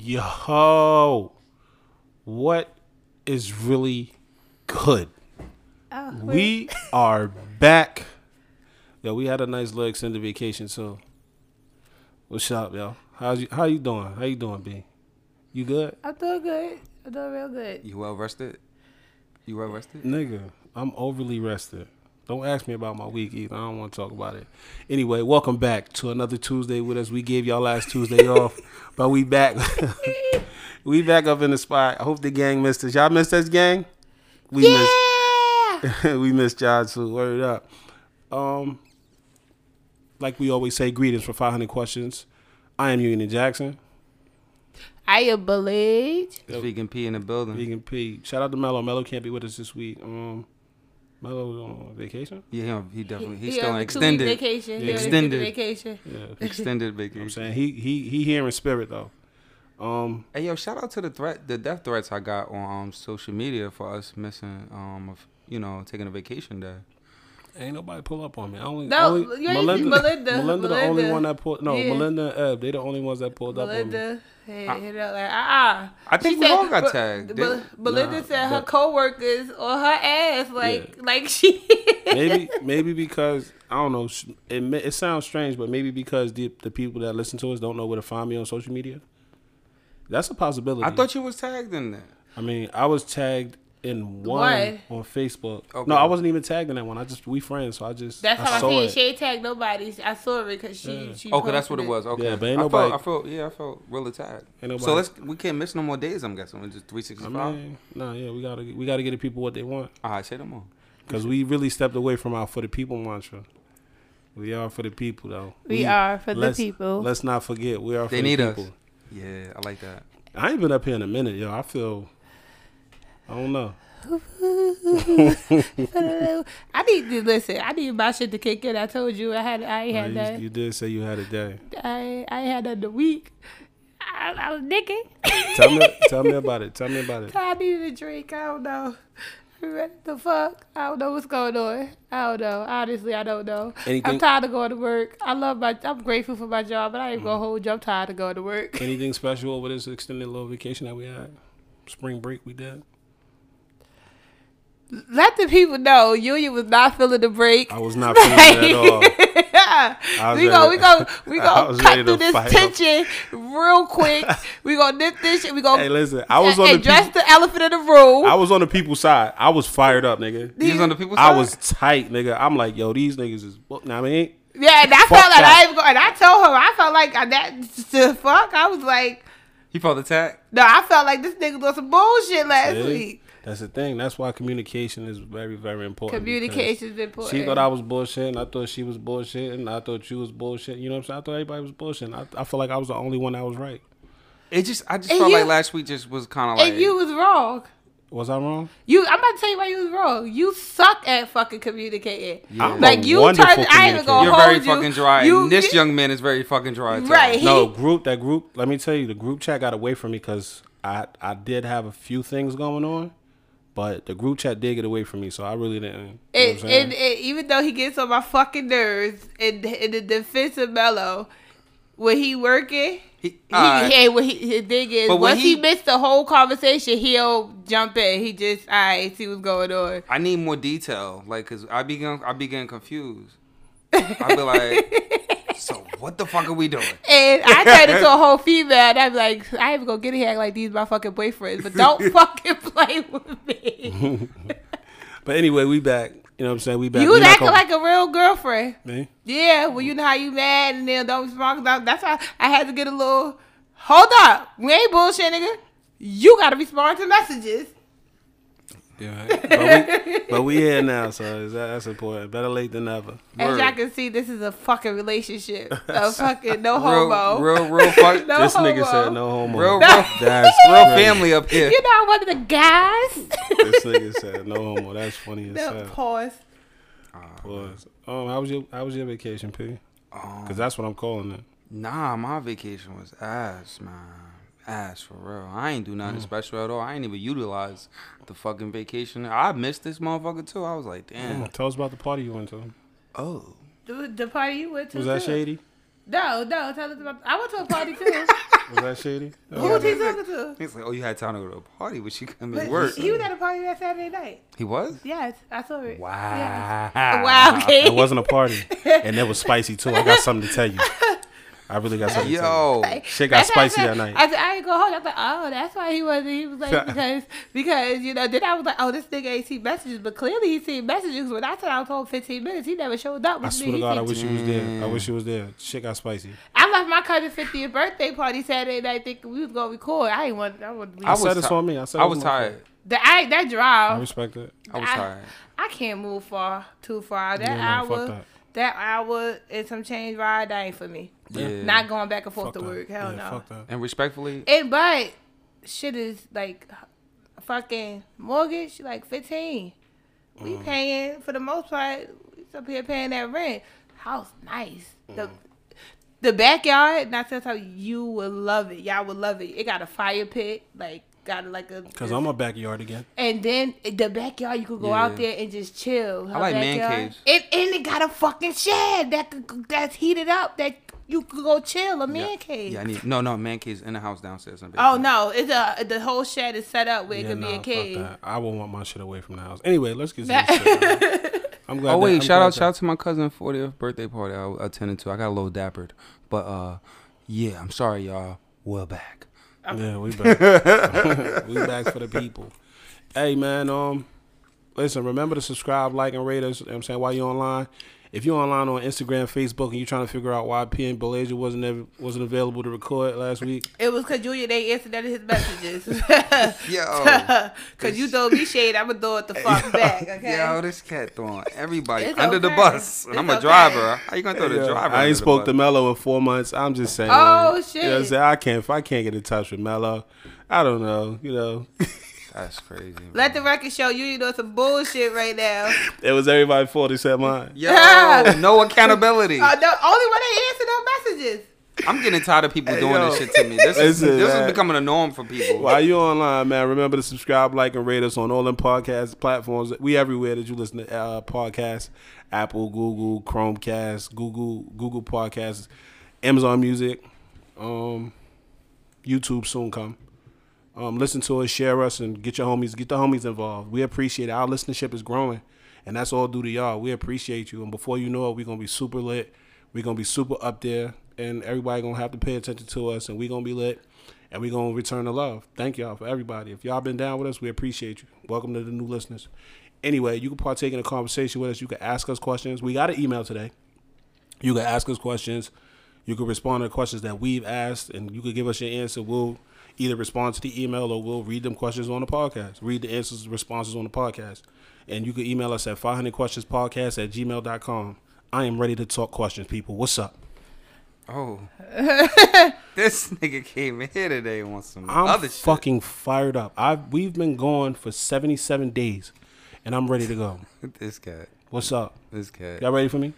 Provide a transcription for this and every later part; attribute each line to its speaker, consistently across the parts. Speaker 1: yo, what is really good?
Speaker 2: Oh,
Speaker 1: We are back. Yo, we had a nice little extended vacation, so what's up, yo? How's you how you doing? How you doing, B? You good?
Speaker 2: I feel good. I feel real good.
Speaker 3: You well rested? You well rested?
Speaker 1: Nigga, I'm overly rested. Don't ask me about my week either. I don't want to talk about it. Anyway, welcome back to another Tuesday with us. We gave y'all last Tuesday off, but we back. we back up in the spot. I hope the gang missed us. Y'all missed us, gang? We
Speaker 2: Yeah.
Speaker 1: missed we missed y'all too. Word up. Um like we always say, greetings for 500 questions. I am Union Jackson.
Speaker 2: I am believed.
Speaker 1: Yo.
Speaker 3: Vegan P in the building.
Speaker 1: Vegan P. Shout out to Mello. Mello can't be with us this week. Um Mello's on vacation?
Speaker 3: Yeah, he, he definitely he's
Speaker 2: He
Speaker 3: still
Speaker 2: on
Speaker 3: on
Speaker 2: a two-week
Speaker 3: extended
Speaker 2: vacation. He on a
Speaker 3: Extended.
Speaker 2: two-week vacation.
Speaker 1: Yeah.
Speaker 3: extended
Speaker 1: I'm
Speaker 3: vacation.
Speaker 1: saying he he he here in spirit though. Um,
Speaker 3: Hey yo, shout out to the threat, the death threats I got on um, social media for us missing, um, of, you know, taking a vacation day.
Speaker 1: ain't nobody pull up on me. I only,
Speaker 2: No,
Speaker 1: only
Speaker 2: you ain't-
Speaker 1: Melinda,
Speaker 2: Melinda,
Speaker 1: Melinda the only
Speaker 2: Melinda.
Speaker 1: one that pulled. No,
Speaker 2: Yeah.
Speaker 1: Melinda and Eb, they the only ones that pulled up on me.
Speaker 2: Belinda hit, hit up like, uh-uh.
Speaker 3: I think
Speaker 2: She
Speaker 3: Ah. we
Speaker 2: said-
Speaker 3: all got
Speaker 2: Be-
Speaker 3: tagged,
Speaker 2: Be-
Speaker 3: didn't-
Speaker 2: Belinda
Speaker 1: Nah,
Speaker 2: said her
Speaker 1: but-
Speaker 2: coworkers on her ass, like, like she.
Speaker 1: Maybe maybe because I don't know. sh- It ma- it sounds strange, but maybe because the the people that listen to us don't know where to find me on social media. That's a possibility.
Speaker 3: I thought you was tagged in there.
Speaker 1: I mean, I was tagged in one
Speaker 2: Why?
Speaker 1: on Facebook.
Speaker 3: Okay.
Speaker 1: No, I wasn't even tagged in that one. I just we friends, so I just
Speaker 2: That's how I,
Speaker 1: saw
Speaker 2: see it.
Speaker 1: it. Mm.
Speaker 2: She ain't tagged nobody. I saw it because she,
Speaker 1: Yeah.
Speaker 2: she.
Speaker 3: Okay, that's what it
Speaker 2: posted
Speaker 3: was. Okay,
Speaker 1: Yeah, but ain't
Speaker 3: I
Speaker 1: nobody-
Speaker 3: Felt, I felt yeah, I felt real attacked.
Speaker 1: Ain't nobody-
Speaker 3: So let's we can't miss no more days. I'm guessing it's just three sixty
Speaker 1: I
Speaker 3: five.
Speaker 1: mean, no, yeah, we gotta we gotta get the people what they want.
Speaker 3: All right, say no more.
Speaker 1: Because we really stepped away from our for the people mantra. We are for the people, though.
Speaker 2: We are for the
Speaker 1: let's-
Speaker 2: people.
Speaker 1: Let's not forget, we are for
Speaker 3: They
Speaker 1: the
Speaker 3: need us.
Speaker 1: people.
Speaker 3: Yeah, I like that.
Speaker 1: I ain't been up here in a minute, yo. I feel, I don't know.
Speaker 2: I need to listen. I need my shit to kick in. I told you I had. I ain't had
Speaker 1: you,
Speaker 2: that.
Speaker 1: you did say you had a day.
Speaker 2: I I ain't had that the week. I, I was nicking.
Speaker 1: Tell me, tell me about it. Tell me about it.
Speaker 2: I needed a drink. I don't know. What the fuck? I don't know what's going on. I don't know. Honestly, I don't know.
Speaker 1: Anything-
Speaker 2: I'm tired of going to work. I love my. I'm grateful for my job, but I ain't gonna
Speaker 1: Mm-hmm.
Speaker 2: hold you. I'm tired of going to work.
Speaker 1: Anything special over this extended little vacation that we had? Spring break we did.
Speaker 2: Let the people know Union was not feeling the break.
Speaker 1: I was not feeling it at all. I was
Speaker 2: we go,
Speaker 1: ready-
Speaker 2: we go, we
Speaker 1: I
Speaker 2: go
Speaker 1: was
Speaker 2: cut
Speaker 1: ready to
Speaker 2: through this
Speaker 1: fight 'em.
Speaker 2: tension real quick. we gonna nip this shit. We gonna
Speaker 1: Hey, listen, I was
Speaker 2: a-
Speaker 1: on the
Speaker 2: address
Speaker 1: people-
Speaker 2: the elephant in the room.
Speaker 1: I was on the people's side. I was fired up, nigga.
Speaker 3: You was on the people's
Speaker 1: I
Speaker 3: side?
Speaker 1: was tight, nigga. I'm like, yo, these niggas is. What, I mean,
Speaker 2: yeah, and I
Speaker 1: Fuck
Speaker 2: felt like
Speaker 1: that.
Speaker 2: I ain't going. And I told her I felt like I, that. The fuck, I was like,
Speaker 3: He felt attacked.
Speaker 2: no, I felt like this nigga doing some bullshit last
Speaker 1: See?
Speaker 2: week.
Speaker 1: That's the thing. That's why communication is very, very important. because
Speaker 2: Communication's important.
Speaker 1: She thought I was bullshitting. I thought she was bullshitting. I thought you was bullshitting. You know what I'm saying? I thought everybody was bullshitting. I, I feel like I was the only one that was right.
Speaker 3: It just I just
Speaker 2: And
Speaker 3: felt
Speaker 2: you-
Speaker 3: like last week just was kind of like
Speaker 2: and you was wrong.
Speaker 1: Was I wrong?
Speaker 2: You, I'm about to tell you why you was wrong. You suck at fucking communicating.
Speaker 3: Yeah.
Speaker 1: I'm
Speaker 2: Like
Speaker 1: a
Speaker 2: you
Speaker 1: wonderful
Speaker 2: turned. I ain't even gonna
Speaker 3: You're
Speaker 2: hold
Speaker 3: very
Speaker 2: you.
Speaker 3: fucking dry.
Speaker 2: You-
Speaker 3: and this
Speaker 2: you-
Speaker 3: young man is very fucking dry. Too.
Speaker 2: Right, he-
Speaker 1: No, group. That group. Let me tell you, the group chat got away from me because I I did have a few things going on, but the group chat did get away from me. So I really didn't. You know what I'm
Speaker 2: And,
Speaker 1: saying?
Speaker 2: and, and even though he gets on my fucking nerves, in, in the defense of Mello, when he working,
Speaker 3: He-
Speaker 2: he,
Speaker 3: all right.
Speaker 2: hey, what he, his thing is,
Speaker 3: But when
Speaker 2: once he,
Speaker 3: he-
Speaker 2: missed the whole conversation, he'll jump in. He just, I see what's going on.
Speaker 3: I need more detail, like, cause I be getting, I be getting confused. I be like, so what the fuck are we doing?
Speaker 2: And I turned into a whole female, and I'm like, I ain't gonna get in here like these my fucking boyfriends, but don't fucking play with me.
Speaker 1: but anyway, we back. You know what I'm saying? We back.
Speaker 2: You
Speaker 1: We
Speaker 2: was
Speaker 1: not
Speaker 2: acting
Speaker 1: gonna-
Speaker 2: like a real girlfriend.
Speaker 1: me.
Speaker 2: Yeah, well, you know how you mad and then don't respond. 'cause I- That's why I had to get a little. Hold up, we ain't bullshit, nigga. You gotta respond to messages.
Speaker 1: Yeah, but, we, but we here now, so is that, that's important. Better late than never.
Speaker 2: As
Speaker 3: Word.
Speaker 2: y'all can see, this is a fucking relationship. A fucking no
Speaker 3: Real,
Speaker 2: homo.
Speaker 3: real, real, fuck,
Speaker 2: No
Speaker 1: this nigga
Speaker 2: homo.
Speaker 1: said no homo.
Speaker 3: real, real,
Speaker 1: That's
Speaker 3: real
Speaker 1: crazy.
Speaker 3: family up here.
Speaker 2: You know, one of the guys.
Speaker 1: This nigga said no homo. That's funny as
Speaker 2: no,
Speaker 1: hell.
Speaker 2: pause.
Speaker 1: Was. Um, how was your how was your vacation, P?
Speaker 3: Um,
Speaker 1: Because that's what I'm calling it.
Speaker 3: nah, my vacation was ass, man, ass for real. I ain't do nothing special at all. I ain't even utilize the fucking vacation. I missed this motherfucker too. I was like, damn.
Speaker 1: Tell us about the party you went to.
Speaker 3: Oh,
Speaker 2: The, the party you went to.
Speaker 1: Was that
Speaker 2: too.
Speaker 1: shady?
Speaker 2: No, no. Tell us about. I went to a party too.
Speaker 1: Was that shady? Uh,
Speaker 2: Who was he talking to?
Speaker 3: He's like, oh, you had time to go to a party, but she couldn't
Speaker 2: But
Speaker 3: make work.
Speaker 2: He was at a party that Saturday night.
Speaker 3: He was?
Speaker 2: Yes, I saw it.
Speaker 3: Wow.
Speaker 2: Wow, okay.
Speaker 1: It wasn't a party, and it was spicy too. I got something to tell you. I really got something. to tell
Speaker 3: Yo.
Speaker 1: Shit got
Speaker 2: That's why I
Speaker 1: spicy
Speaker 2: said-
Speaker 1: that night.
Speaker 2: I, said, I ain't go home. I was like, oh, that's why he wasn't. He was like, because, because you know, then I was like, oh, this nigga ain't seen messages. But clearly he seen messages. When I said I was home 15 minutes, he never showed up.
Speaker 1: you. I
Speaker 2: which
Speaker 1: swear
Speaker 2: means
Speaker 1: to
Speaker 2: he
Speaker 1: God, I
Speaker 2: seen-
Speaker 1: wish you was there. I wish you was there. Shit got spicy.
Speaker 2: I left my cousin's 50th birthday party Saturday night thinking we was going to record. I ain't want, I want to
Speaker 1: I,
Speaker 3: I
Speaker 2: leave.
Speaker 3: was
Speaker 1: said it's
Speaker 3: ti-
Speaker 1: on me. I said
Speaker 3: I
Speaker 1: it
Speaker 3: was
Speaker 1: my fault.
Speaker 3: tired.
Speaker 2: The, I,
Speaker 1: I
Speaker 2: that drive,
Speaker 1: respect that.
Speaker 3: I was
Speaker 2: I-
Speaker 3: tired.
Speaker 2: I can't move far, too far. That
Speaker 1: Yeah, no, fuck
Speaker 2: hour,
Speaker 1: that.
Speaker 2: that. hour and some change ride, that ain't for me.
Speaker 1: Yeah.
Speaker 3: Yeah.
Speaker 2: Not going back and forth
Speaker 1: Fuck
Speaker 2: to
Speaker 1: that.
Speaker 2: work. Hell
Speaker 1: yeah,
Speaker 2: no.
Speaker 1: Fuck that.
Speaker 3: and respectfully,
Speaker 2: And but shit is like fucking mortgage like fifteen. We
Speaker 3: Mm.
Speaker 2: paying for the most part. We up here paying that rent. House nice.
Speaker 3: Mm.
Speaker 2: The the backyard. Not to tell you, you would love it. Y'all would love it. It got a fire pit. Like got like a.
Speaker 1: Cause I'm a backyard again.
Speaker 2: And then the backyard, you could go out
Speaker 3: Yeah.
Speaker 2: there and just chill. Her
Speaker 3: like man
Speaker 2: backyard.
Speaker 3: caves.
Speaker 2: And, and it got a fucking shed that could, that's heated up that you could go chill. A man
Speaker 3: yeah,
Speaker 2: cave.
Speaker 3: Yeah, I need no, no man caves in the house downstairs. in the
Speaker 2: Oh
Speaker 3: basement.
Speaker 2: no, it's a the whole shed is set up where it
Speaker 1: Yeah,
Speaker 2: could
Speaker 1: nah,
Speaker 2: be a
Speaker 1: fuck
Speaker 2: cave.
Speaker 1: that. I won't want my shit away from the house. Anyway, let's get to this shit. man. I'm glad. that-
Speaker 3: Oh wait,
Speaker 1: I'm
Speaker 3: shout
Speaker 1: glad
Speaker 3: out,
Speaker 1: that-
Speaker 3: shout out to my cousin's 40th birthday party I attended to. I got a little dappered, but uh, yeah, I'm sorry, y'all. We're back.
Speaker 1: Yeah, we back. we back for the people. Hey man, um listen, remember to subscribe, like, and rate us, you know what I'm saying, while you're online. If you're online on Instagram, Facebook, and you're trying to figure out why PN Belasia wasn't ever, wasn't available to record last week,
Speaker 2: It was cause Junior they answered none of his messages.
Speaker 3: Yo,
Speaker 2: cause you throw me shade, I'ma throw it the fuck back. Okay.
Speaker 3: yo, this cat throwing everybody
Speaker 2: It's
Speaker 3: under the
Speaker 2: okay.
Speaker 3: bus. And
Speaker 2: It's
Speaker 3: I'm a
Speaker 2: okay.
Speaker 3: driver. How you gonna throw the driver?
Speaker 1: I
Speaker 3: under
Speaker 1: ain't spoke
Speaker 3: the
Speaker 1: to Mello in four months. I'm just saying.
Speaker 2: Oh,
Speaker 1: You know what I'm
Speaker 2: shit.
Speaker 1: saying? I can't if I can't get in touch with Mello. I don't know. You know,
Speaker 3: bus? That's crazy. bro.
Speaker 2: Let the record show you doing some bullshit right now. Uh,
Speaker 1: it was everybody's fault except mine.
Speaker 3: Yo, no accountability.
Speaker 2: Uh, the only one they answer no messages.
Speaker 3: I'm getting tired of people
Speaker 1: Hey,
Speaker 3: doing
Speaker 1: yo.
Speaker 3: this shit to me. This is
Speaker 1: Listen,
Speaker 3: this
Speaker 1: man.
Speaker 3: is becoming a norm for people.
Speaker 1: While you're online, man, remember to subscribe, like, and rate us on all them podcast platforms. We everywhere that you listen to uh, podcasts: Apple, Google, Chromecast, Google, Google Podcasts, Amazon Music, um, YouTube soon come. Um, listen to us, share us, and get your homies, get the homies involved. We appreciate it. Our listenership is growing, and that's all due to y'all. We appreciate you, and before you know it, we're gonna be super lit. We're gonna be super up there, and everybody gonna have to pay attention to us, and we're gonna be lit, and we're gonna return the love. Thank y'all for everybody. If y'all been down with us, we appreciate you. Welcome to the new listeners. Anyway, you can partake in a conversation with us. You can ask us questions. We got an email today. You can ask us questions. You can respond to the questions that we've asked, and you can give us your answer. We'll either respond to the email or we'll read them questions on the podcast. Read the answers, responses on the podcast. And you can email us at 500questionspodcast at gmail.com. I am ready to talk questions, people. What's up?
Speaker 3: Oh, this nigga came in here today on some
Speaker 1: I'm
Speaker 3: other shit.
Speaker 1: fucking fired up. I've, we've been gone for 77 days, and I'm ready to go.
Speaker 3: This cat,
Speaker 1: What's up?
Speaker 3: this cat.
Speaker 1: Y'all ready for me?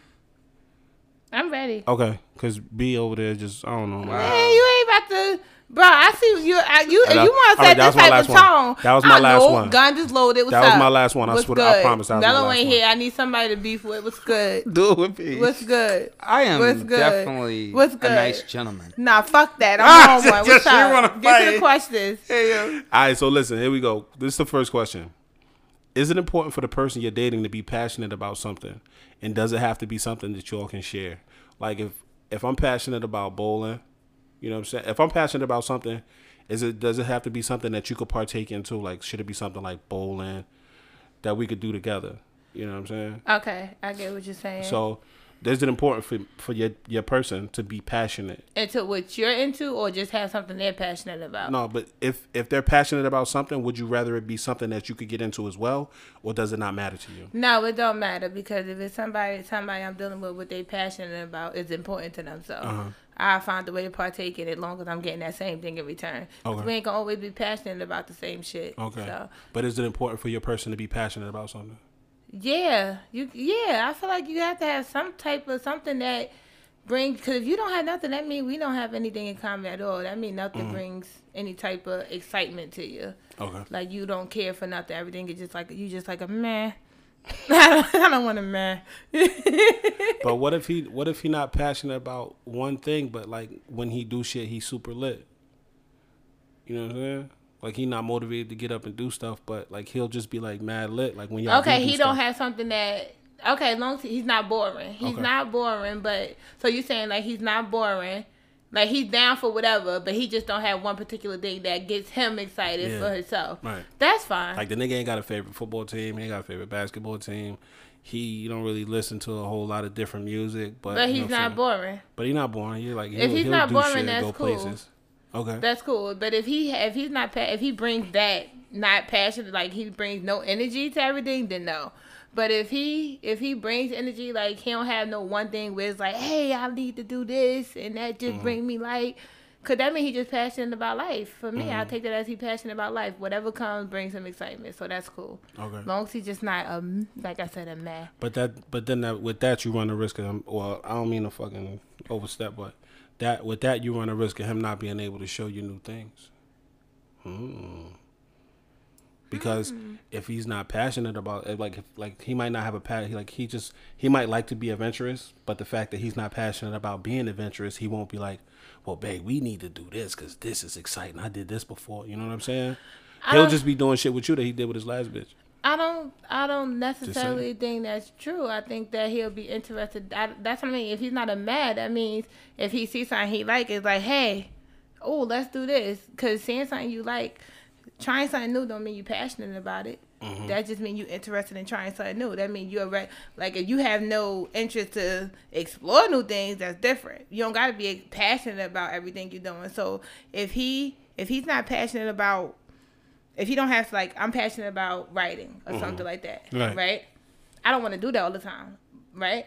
Speaker 2: I'm ready.
Speaker 1: Okay, because B over there just, I don't know. man.
Speaker 2: Man, you ain't about to, bro. I see you. I, you if
Speaker 1: That-
Speaker 2: you want
Speaker 1: all
Speaker 2: to
Speaker 1: right,
Speaker 2: set
Speaker 1: that was my
Speaker 2: this type
Speaker 1: last
Speaker 2: of
Speaker 1: one.
Speaker 2: tone.
Speaker 1: That was my
Speaker 2: I
Speaker 1: last
Speaker 2: know,
Speaker 1: one.
Speaker 2: Gun is loaded. What's
Speaker 1: That was
Speaker 2: up?
Speaker 1: my last one. I
Speaker 2: What's
Speaker 1: swear to- I
Speaker 2: good?
Speaker 1: promise that was my
Speaker 2: Mello
Speaker 1: last
Speaker 2: ain't
Speaker 1: one.
Speaker 2: here. I need somebody to beef with. What's good?
Speaker 3: Do it with peace.
Speaker 2: What's good?
Speaker 3: I am
Speaker 2: What's good?
Speaker 3: definitely
Speaker 2: What's good?
Speaker 3: a nice gentleman.
Speaker 2: Nah, fuck that.
Speaker 3: Ah,
Speaker 2: I'm on one. What's
Speaker 3: she wanna
Speaker 2: up? Get to
Speaker 3: fight.
Speaker 2: the questions.
Speaker 3: Hey yo.
Speaker 1: All right, so listen, here we go. This is the first question. Is it important for the person you're dating to be passionate about something? And does it have to be something that y'all can share? Like if if I'm passionate about bowling, you know what I'm saying? If I'm passionate about something, is it does it have to be something that you could partake into? Like should it be something like bowling that we could do together? You know what I'm saying?
Speaker 2: Okay, I get what you're saying.
Speaker 1: So is it important for for your your person to be passionate?
Speaker 2: into what you're into, or just have something they're passionate about.
Speaker 1: No, but if if they're passionate about something, would you rather it be something that you could get into as well, or does it not matter to you?
Speaker 2: No, it don't matter because if it's somebody, somebody I'm dealing with, what they passionate about is important to them. So
Speaker 1: Uh-huh.
Speaker 2: I find a way to partake in it, long as I'm getting that same thing in return. 'Cause
Speaker 1: Okay.
Speaker 2: We ain't gonna always be passionate about the same shit.
Speaker 1: Okay.
Speaker 2: So
Speaker 1: But is it important for your person to be passionate about something?
Speaker 2: yeah, you yeah, I feel like you have to have some type of something that brings. Because if you don't have nothing, that means we don't have anything in common at all. That means nothing
Speaker 1: Mm.
Speaker 2: brings any type of excitement to you.
Speaker 1: Okay.
Speaker 2: Like you don't care for nothing. Everything is just like you just like a man. I don't, I don't want a man.
Speaker 1: But what if he what if he not passionate about one thing, but like when he do shit, he's super lit. You know what I'm saying? Like he not motivated to get up and do stuff, but like he'll just be like mad lit. Like when y'all
Speaker 2: Okay,
Speaker 1: do do
Speaker 2: he don't
Speaker 1: stuff.
Speaker 2: have something that. Okay, long as he's not boring. He's
Speaker 1: Okay.
Speaker 2: not boring, but so you saying like he's not boring, like he's down for whatever, but he just don't have one particular thing that gets him excited
Speaker 1: Yeah.
Speaker 2: for himself.
Speaker 1: Right.
Speaker 2: That's fine.
Speaker 1: Like the nigga ain't got a favorite football team. He ain't got a favorite basketball team. He don't really listen to a whole lot of different music, but
Speaker 2: but
Speaker 1: you
Speaker 2: he's
Speaker 1: know what I'm
Speaker 2: not
Speaker 1: saying?
Speaker 2: boring.
Speaker 1: But he's not boring. He like he'll,
Speaker 2: If he's
Speaker 1: he'll
Speaker 2: not
Speaker 1: do
Speaker 2: boring,
Speaker 1: shit and
Speaker 2: that's
Speaker 1: go
Speaker 2: cool.
Speaker 1: places. Okay.
Speaker 2: That's cool. But if he if he's not pa- if he brings that not passionate like he brings no energy to everything, then no. But if he if he brings energy like he don't have no one thing where it's like hey I need to do this and that just bring me light. Could that mean he just passionate about life? For me, I take that as he passionate about life. Whatever comes brings him excitement, so that's cool.
Speaker 1: okay.
Speaker 2: Long as he's just not um like I said a meh.
Speaker 1: But that, but then that with that you run the risk of him. Well, I don't mean to fucking overstep, but that with that you run the risk of him not being able to show you new things. Hmm. Because if he's not passionate about it, like if, like he might not have a passion. Like he just he might like to be adventurous, but the fact that he's not passionate about being adventurous, he won't be like, well, babe, we need to do this because this is exciting. I did this before. You know what I'm saying? He'll
Speaker 2: don't-
Speaker 1: just be doing shit with you that he did with his last bitch.
Speaker 2: I don't. I don't necessarily think that's true. I think that he'll be interested. I, that's what I mean. If he's not a mad, that means if he sees something he like, it's like, hey, oh, let's do this. Cause seeing something you like, trying something new don't mean you passionate about it. That just means you interested in trying something new. That means you're right. Like if you have no interest to explore new things, that's different. You don't gotta be passionate about everything you're doing. So if he if he's not passionate about if you don't have like I'm passionate about writing or something like that,
Speaker 1: Right.
Speaker 2: right? I don't want to do that all the time, right?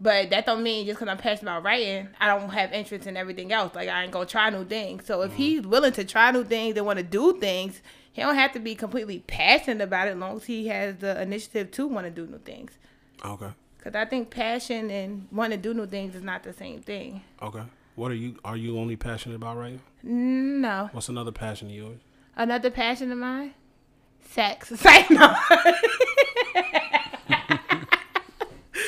Speaker 2: But that don't mean just because I'm passionate about writing, I don't have interest in everything else. Like I ain't gonna try new things. So if he's willing to try new things and want to do things, he don't have to be completely passionate about it, as long as he has the initiative to want to do new things.
Speaker 1: Okay.
Speaker 2: Because I think passion and want to do new things is not the same thing.
Speaker 1: Okay. What are you? Are you only passionate about writing?
Speaker 2: No,
Speaker 1: What's another passion of yours?
Speaker 2: another passion of mine, sex. Say no.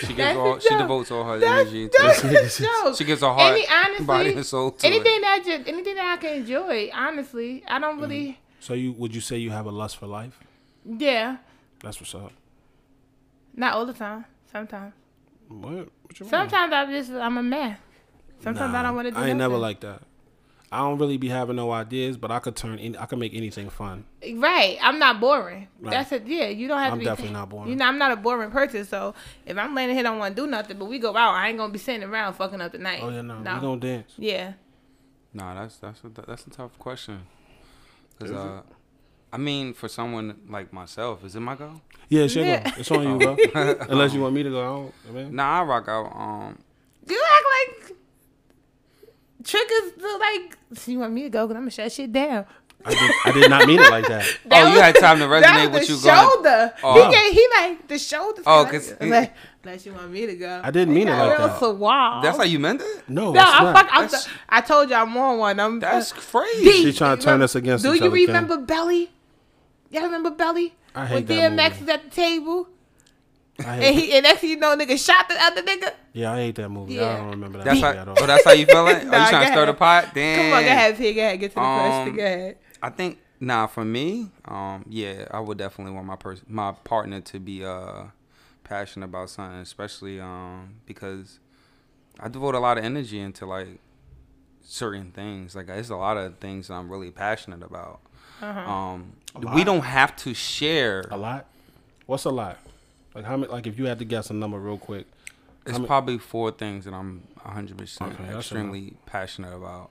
Speaker 3: She gives
Speaker 2: That's
Speaker 3: all.
Speaker 2: a
Speaker 3: She
Speaker 2: joke.
Speaker 3: devotes all her
Speaker 2: That's-
Speaker 3: energy
Speaker 2: that's
Speaker 3: to this.
Speaker 2: a joke.
Speaker 3: She gives her heart,
Speaker 2: Any- honestly,
Speaker 3: body, and soul to
Speaker 2: anything
Speaker 3: it.
Speaker 2: that just anything that I can enjoy, honestly, I
Speaker 1: Mm.
Speaker 2: don't really.
Speaker 1: So you would you say you have a lust for life?
Speaker 2: Yeah,
Speaker 1: That's what's up.
Speaker 2: not all the time. Sometimes,
Speaker 1: Mm. What? What you mean?
Speaker 2: sometimes I'm just I'm a man. Sometimes I
Speaker 1: Nah,
Speaker 2: don't want to do.
Speaker 1: I ain't never
Speaker 2: nothing.
Speaker 1: like that. I don't really be having no ideas, but I could turn. Any, I could make anything fun.
Speaker 2: Right, I'm not boring.
Speaker 1: Right.
Speaker 2: That's it. Yeah, you don't have
Speaker 1: I'm
Speaker 2: to be.
Speaker 1: definitely not boring.
Speaker 2: You know, I'm not a boring person. So if I'm laying here, don't want to do nothing. But we go out, I ain't gonna be sitting around fucking up the night.
Speaker 1: Oh yeah, no, we gonna dance.
Speaker 2: yeah.
Speaker 3: Nah, that's that's a, that's a tough question. Cause uh, I mean, for someone like myself, is it my goal?
Speaker 1: Yeah, sure.
Speaker 2: Yeah.
Speaker 1: It's on you, bro. Unless you want me to go. I don't, man.
Speaker 3: Nah, I rock out. Um,
Speaker 2: You act like triggers the like. So you want me to go? Cause I'm gonna shut shit down.
Speaker 1: I did, I did not mean it like that.
Speaker 3: Oh, you had time to
Speaker 2: that
Speaker 3: resonate
Speaker 2: was
Speaker 3: with you
Speaker 2: the
Speaker 3: going-
Speaker 2: shoulder.
Speaker 3: Oh.
Speaker 2: He, gave, he like the shoulder.
Speaker 3: Oh,
Speaker 2: like,
Speaker 3: 'cause-
Speaker 2: like, unless you want me to go.
Speaker 1: I didn't mean it like
Speaker 2: real
Speaker 1: that.
Speaker 2: suave.
Speaker 3: that's how you meant it.
Speaker 1: No,
Speaker 2: no,
Speaker 1: it's
Speaker 2: I
Speaker 1: not.
Speaker 2: fuck. I'm
Speaker 3: That's-
Speaker 2: so- I told you I'm on one. I'm
Speaker 3: That's
Speaker 2: uh,
Speaker 3: crazy.
Speaker 2: D,
Speaker 1: She tryna turn us against
Speaker 2: Do
Speaker 1: each
Speaker 2: you
Speaker 1: other, Kim.
Speaker 2: remember Belly? Y'all remember Belly?
Speaker 1: I hate
Speaker 2: when
Speaker 1: that
Speaker 2: DMX
Speaker 1: movie.
Speaker 2: is at the table,
Speaker 1: I
Speaker 2: and
Speaker 1: hate,
Speaker 2: he and next thing you know, nigga shot the other nigga.
Speaker 1: yeah, I hate that movie. I
Speaker 2: Yeah.
Speaker 1: don't remember that
Speaker 3: That's
Speaker 1: movie
Speaker 3: how.
Speaker 1: at all.
Speaker 3: Oh, that's how you feel it. Are
Speaker 2: Nah,
Speaker 3: you trying
Speaker 2: go
Speaker 3: to stir the
Speaker 2: ahead.
Speaker 3: pot? Damn.
Speaker 2: Come on, go ahead, P. Go ahead, get to the
Speaker 3: Eh. Um,
Speaker 2: question. Go ahead.
Speaker 3: I think nah for me, um, yeah, I would definitely want my person, my partner to be uh passionate about something, especially um because I devote a lot of energy into like certain things. Like it's a lot of things that I'm really passionate about.
Speaker 2: Uh-huh.
Speaker 3: Um, we
Speaker 1: lot.
Speaker 3: don't have to share.
Speaker 1: A lot. What's a lot? Like how many? Like if you had to guess a number real quick.
Speaker 3: It's probably four things that I'm 100 percent
Speaker 1: Okay, that's
Speaker 3: extremely passionate about.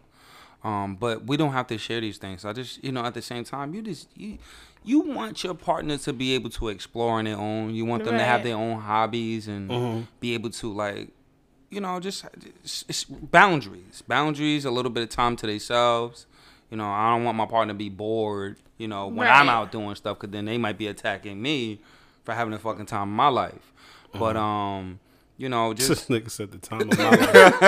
Speaker 3: Um, but we don't have to share these things. I just, you know, at the same time, you just you you want your partner to be able to explore on their own. You want them to have
Speaker 2: Right.
Speaker 3: their own hobbies and
Speaker 1: Mm-hmm.
Speaker 3: be able to like, you know, just it's, it's boundaries, boundaries, a little bit of time to themselves. You know, I don't want my partner to be bored. You know, when I'm
Speaker 2: Right.
Speaker 3: out doing stuff because then they might be attacking me for having a fucking time of my life. But um, you know,
Speaker 1: This
Speaker 3: just
Speaker 1: nigga said the time of my life.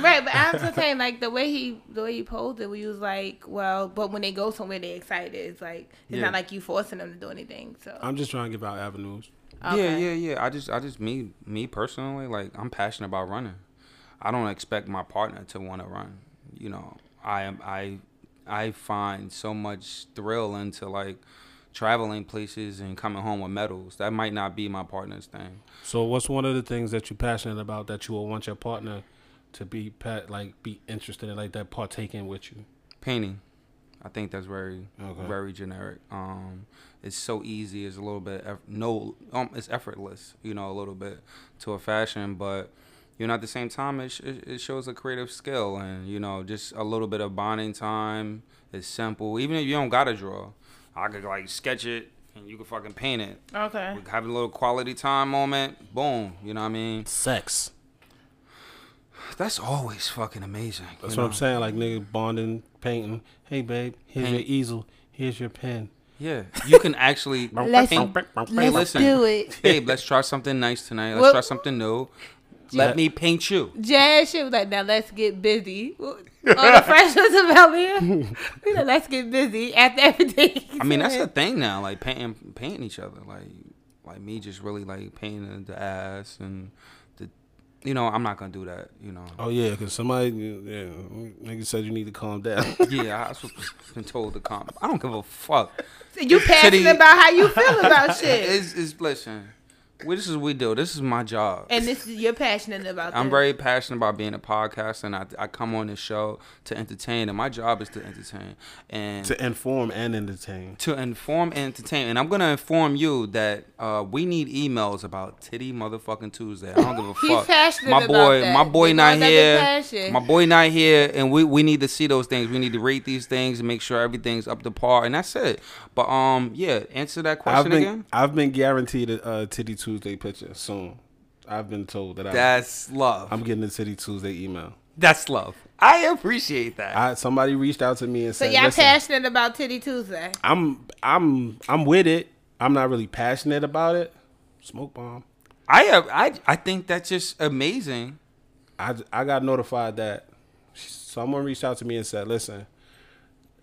Speaker 2: Right, but I'm just saying, like the way he the way he posed it, we was like, well, but when they go somewhere, they excited. It's like it's
Speaker 3: Yeah. Uh,
Speaker 2: not like you forcing them to do anything. So
Speaker 1: I'm just trying to give out avenues.
Speaker 3: yeah,
Speaker 2: Okay.
Speaker 3: yeah, yeah. I just, I just me, me personally, like I'm passionate about running. I don't expect my partner to want to run. You know, I am, I I find so much thrill into like traveling places and coming home with medals. That might not be my partner's thing.
Speaker 1: So what's one of the things that you're passionate about that you will want your partner to be pat like be interested in like that partake in with you?
Speaker 3: Painting. I think that's very
Speaker 1: Okay.
Speaker 3: very generic. Um, it's so easy. It's a little bit eff- no. Um, it's effortless. You know, a little bit to a fashion, but you know, at the same time, it, sh- it it shows a creative skill and you know, just a little bit of bonding time. It's simple. Even if you don't gotta draw, I could like sketch it and you could fucking paint it.
Speaker 2: Okay.
Speaker 3: We have a little quality time moment. Boom. You know what I mean?
Speaker 1: Sex.
Speaker 3: That's always fucking amazing. you
Speaker 1: That's
Speaker 3: know?
Speaker 1: what I'm saying. Like nigga bonding, painting. Hey babe, here's
Speaker 3: Paint.
Speaker 1: your easel. Here's your pen.
Speaker 3: Yeah, you can actually.
Speaker 2: Let's-
Speaker 3: paint-
Speaker 2: Let's
Speaker 3: listen.
Speaker 2: do it.
Speaker 3: babe, let's try something nice tonight. Let's
Speaker 2: Well-
Speaker 3: try something new. Let
Speaker 1: Yeah.
Speaker 3: me paint you.
Speaker 2: Jazz shit was like, now let's get busy. All the freshers of Amelia, we like, let's get busy after everything.
Speaker 3: I mean, that's the thing now, like painting, painting each other, like, like me just really like painting the ass and the, you know, I'm not gonna do that, you know.
Speaker 1: Oh yeah, cause somebody yeah, nigga said you need to calm down.
Speaker 3: Yeah, I was been told to calm. I don't give a fuck.
Speaker 2: you passionate
Speaker 3: Titty.
Speaker 2: about how you feel about shit,
Speaker 3: It's, it's listen, we, this is what we do. This is my job.
Speaker 2: and this is you're passionate about.
Speaker 3: I'm
Speaker 2: this.
Speaker 3: very passionate about being a podcaster, and I, I come on this show to entertain, and my job is to entertain and to,
Speaker 1: to inform and entertain.
Speaker 3: inform and entertain. And I'm gonna inform you that uh, we need emails about titty motherfucking Tuesday. I don't give a
Speaker 2: He's
Speaker 3: fuck.
Speaker 2: passionate
Speaker 3: my
Speaker 2: about
Speaker 3: boy,
Speaker 2: that.
Speaker 3: my boy
Speaker 2: You know,
Speaker 3: not
Speaker 2: that's his
Speaker 3: here.
Speaker 2: passion.
Speaker 3: My boy not here, and we, we need to see those things. We need to rate these things and make sure everything's up to par, and that's it. But um, yeah, answer that
Speaker 1: I've
Speaker 3: question
Speaker 1: been
Speaker 3: again.
Speaker 1: I've been guaranteed a uh, Titty Tuesday picture soon. I've been told that, I,
Speaker 3: That's love.
Speaker 1: I'm getting a Titty Tuesday email.
Speaker 3: that's love. I appreciate that.
Speaker 1: I somebody reached out to me and
Speaker 2: So
Speaker 1: said,
Speaker 2: y'all
Speaker 1: "Listen,
Speaker 2: passionate about Titty Tuesday.
Speaker 1: I'm I'm I'm with it. I'm not really passionate about it. Smoke bomb.
Speaker 3: I I I think that's just amazing.
Speaker 1: I I got notified that someone reached out to me and said, "Listen,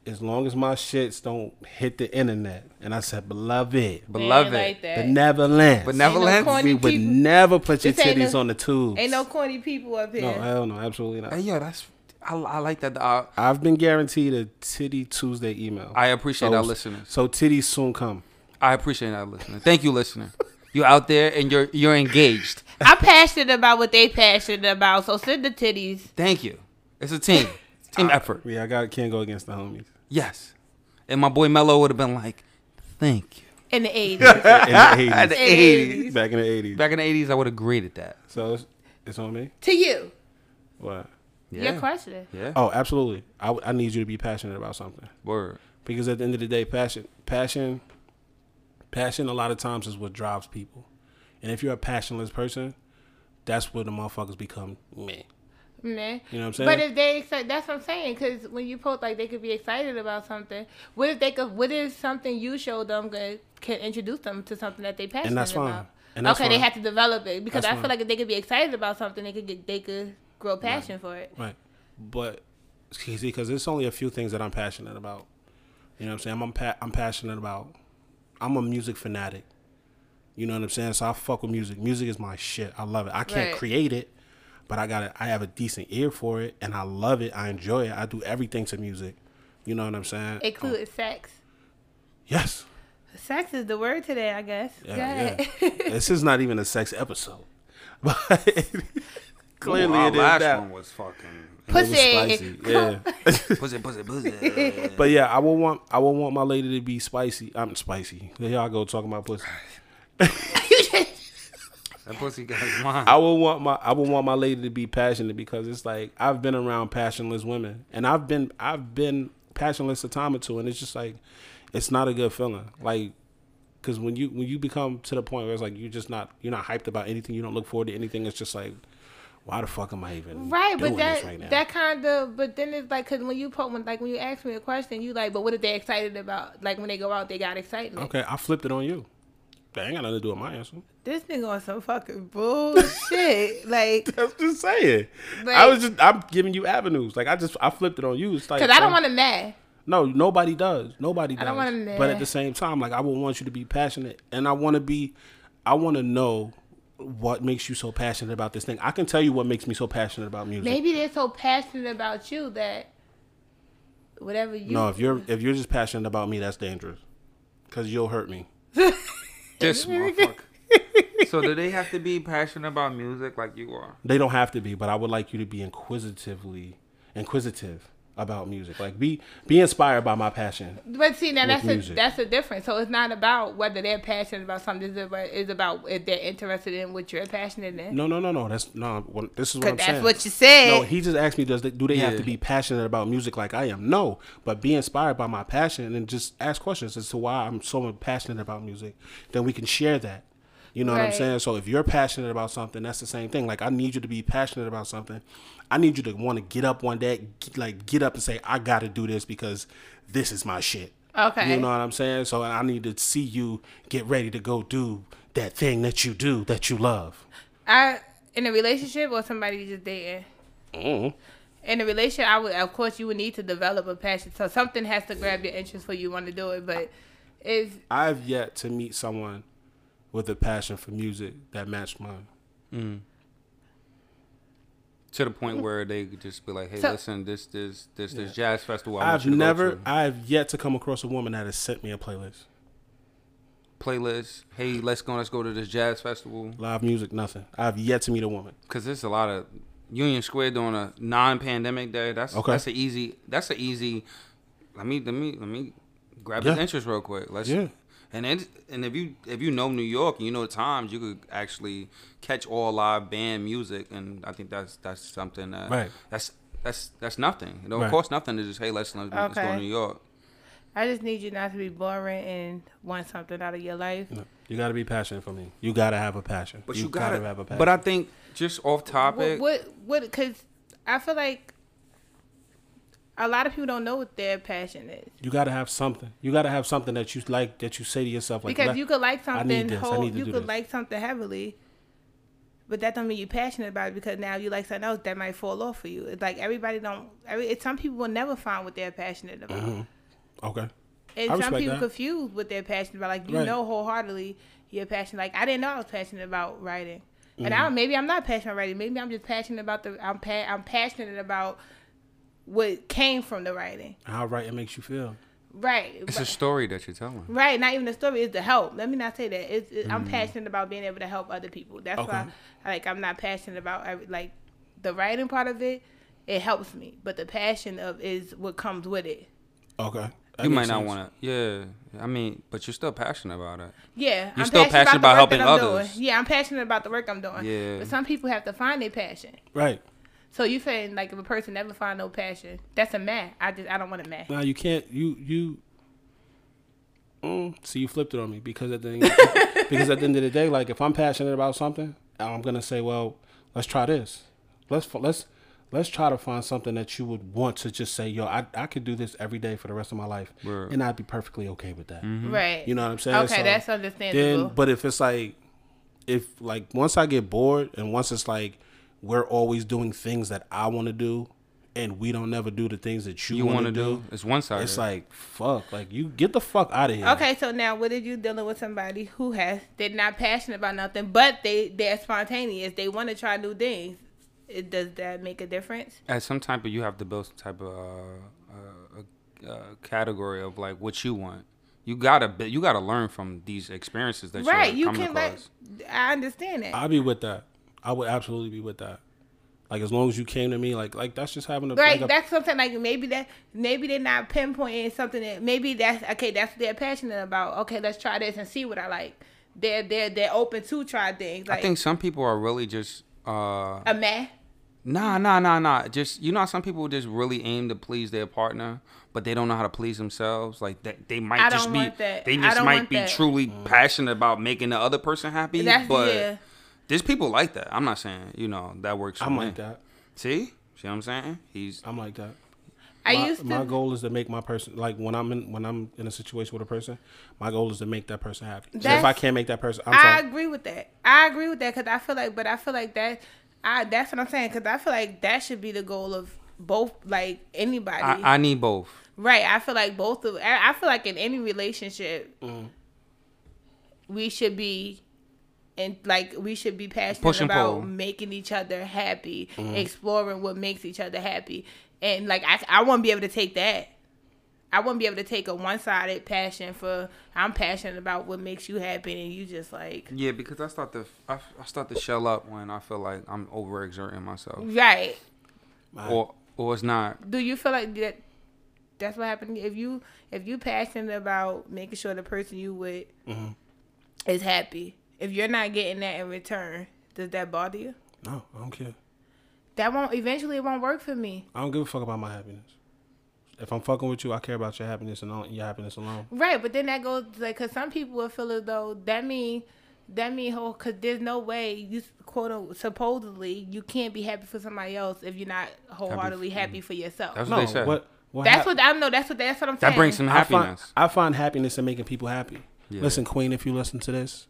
Speaker 1: as long as my shits don't hit the internet," and I said, "Beloved,
Speaker 3: Beloved.
Speaker 2: Like that.
Speaker 1: the Neverland,
Speaker 3: But never
Speaker 2: Ain't no
Speaker 3: let
Speaker 2: corny
Speaker 1: we would
Speaker 2: people-
Speaker 1: never put your
Speaker 2: This ain't
Speaker 1: titties
Speaker 2: no-
Speaker 1: on the tube."
Speaker 2: Ain't no corny people up here.
Speaker 1: no, hell no, absolutely not.
Speaker 3: Hey, yo, that's I, I like that. uh, I,
Speaker 1: I've been guaranteed a Titty Tuesday email.
Speaker 3: I appreciate our listeners.
Speaker 1: So titties soon come.
Speaker 3: I appreciate our listener. Thank you, listener. You're out there and you're you're engaged.
Speaker 2: I'm passionate about what they passionate about. So send the titties.
Speaker 3: Thank you. It's a team team effort.
Speaker 1: Yeah, I got can't go against the homies.
Speaker 3: Yes. And my boy Mello would have been like, thank you.
Speaker 2: In the 80s.
Speaker 1: In the 80s.
Speaker 3: At the
Speaker 2: In the
Speaker 3: 80s.
Speaker 2: 80s.
Speaker 1: Back in the 80s.
Speaker 3: Back in the 80s, I would have greeted that.
Speaker 1: So it's, it's on me.
Speaker 2: to you.
Speaker 1: What?
Speaker 3: Yeah.
Speaker 2: You're crushing it.
Speaker 3: Yeah.
Speaker 1: Oh, absolutely. I, w- I need you to be passionate about something
Speaker 3: Word.
Speaker 1: because at the end of the day, passion, passion, passion. A lot of times is what drives people, and if you're a passionless person, that's where the motherfuckers become meh.
Speaker 2: Man.
Speaker 1: You know what I'm
Speaker 2: But
Speaker 1: saying?
Speaker 2: if they exci- that's what I'm saying, because when you post, like they could be excited about something. What if they could? What if something you showed them could, can introduce them to something that they passionate
Speaker 1: that's fine.
Speaker 2: about?
Speaker 1: And that's
Speaker 2: okay, they
Speaker 1: fine.
Speaker 2: have to develop it because
Speaker 1: That's
Speaker 2: I
Speaker 1: fine.
Speaker 2: feel like if they could be excited about something, they could get they could grow passion for it.
Speaker 1: Right. But see, because it's only a few things that I'm passionate about. You know what I'm saying? I'm I'm, pa- I'm passionate about. I'm a music fanatic. You know what I'm saying? So I fuck with music. Music is my shit. I love it. I can't
Speaker 2: Right.
Speaker 1: create it, but I got it. I have a decent ear for it, and I love it. I enjoy it. I do everything to music. You know what I'm saying? Oh,
Speaker 2: Including sex.
Speaker 1: yes.
Speaker 2: Sex is the word today, I guess. Go
Speaker 1: Yeah,
Speaker 2: ahead.
Speaker 1: yeah. this is not even a sex episode, but clearly
Speaker 3: Ooh, our
Speaker 1: it is
Speaker 3: last
Speaker 1: that.
Speaker 3: one was fucking
Speaker 1: It was
Speaker 2: Pussy.
Speaker 1: spicy. Yeah.
Speaker 3: pussy, pussy, pussy.
Speaker 1: But yeah, I would want I would want my lady to be spicy. I'm spicy. There y'all go talking about pussy.
Speaker 3: that pussy got his mind.
Speaker 1: I would want my I would want my lady to be passionate because it's like I've been around passionless women and I've been I've been passionless a time or two and it's just like it's not a good feeling. Like because when you when you become to the point where it's like you're just not you're not hyped about anything, you don't look forward to anything. It's just like why the fuck am I even
Speaker 2: Right,
Speaker 1: doing
Speaker 2: but that
Speaker 1: this right now?
Speaker 2: that kind of but then it's like because when you put when like when you ask me a question, you like, but what if they excited about? Like when they go out, they got excitement.
Speaker 1: okay, I flipped it on you. That ain't got nothing to do with my answer.
Speaker 2: This nigga on some fucking bullshit. like,
Speaker 1: I'm just saying. I
Speaker 2: Like-
Speaker 1: was just I'm giving you avenues. Like I just I flipped it on you. It's like
Speaker 2: cause I don't
Speaker 1: some-
Speaker 2: want to mad.
Speaker 1: No, nobody does. Nobody does.
Speaker 2: I don't wanna
Speaker 1: but at
Speaker 2: nah.
Speaker 1: the same time, like I would want you to be passionate, and I want to be. I want to know what makes you so passionate about this thing. I can tell you what makes me so passionate about music.
Speaker 2: Maybe they're so passionate about you that whatever you.
Speaker 1: No, if you're if you're just passionate about me, that's dangerous. Cause you'll hurt me.
Speaker 3: This motherfucker. so do they have to be passionate about music like you are?
Speaker 1: They don't have to be, but I would like you to be inquisitively inquisitive about music. Like be be inspired by my passion.
Speaker 2: But see, now that's a,
Speaker 1: music.
Speaker 2: that's a difference. So it's not about whether they're passionate about something. It's about, it's about if they're interested in what you're passionate in.
Speaker 1: No, no, no, no. That's no. what- This is what I'm
Speaker 2: Because that's
Speaker 1: saying.
Speaker 2: what you said.
Speaker 1: No, he just asked me, does they, do they have
Speaker 3: Yeah.
Speaker 1: to be passionate about music like I am? No, but be inspired by my passion and just ask questions as to why I'm so passionate about music. Then we can share that. You know what I'm
Speaker 2: Right.
Speaker 1: saying? So if you're passionate about something, that's the same thing. Like I need you to be passionate about something. I need you to want to get up one day, get- like get up and say, I got to do this because this is my shit.
Speaker 2: Okay.
Speaker 1: You know what I'm saying? So I need to see you get ready to go do that thing that you do that you love.
Speaker 2: I in a relationship or somebody you just dating.
Speaker 1: Mm.
Speaker 2: In a relationship, I would of course you would need to develop a passion. So something has to grab your interest for you want to do it. But is
Speaker 1: I've yet to meet someone with a passion for music that matched mine.
Speaker 3: To the point where they could just be like, "Hey,
Speaker 2: So-
Speaker 3: listen, this this this this jazz festival." I want
Speaker 1: I've
Speaker 3: you to go
Speaker 1: never,
Speaker 3: to.
Speaker 1: I've yet to come across a woman that has sent me a playlist.
Speaker 3: playlist. Hey, let's go. Let's go to this jazz festival
Speaker 1: Live music, nothing. I've yet to meet a woman.
Speaker 3: because there's a lot of Union Square during a non-pandemic day. That's
Speaker 1: Okay.
Speaker 3: that's an easy. That's an easy. Let me let me let me grab his
Speaker 1: Yeah.
Speaker 3: interest real quick. Let's.
Speaker 1: Yeah.
Speaker 3: And it, and if you if you know New York and you know the times, you could actually catch all live band music, and I think that's that's something that
Speaker 1: Right.
Speaker 3: that's that's that's nothing. It don't
Speaker 1: Right.
Speaker 3: cost nothing to just hey let's let's, let's go
Speaker 2: Okay.
Speaker 3: to New York.
Speaker 2: I just need you not to be boring and want something out of your life.
Speaker 1: No. You got to be passionate for me. You got to have a passion.
Speaker 3: But you, gotta,
Speaker 1: have a passion.
Speaker 3: But I think just off topic.
Speaker 2: What what what? Because I feel like a lot of people don't know what their passion is.
Speaker 1: you got to have something. You got to have something that you like. That you say to yourself, like,
Speaker 2: because
Speaker 1: "Let-
Speaker 2: you could like
Speaker 1: I
Speaker 2: something
Speaker 1: need this. I
Speaker 2: whole
Speaker 1: need to
Speaker 2: you
Speaker 1: do
Speaker 2: could
Speaker 1: this."
Speaker 2: like something heavily but that don't mean you're passionate about it because now you like something else that might fall off for you it's like everybody don't every, it's some people will never find what they're passionate about
Speaker 1: Mm-hmm. okay, I
Speaker 2: and some
Speaker 1: respect
Speaker 2: people
Speaker 1: that.
Speaker 2: confuse what they're passionate about like you
Speaker 1: Right.
Speaker 2: know wholeheartedly you're passionate like i didn't know i was passionate about writing and
Speaker 1: Mm-hmm.
Speaker 2: I maybe i'm not passionate about writing maybe i'm just passionate about the i'm, pa- I'm passionate about what came from the writing
Speaker 1: how right it makes you feel.
Speaker 2: right
Speaker 3: It's a story that you're telling.
Speaker 2: Right, not even the story is the help. Let me not say that. It's, it, I'm passionate about being able to help other people. That's why,
Speaker 1: Mm-hmm. Okay.
Speaker 2: like, I'm not passionate about every- like the writing part of it. It helps me, but the passion of is what comes with it.
Speaker 1: Okay, That
Speaker 3: you might
Speaker 1: makes
Speaker 3: not
Speaker 1: sense.
Speaker 3: want to. Yeah, I mean, but you're still passionate about it.
Speaker 2: Yeah,
Speaker 3: You're still passionate
Speaker 2: the
Speaker 3: about
Speaker 2: work that
Speaker 3: helping
Speaker 2: I'm
Speaker 3: others.
Speaker 2: Doing. Yeah, I'm passionate about the work I'm doing.
Speaker 3: Yeah.
Speaker 2: but some people have to find their passion.
Speaker 1: right
Speaker 2: So you saying like if a person never find no passion, that's a man. I just I don't want a man.
Speaker 1: now. You can't. You you. Mm, so you flipped it on me because at the end, because at the end of the day, like if I'm passionate about something, I'm gonna say, well, let's try this. Let's f- let's let's try to find something that you would want to just say, yo, I I could do this every day for the rest of my life,
Speaker 3: Word. Mm-hmm.
Speaker 1: and I'd be perfectly okay with that.
Speaker 2: Right.
Speaker 1: You know what I'm saying?
Speaker 2: Okay,
Speaker 1: So
Speaker 2: that's understandable.
Speaker 1: Then, but if it's like, if like once I get bored and once it's like we're always doing things that I want to do, and we don't never do the things that you,
Speaker 3: You
Speaker 1: want to
Speaker 3: do?
Speaker 1: do,
Speaker 3: It's one sided.
Speaker 1: it's like fuck. Like you get the fuck out of here.
Speaker 2: Okay, so now what if you dealing with somebody who has they're not passionate about nothing, but they they're spontaneous. They want to try new things. It, does that make a difference?
Speaker 3: at some type of you have to build some type of uh, uh, uh, category of like what you want. You gotta be- you gotta learn from these experiences that
Speaker 2: right,
Speaker 3: you're
Speaker 2: you
Speaker 3: coming
Speaker 2: can
Speaker 3: across.
Speaker 2: like. I understand that.
Speaker 1: I'd be with that. I would absolutely be with that. Like as long as you came to me, like like that's just having a like
Speaker 2: Right,
Speaker 1: a-
Speaker 2: that's something like maybe that maybe they're not pinpointing something that maybe that's okay. That's what they're passionate about. Okay, let's try this and see what I like. They're they're they're open to try things. Like
Speaker 3: I think some people are really just uh,
Speaker 2: a man.
Speaker 3: nah nah nah nah. Just you know, how some people just really aim to please their partner, but they don't know how to please themselves. Like that, they might
Speaker 2: I
Speaker 3: just
Speaker 2: don't
Speaker 3: be
Speaker 2: want that.
Speaker 3: they
Speaker 2: I
Speaker 3: just
Speaker 2: don't
Speaker 3: might
Speaker 2: want
Speaker 3: be
Speaker 2: that.
Speaker 3: truly passionate about making the other person happy.
Speaker 2: That's
Speaker 3: but
Speaker 2: yeah.
Speaker 3: there's people like that. I'm not saying you know that works. For
Speaker 1: I'm
Speaker 3: me.
Speaker 1: like that.
Speaker 3: See, see what I'm saying? He's
Speaker 1: I'm like that.
Speaker 2: I
Speaker 1: my,
Speaker 2: used to.
Speaker 1: my goal is to make my person like when I'm in when I'm in a situation with a person, my goal is to make that person happy. So if
Speaker 2: That's-
Speaker 1: I can't make that person, I'm
Speaker 2: I
Speaker 1: sorry.
Speaker 2: agree with that. I agree with that because I feel like, but I feel like that. I that's what I'm saying because I feel like that should be the goal of both, like anybody,
Speaker 3: I, I need both.
Speaker 2: right? I feel like both of. I I feel like in any relationship,
Speaker 3: Mm-hmm.
Speaker 2: we should be. And like we should be passionate
Speaker 3: Push and
Speaker 2: about
Speaker 3: pull. Mm-hmm.
Speaker 2: making each other happy, exploring what makes each other happy, and like I, I want to be able to take that I wouldn't be able to take a one sided passion for I'm passionate about what makes you happy and you just like
Speaker 3: Yeah, because I start to I, I start to shell up when I feel like I'm overexerting myself,
Speaker 2: right.
Speaker 3: or or it's not.
Speaker 2: Do you feel like that? That's what happened. If you if you passionate about making sure the person you with
Speaker 3: Mm-hmm.
Speaker 2: is happy, if you're not getting that in return, does that bother you?
Speaker 1: No, I don't care.
Speaker 2: That won't eventually it won't work for me.
Speaker 1: I don't give a fuck about my happiness. If I'm fucking with you, I care about your happiness and all- your happiness alone.
Speaker 2: Right, but then that goes like because some people will feel as though that mean that mean whole because there's no way you quote un- supposedly you can't be happy for somebody else if you're not wholeheartedly happy, for yourself.
Speaker 3: That's
Speaker 2: That's,
Speaker 3: what they said.
Speaker 1: what? What? hap-
Speaker 2: what I know. That's what that's what I'm saying.
Speaker 3: that brings some
Speaker 1: I find-
Speaker 3: happiness.
Speaker 1: I find, happiness in making people happy.
Speaker 3: Yeah.
Speaker 1: Listen, Queen, if you listen to this,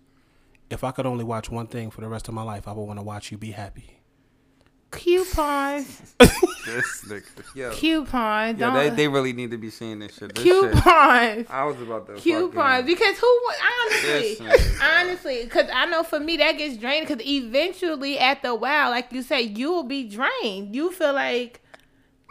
Speaker 1: if I could only watch one thing for the rest of my life, I would want to watch you be happy.
Speaker 2: coupons,
Speaker 3: this nigga. Yo,
Speaker 2: coupons,
Speaker 3: yo
Speaker 2: don't
Speaker 3: they, they really need to be seeing this shit. This shit.
Speaker 2: coupons.
Speaker 3: I was about to
Speaker 2: coupons
Speaker 3: fucking-
Speaker 2: because who would honestly
Speaker 3: Yes, man.
Speaker 2: honestly because i know for me that gets drained because eventually after a while like you say you'll be drained you feel like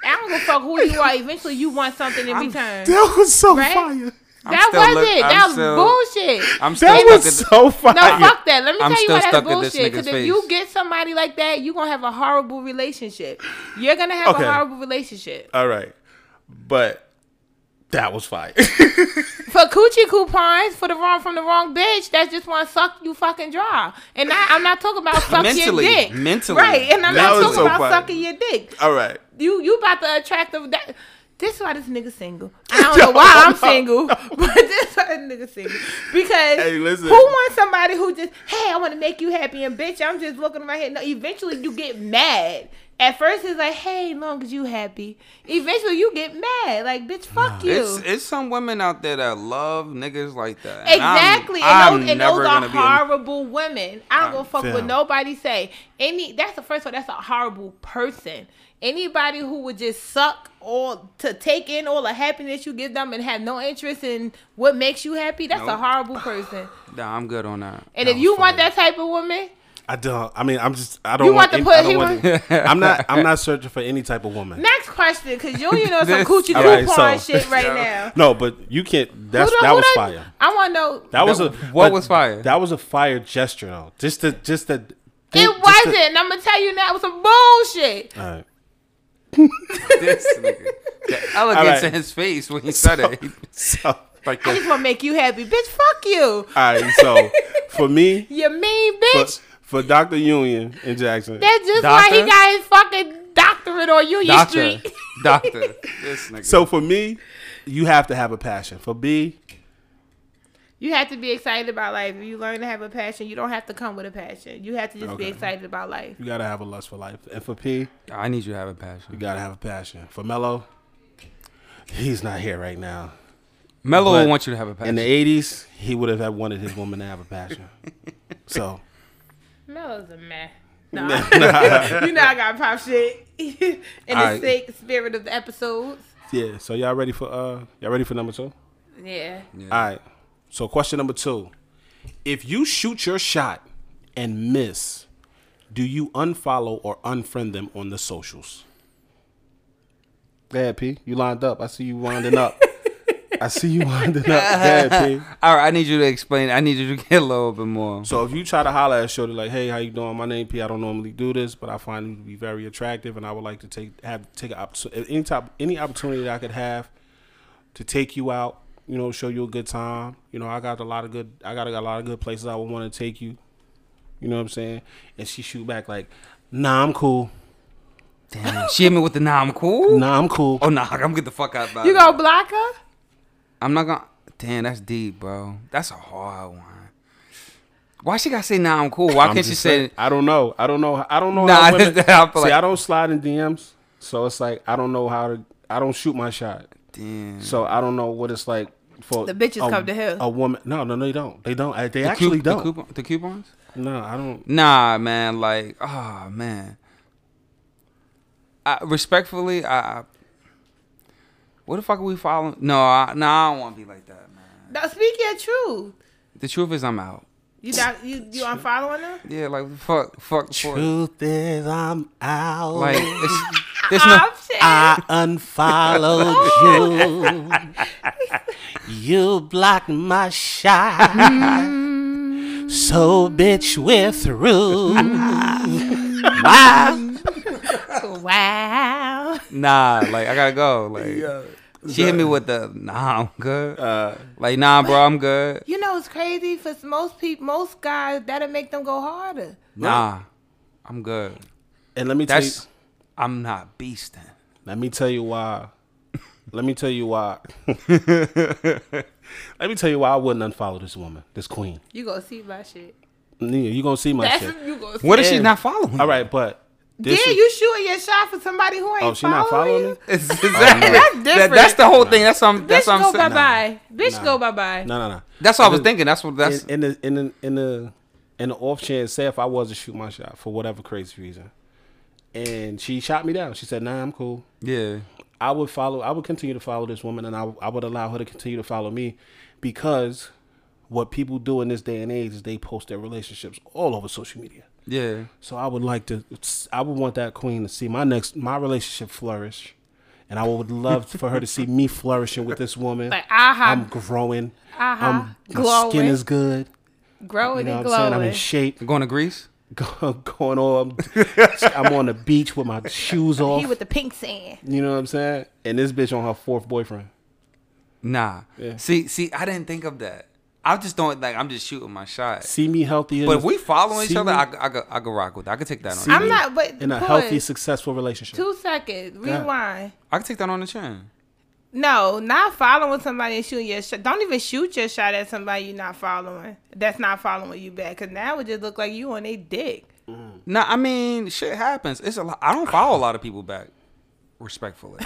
Speaker 2: i don't give a fuck who you are eventually you want something in
Speaker 3: I'm
Speaker 2: return
Speaker 1: That was so
Speaker 2: Right?
Speaker 1: fire.
Speaker 2: that
Speaker 3: still
Speaker 2: wasn't
Speaker 3: look- I'm
Speaker 2: that was
Speaker 3: still-
Speaker 2: bullshit
Speaker 3: I'm still
Speaker 1: That
Speaker 3: stuck
Speaker 1: was
Speaker 3: at the-
Speaker 1: so fire.
Speaker 2: no, fuck that. Let me tell
Speaker 3: I'm
Speaker 2: you
Speaker 3: still
Speaker 2: why that's
Speaker 3: stuck at this
Speaker 2: bullshit.
Speaker 3: nigga's
Speaker 2: Because if
Speaker 3: face.
Speaker 2: you get somebody like that, you're gonna have a horrible relationship. You're gonna have
Speaker 1: Okay.
Speaker 2: a horrible relationship.
Speaker 1: All right, but that was fire.
Speaker 2: for coochie coupons for the wrong from the wrong bitch that just want to suck you fucking dry. And I, I'm not talking about suck
Speaker 3: Mentally,
Speaker 2: your dick,
Speaker 3: mentally.
Speaker 2: right? And I'm
Speaker 1: That
Speaker 2: not
Speaker 1: was
Speaker 2: talking
Speaker 1: so
Speaker 2: about
Speaker 1: funny.
Speaker 2: sucking your dick.
Speaker 1: All right.
Speaker 2: You you about to attract the that. This is why this nigga single. I don't know why I'm single, but this why this nigga single because
Speaker 1: Hey, listen.
Speaker 2: who wants somebody who just hey I want to make you happy and bitch I'm just looking right here. No, eventually you get mad. At first it's like hey, long as you happy. Eventually you get mad like bitch fuck you.
Speaker 3: It's, it's some women out there that love niggas like that. And I'm-
Speaker 2: Exactly,
Speaker 3: I'm
Speaker 2: and those, and
Speaker 3: never
Speaker 2: those are
Speaker 3: gonna be a-
Speaker 2: horrible women. I don't go fuck
Speaker 1: fam.
Speaker 2: with nobody. Say any. That's the first one. That's a horrible person. Anybody who would just suck all to take in all the happiness you give them and have no interest in what makes you happy. That's a
Speaker 3: Nope.
Speaker 2: horrible person.
Speaker 3: Nah, I'm good on that.
Speaker 2: And
Speaker 1: That
Speaker 2: if you
Speaker 1: was
Speaker 2: want
Speaker 1: fire.
Speaker 2: that type of woman,
Speaker 1: I don't. I mean, I'm just. I don't
Speaker 2: You
Speaker 1: want.
Speaker 2: want to
Speaker 1: any- I
Speaker 2: put-
Speaker 1: don't
Speaker 2: he
Speaker 1: want any- I'm not. I'm not searching for any type of woman.
Speaker 2: next question, because you you know some
Speaker 3: This-
Speaker 2: coochie
Speaker 1: All right,
Speaker 2: coupon
Speaker 1: so-
Speaker 2: shit right
Speaker 3: Yeah.
Speaker 2: now.
Speaker 1: No, but you can't. That's
Speaker 2: Who the-
Speaker 1: that
Speaker 2: who
Speaker 1: was
Speaker 2: the-
Speaker 1: fire.
Speaker 2: I want to know.
Speaker 1: That was a
Speaker 3: what
Speaker 1: but
Speaker 3: was fire?
Speaker 1: That was a fire gesture though. Just to just to
Speaker 2: it
Speaker 1: think- just to-
Speaker 2: wasn't. and I'm gonna tell you now. It was some bullshit.
Speaker 1: All right.
Speaker 3: This nigga. The elegance
Speaker 1: Alright.
Speaker 3: in his face when he said it.
Speaker 1: So, all
Speaker 3: Like
Speaker 2: I
Speaker 3: the,
Speaker 2: just want to make you happy, bitch. Fuck you.
Speaker 1: right. So for me,
Speaker 2: You mean bitch.
Speaker 1: for, for Doctor Union in Jackson,
Speaker 2: That's just why
Speaker 3: Doctor?
Speaker 2: he got his fucking doctorate on Union
Speaker 3: doctor.
Speaker 2: Street.
Speaker 3: Doctor. This nigga.
Speaker 1: so for me, you have to have a passion. For B,
Speaker 2: You have to be excited about life. If you learn to have a passion, you don't have to come with a passion. You have to just
Speaker 1: Okay.
Speaker 2: be excited about life.
Speaker 1: you gotta have a lust for life, and for P, you
Speaker 3: I need you to have a passion.
Speaker 1: gotta have a passion. For Mello, he's not here right now.
Speaker 3: Mello
Speaker 1: But
Speaker 3: will want you to have a
Speaker 1: In
Speaker 3: passion.
Speaker 1: the '80s, he would have had wanted his woman to have a passion. So
Speaker 2: Melo's a meh. Nah. you know I got pop shit. In the
Speaker 1: Alright.
Speaker 2: sick spirit of the episodes.
Speaker 1: yeah. So y'all ready for uh y'all ready for number two?
Speaker 2: Yeah.
Speaker 1: All right. So question number two: If you shoot your shot and miss, do you unfollow or unfriend them on the socials? Go ahead, P. You lined up. I see you winding up. I see you winding up. Go ahead, P.
Speaker 3: All right, I need you to explain. I need you to get a little bit more.
Speaker 1: So if you try to holler at Shorty like, "Hey, how you doing? My name P. I don't normally do this, but I find you to be very attractive, and I would like to take have take a, opportu- any type any opportunity that I could have to take you out. You know, show you a good time. You know, I got a lot of good. I got a lot of good places I would want to take you. You know what I'm saying? And she shoot back like, "Nah, I'm cool.
Speaker 3: Damn, she hit me with the nah, I'm cool.
Speaker 1: Nah, I'm cool.
Speaker 3: Oh nah, I'm gonna get the fuck out.
Speaker 2: You gonna block her?
Speaker 3: I'm not gonna. Damn, that's deep, bro. That's a hard one. Why she gotta say nah? I'm cool. Why
Speaker 1: I'm
Speaker 3: can't she
Speaker 1: just
Speaker 3: say
Speaker 1: saying, I don't know. I don't know. I don't know.
Speaker 3: Nah,
Speaker 1: how women,
Speaker 3: I feel
Speaker 1: see,
Speaker 3: like-
Speaker 1: I don't slide in DMs, so it's like I don't know how to. I don't shoot my shot.
Speaker 3: damn?
Speaker 1: So I don't know what it's like for
Speaker 2: The bitches
Speaker 1: a,
Speaker 2: come to hell.
Speaker 1: A woman? No, no, they don't. They don't. I- They
Speaker 3: The
Speaker 1: actually
Speaker 3: coup-
Speaker 1: don't.
Speaker 3: The, coupon, the coupons?
Speaker 1: No, I don't.
Speaker 3: Nah, man. Like, oh man. I, respectfully, I, I. What the fuck are we following? No, I, nah, I don't want to be like that, man.
Speaker 2: No, speak your truth.
Speaker 3: The truth is, I'm out.
Speaker 2: You doc- you you unfollowing her?
Speaker 3: Yeah, like fuck, fuck, fuck.
Speaker 1: Truth is, I'm out.
Speaker 3: Like, it's, There's no.
Speaker 2: Option.
Speaker 1: I unfollowed you. You blocked my shot. So, bitch, we're through.
Speaker 4: Ah.
Speaker 1: Bye.
Speaker 2: wow.
Speaker 3: Nah, like I gotta go. Like she hit me with the nah, I'm good. like nah, bro, I'm good.
Speaker 2: You know it's crazy for most people, most guys that'll make them go harder.
Speaker 3: Nah, I'm good.
Speaker 1: And let me tell you,
Speaker 3: That's I'm not beasting.
Speaker 1: let me tell you why. Let me tell you why. let me tell you why I wouldn't unfollow this woman, this queen.
Speaker 2: You gonna see my shit.
Speaker 1: Nia, you gonna see my
Speaker 2: That's
Speaker 1: shit.
Speaker 2: you gonna see.
Speaker 3: What if she's
Speaker 1: And-
Speaker 3: not following?
Speaker 1: All right, but
Speaker 2: Yeah,
Speaker 1: this is-
Speaker 2: you shooting your shot for somebody who ain't
Speaker 1: oh, she not following
Speaker 2: you.
Speaker 1: me.
Speaker 3: It's- it's-
Speaker 2: That's
Speaker 3: that-
Speaker 2: different.
Speaker 3: that's the whole thing. That's some.
Speaker 2: Bitch
Speaker 3: That's what I'm
Speaker 2: go
Speaker 3: saying.
Speaker 2: bye bye. Bitch go bye bye.
Speaker 1: No, no, no.
Speaker 3: That's what I was thinking. That's what. That's
Speaker 1: in, in the in the in the in the off chance, say if I was to shoot my shot for whatever crazy reason, and she shot me down, she said, "Nah, I'm cool."
Speaker 3: yeah.
Speaker 1: I would follow. I would continue to follow this woman, and I I would allow her to continue to follow me, because what people do in this day and age is they post their relationships all over social media.
Speaker 3: Yeah.
Speaker 1: So I would like to. I would want that queen to see my next my relationship flourish, and I would love for her to see me flourishing with this woman.
Speaker 2: Like aha,
Speaker 1: I'm growing. I'm, my skin
Speaker 2: Glowing.
Speaker 1: is good.
Speaker 2: growing
Speaker 1: You know
Speaker 2: and
Speaker 1: what I'm saying?
Speaker 2: glowing.
Speaker 1: I'm in shape.
Speaker 3: Going to Greece.
Speaker 1: Going on. I'm on the beach with my shoes off.
Speaker 2: he with the pink sand.
Speaker 1: you know what I'm saying? And this bitch on her fourth boyfriend.
Speaker 3: Nah.
Speaker 1: Yeah.
Speaker 3: See, see, I didn't think of that. I just don't like. I'm just shooting my shot.
Speaker 1: See me healthy.
Speaker 3: But if we following each
Speaker 1: See
Speaker 3: other,
Speaker 1: me-
Speaker 3: I, c- I, could- I could rock with that. I could take that
Speaker 1: see
Speaker 3: on.
Speaker 2: I'm
Speaker 1: me
Speaker 2: not- but
Speaker 1: in a
Speaker 2: pause.
Speaker 1: healthy, successful relationship.
Speaker 2: Two seconds.
Speaker 1: Yeah.
Speaker 2: Rewind.
Speaker 3: I could take that on the chin.
Speaker 2: No, not following somebody and shooting your shot. Don't even shoot your shot at somebody you're not following. That's not following you back. Cause now it just look like you on a dick.
Speaker 3: Nah, I mean, shit happens. It's a lot. I don't follow a lot of people back, respectfully.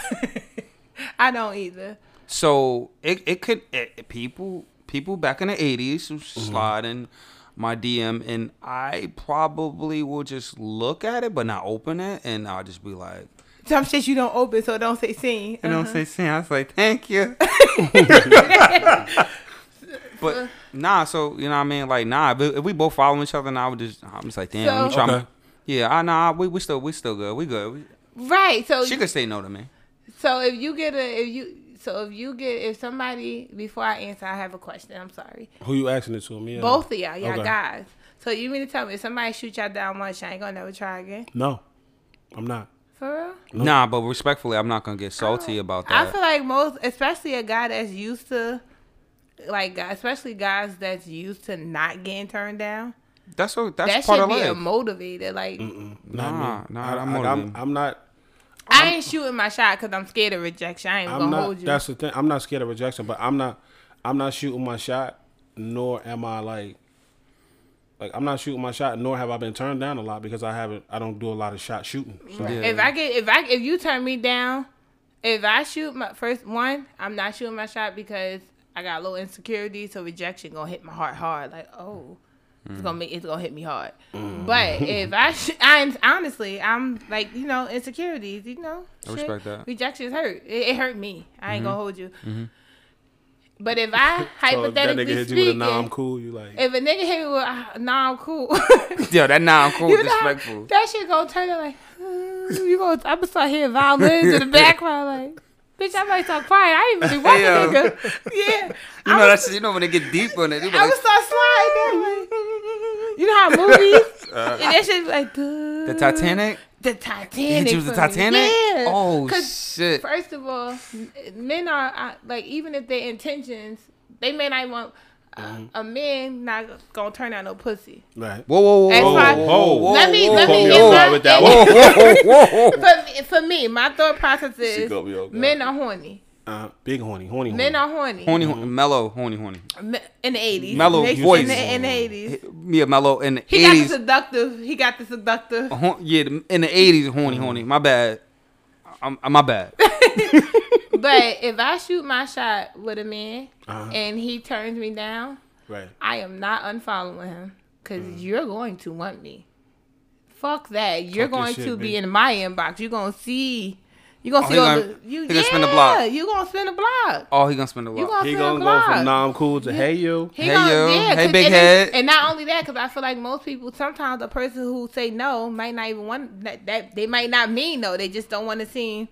Speaker 2: I don't either.
Speaker 3: So it it could it, it- people people back in the eighties who
Speaker 2: Mm-hmm.
Speaker 3: slide in my DM and I probably will just look at it but not open it and I'll just be like
Speaker 2: Some shit you don't open, so don't say seen.
Speaker 3: and don't say see I was like thank you. but nah, so you know what I mean like nah, if, if we both following each other, and I would just I'm just like damn, let me
Speaker 2: So-
Speaker 3: try my-
Speaker 1: Okay.
Speaker 3: yeah, I nah, we we still we still good, we good. We,
Speaker 2: Right. So
Speaker 3: she could say no to me.
Speaker 2: so if you get a if you so if you get if somebody before I answer, I have a question. I'm sorry.
Speaker 1: Who you asking it to? Me? or-
Speaker 2: Both of y'all, y'all
Speaker 1: Okay.
Speaker 2: guys. So you mean to tell me if somebody shoot y'all down once, y'all ain't gonna never try again?
Speaker 1: No, I'm not.
Speaker 2: For real?
Speaker 3: Nah, but respectfully, I'm not gonna get salty about that.
Speaker 2: Oh, I feel like most, especially a guy that's used to, like, especially guys that's used to not getting turned down.
Speaker 3: that's what that's
Speaker 2: That
Speaker 3: part
Speaker 2: should
Speaker 3: of
Speaker 2: be
Speaker 3: life.
Speaker 2: a motivator. Like,
Speaker 1: Not
Speaker 3: Nah,
Speaker 1: me. I,
Speaker 3: nah,
Speaker 1: am
Speaker 3: I'm
Speaker 1: I'm,
Speaker 3: motivated.
Speaker 1: I'm not.
Speaker 2: I ain't shooting my shot because I'm scared of rejection. I ain't
Speaker 1: I'm
Speaker 2: gonna
Speaker 1: not.
Speaker 2: hold you.
Speaker 1: That's the thing. I'm not scared of rejection, but I'm not. I'm not shooting my shot, nor am I like. Like I'm not shooting my shot, nor have I been turned down a lot because I haven't. I don't do a lot of shot shooting. So
Speaker 3: Yeah.
Speaker 2: If I get, if I, if you turn me down, if I shoot my first one, I'm not shooting my shot because I got low insecurity, so rejection gonna hit my heart hard. Like, oh, it's gonna make, it's gonna hit me hard.
Speaker 1: Mm.
Speaker 2: But if I, sh- I'm honestly, I'm like, you know, insecurities, you know,
Speaker 3: I respect that.
Speaker 2: Rejections hurt. It, it hurt me. I ain't gonna hold you. But if
Speaker 1: Mm-hmm. So if
Speaker 2: I
Speaker 1: that
Speaker 2: hypothetically
Speaker 1: nigga hit you
Speaker 2: speaking,
Speaker 1: with a nah, I'm cool. You like
Speaker 2: if a nigga hit me with a nah, I'm cool.
Speaker 3: Yeah, that nah, I'm cool,
Speaker 2: You know,
Speaker 3: disrespectful.
Speaker 2: that shit gonna turn it like "Hmm," you gonna. I'm gonna start hearing violins in the background, like bitch. I might start crying. I ain't really want a
Speaker 3: Yeah.
Speaker 2: nigga. Yeah,
Speaker 3: you know that's you know when they get deep on it. they be
Speaker 2: I
Speaker 3: Like,
Speaker 2: would start sliding. Like, you know how movies and that shit be like duh.
Speaker 3: Uh-huh. the Titanic.
Speaker 2: The Titanic.
Speaker 3: Hit you with the
Speaker 2: for me.
Speaker 3: Titanic.
Speaker 2: Yeah.
Speaker 3: Oh
Speaker 2: 'Cause
Speaker 3: shit.
Speaker 2: First of all, m- men are uh, like even if their intentions, they may not want uh,
Speaker 3: Mm-hmm.
Speaker 2: a man not gonna turn out no pussy.
Speaker 1: right?
Speaker 3: Whoa, whoa, whoa,
Speaker 2: That's
Speaker 3: whoa,
Speaker 2: why-
Speaker 3: whoa, whoa, whoa,
Speaker 2: Let me-
Speaker 3: whoa,
Speaker 2: let me
Speaker 3: whoa,
Speaker 2: get
Speaker 3: whoa,
Speaker 2: my-
Speaker 1: with that
Speaker 3: whoa,
Speaker 1: one.
Speaker 3: whoa, whoa, whoa.
Speaker 2: For for me, my thought process is
Speaker 1: gonna be okay.
Speaker 2: men are horny.
Speaker 1: Uh, big horny, horny, horny.
Speaker 2: Men are horny.
Speaker 3: Horny, horny, mellow, horny, horny.
Speaker 2: Me- in the eighties.
Speaker 3: Mellow
Speaker 2: in
Speaker 3: voice.
Speaker 2: the, in the eighties.
Speaker 3: Yeah, mellow in the
Speaker 2: He got the
Speaker 3: eighties.
Speaker 2: seductive. He got the seductive.
Speaker 3: Yeah, the- in the eighties, horny, horny. My bad. I'm, I'm- my bad.
Speaker 2: but if I shoot my shot with a man
Speaker 1: Uh-huh.
Speaker 2: and he turns me down,
Speaker 1: right.
Speaker 2: I am not unfollowing him because you're going to want me. Fuck that. You're
Speaker 1: Mm. Talk your
Speaker 2: going
Speaker 1: shit,
Speaker 2: to be
Speaker 1: B.
Speaker 2: in my inbox. You're going to see You gonna
Speaker 3: Oh,
Speaker 2: see
Speaker 3: he
Speaker 2: all
Speaker 3: gonna-
Speaker 2: the you
Speaker 3: he
Speaker 2: yeah,
Speaker 3: gonna spin the block.
Speaker 2: You gonna spin the block.
Speaker 3: Oh, he gonna spend a
Speaker 2: You
Speaker 3: lot.
Speaker 2: gonna
Speaker 1: He
Speaker 2: spin the
Speaker 1: gonna go
Speaker 2: block.
Speaker 1: from nah, I'm cool to hey yo.
Speaker 2: He
Speaker 3: Hey,
Speaker 2: gonna,
Speaker 3: yo.
Speaker 2: yeah,
Speaker 3: Hey,
Speaker 2: 'cause-
Speaker 3: big
Speaker 2: and
Speaker 3: head.
Speaker 2: It's, and not only that, because I feel like most people sometimes a person who say no might not even want that, that they might not mean no. They just don't want to seem.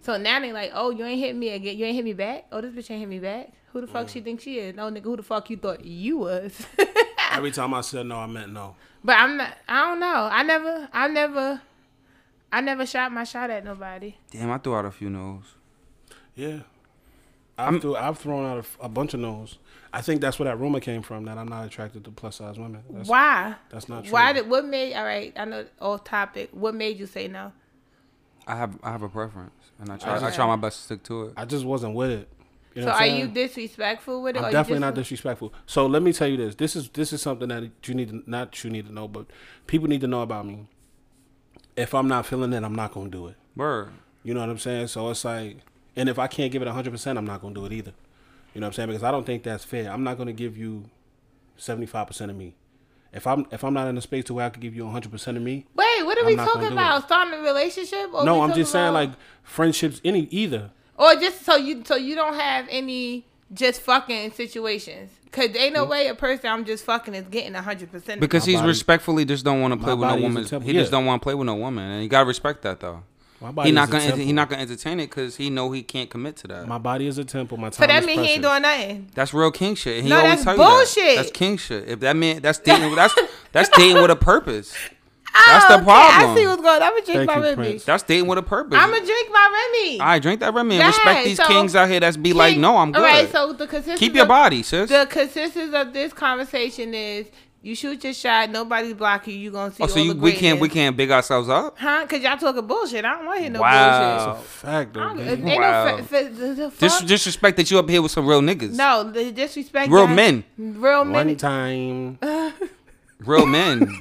Speaker 2: So now they like, oh, you ain't hit me again. You ain't hit me back. Oh, this bitch ain't hit me back. Who the
Speaker 1: Mm.
Speaker 2: fuck she think she is? No nigga, who the fuck you thought you was?
Speaker 1: Every time I said no, I meant no.
Speaker 2: but I'm not. I don't know. I never. I never. I never shot my shot at nobody.
Speaker 3: Damn, I threw out a few no's.
Speaker 1: Yeah. I've, threw, I've thrown out a f- a, bunch of no's. I think that's where that rumor came from that I'm not attracted to plus size women. That's,
Speaker 2: Why?
Speaker 1: that's not true.
Speaker 2: Why did? What made? All right. I know off topic. What made you say no?
Speaker 3: I have I have a preference, and I try I,
Speaker 1: just-
Speaker 3: try my best to stick to it.
Speaker 1: I just wasn't with it. You know
Speaker 2: So
Speaker 1: what
Speaker 2: are
Speaker 1: I'm
Speaker 2: you
Speaker 1: saying?
Speaker 2: disrespectful with it?
Speaker 1: I'm
Speaker 2: or you
Speaker 1: definitely
Speaker 2: just-
Speaker 1: not disrespectful. So let me tell you this. This is this is something that you need to not you need to know, but people need to know about me. If I'm not feeling it, I'm not gonna do it.
Speaker 3: Word.
Speaker 1: You know what I'm saying? So it's like, and if I can't give it 100%, I'm not going to do it either. You know what I'm saying? Because I don't think that's fair. I'm not going to give you 75% of me. If I'm if I'm not in a space to where I could give you 100% of me,
Speaker 2: Wait, what are
Speaker 1: I'm
Speaker 2: we
Speaker 1: not
Speaker 2: talking
Speaker 1: gonna do
Speaker 2: about? Starting a relationship? Or we
Speaker 1: no, I'm
Speaker 2: talking
Speaker 1: just saying
Speaker 2: about-
Speaker 1: like friendships any either.
Speaker 2: or just so you so you don't have any just fucking situations. Cause ain't no way a person I'm just fucking is getting hundred percent.
Speaker 3: Because he's
Speaker 1: body-
Speaker 3: respectfully just don't want to play with no
Speaker 1: body is a
Speaker 3: woman.
Speaker 1: temple,
Speaker 3: He just
Speaker 1: yeah.
Speaker 3: don't want to play with no woman, and you gotta respect that though.
Speaker 1: My body
Speaker 3: He
Speaker 1: is
Speaker 3: not
Speaker 1: a
Speaker 3: gonna ent-
Speaker 1: temple.
Speaker 3: he not gonna entertain it because he know he can't commit to that.
Speaker 1: My body is a temple. My time
Speaker 2: so that
Speaker 1: is
Speaker 2: means he ain't
Speaker 1: precious.
Speaker 2: doing nothing.
Speaker 3: That's real king shit. And he
Speaker 2: No, that's
Speaker 3: always tell you that.
Speaker 2: bullshit.
Speaker 3: That's king shit. If that meant that's dating, that's that's dating with a purpose. That's
Speaker 2: Oh,
Speaker 3: the
Speaker 2: okay, I
Speaker 3: problem.
Speaker 2: see what's going. on. I'ma drink
Speaker 1: Thank
Speaker 2: my
Speaker 1: you,
Speaker 2: Remy.
Speaker 1: Prince.
Speaker 3: That's dating with a purpose.
Speaker 2: I'ma drink my Remy.
Speaker 3: All right, drink that red man.
Speaker 2: Go
Speaker 3: Respect
Speaker 2: ahead.
Speaker 3: these
Speaker 2: So,
Speaker 3: kings out here. That's be like, no, I'm good.
Speaker 2: All right, so the consistency
Speaker 3: Keep your
Speaker 2: of-
Speaker 3: body, sis.
Speaker 2: The consistency of this conversation is you shoot your shot, nobody block you, you gonna see.
Speaker 3: oh, so
Speaker 2: all
Speaker 3: you
Speaker 2: the
Speaker 3: we can't we
Speaker 2: greatness.
Speaker 3: can't big ourselves up.
Speaker 2: Huh? Cause y'all talking bullshit. I don't want to hear no bullshit.
Speaker 3: wow,
Speaker 1: Fact, though.
Speaker 2: I don't-
Speaker 1: man.
Speaker 2: ain't
Speaker 3: Wow.
Speaker 2: no uh, fa- fa- the- the
Speaker 3: Dis-
Speaker 2: fuck?
Speaker 3: disrespect that you up here with some real niggas.
Speaker 2: no, the disrespect.
Speaker 3: Real
Speaker 2: that-
Speaker 3: men.
Speaker 2: Real
Speaker 1: One
Speaker 2: men.
Speaker 1: time.
Speaker 3: real men.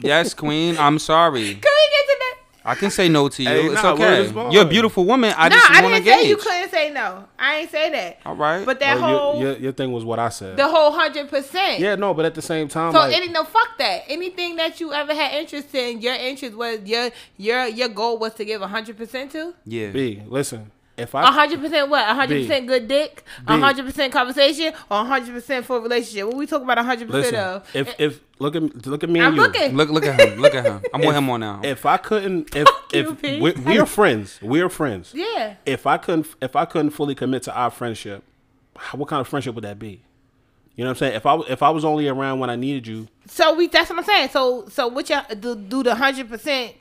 Speaker 3: yes, queen. I'm sorry.
Speaker 2: Can we get to that?
Speaker 3: I can say no to you.
Speaker 1: Hey,
Speaker 3: it's
Speaker 1: nah, word
Speaker 3: okay.
Speaker 1: is bond.
Speaker 3: You're a beautiful woman. I
Speaker 2: No,
Speaker 3: just
Speaker 2: I
Speaker 3: want to
Speaker 2: didn't
Speaker 3: gauge.
Speaker 2: say you couldn't say no. I ain't say that.
Speaker 3: All right,
Speaker 2: But that
Speaker 1: Oh, your-
Speaker 2: whole,
Speaker 1: your, your, thing was what I said.
Speaker 2: the whole hundred percent.
Speaker 1: yeah, no, but at the same time,
Speaker 2: So
Speaker 1: like,
Speaker 2: any no fuck that. Anything that you ever had interest in, your interest was your your your goal was to give hundred percent to.
Speaker 3: yeah.
Speaker 1: B, listen. If I
Speaker 2: hundred percent what? hundred percent good dick.
Speaker 1: Big.
Speaker 2: hundred percent conversation. Or hundred percent for a relationship. What we talk about hundred
Speaker 1: listen,
Speaker 2: percent of?
Speaker 1: if if look at look at me and
Speaker 2: I'm
Speaker 1: you.
Speaker 2: looking.
Speaker 3: Look, look at him. Look at him. I'm with him on now.
Speaker 1: If I couldn't, if
Speaker 2: Fuck you,
Speaker 1: if
Speaker 2: Pete.
Speaker 1: we, we are friends, we are friends.
Speaker 2: Yeah.
Speaker 1: If I couldn't, if I couldn't fully commit to our friendship, how- what kind of friendship would that be? You know what I'm saying? If I w- if I was only around when I needed you,
Speaker 2: So we that's what I'm saying. So so what y'all do, do the hundred percent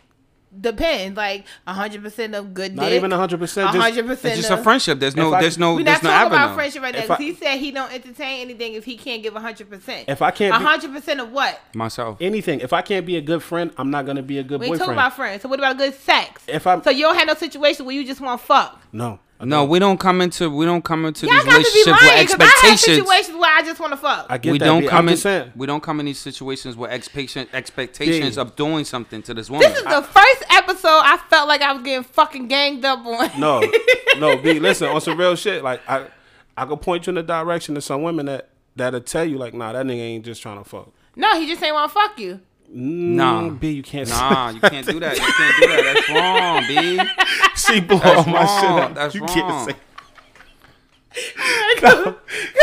Speaker 2: depend like hundred percent of good
Speaker 1: not
Speaker 2: dick.
Speaker 1: even 100. percent
Speaker 2: hundred
Speaker 3: it's
Speaker 2: percent.
Speaker 3: just a friendship. There's no.
Speaker 1: If I-
Speaker 3: there's no.
Speaker 2: We're
Speaker 3: There's
Speaker 2: uh, not
Speaker 3: no
Speaker 2: talking
Speaker 3: avenue.
Speaker 2: about friendship right now.
Speaker 1: If
Speaker 2: 'cause
Speaker 1: I-
Speaker 2: he said he don't entertain anything if he can't give hundred percent.
Speaker 1: If I can't be-
Speaker 2: hundred percent of what?
Speaker 3: Myself.
Speaker 1: Anything. If I can't be a good friend, I'm not gonna be a good
Speaker 2: We ain't
Speaker 1: boyfriend.
Speaker 2: talking about friends. So what about good sex?
Speaker 1: If I'm-
Speaker 2: so you don't have no situation where you just want to fuck.
Speaker 1: no, I
Speaker 3: No,
Speaker 1: don't.
Speaker 3: we don't come into we don't come into
Speaker 2: Y'all
Speaker 3: these
Speaker 2: got to be
Speaker 3: relationships with
Speaker 2: lying because I have
Speaker 3: expectations.
Speaker 2: situations where I just want to fuck.
Speaker 1: I get
Speaker 3: We
Speaker 1: that.
Speaker 3: don't
Speaker 1: B.
Speaker 3: come
Speaker 1: I'm
Speaker 3: in.
Speaker 1: just saying.
Speaker 3: We don't come in these situations with expectation expectations
Speaker 1: Big.
Speaker 3: of doing something to this woman.
Speaker 2: this is the first episode I felt like I was getting fucking ganged up on.
Speaker 1: No, no, B. Listen, on some real shit, like I, I could point you in the direction of some women that that'll tell you like, nah, that nigga ain't just trying to fuck.
Speaker 2: no, he just ain't want to fuck you.
Speaker 3: nah,
Speaker 1: B, you can't.
Speaker 3: nah, you can't do that. You can't do that. That's wrong, B.
Speaker 1: she blew
Speaker 3: That's
Speaker 1: all my shit
Speaker 3: wrong.
Speaker 1: up.
Speaker 3: That's
Speaker 1: you
Speaker 3: wrong.
Speaker 1: can't say.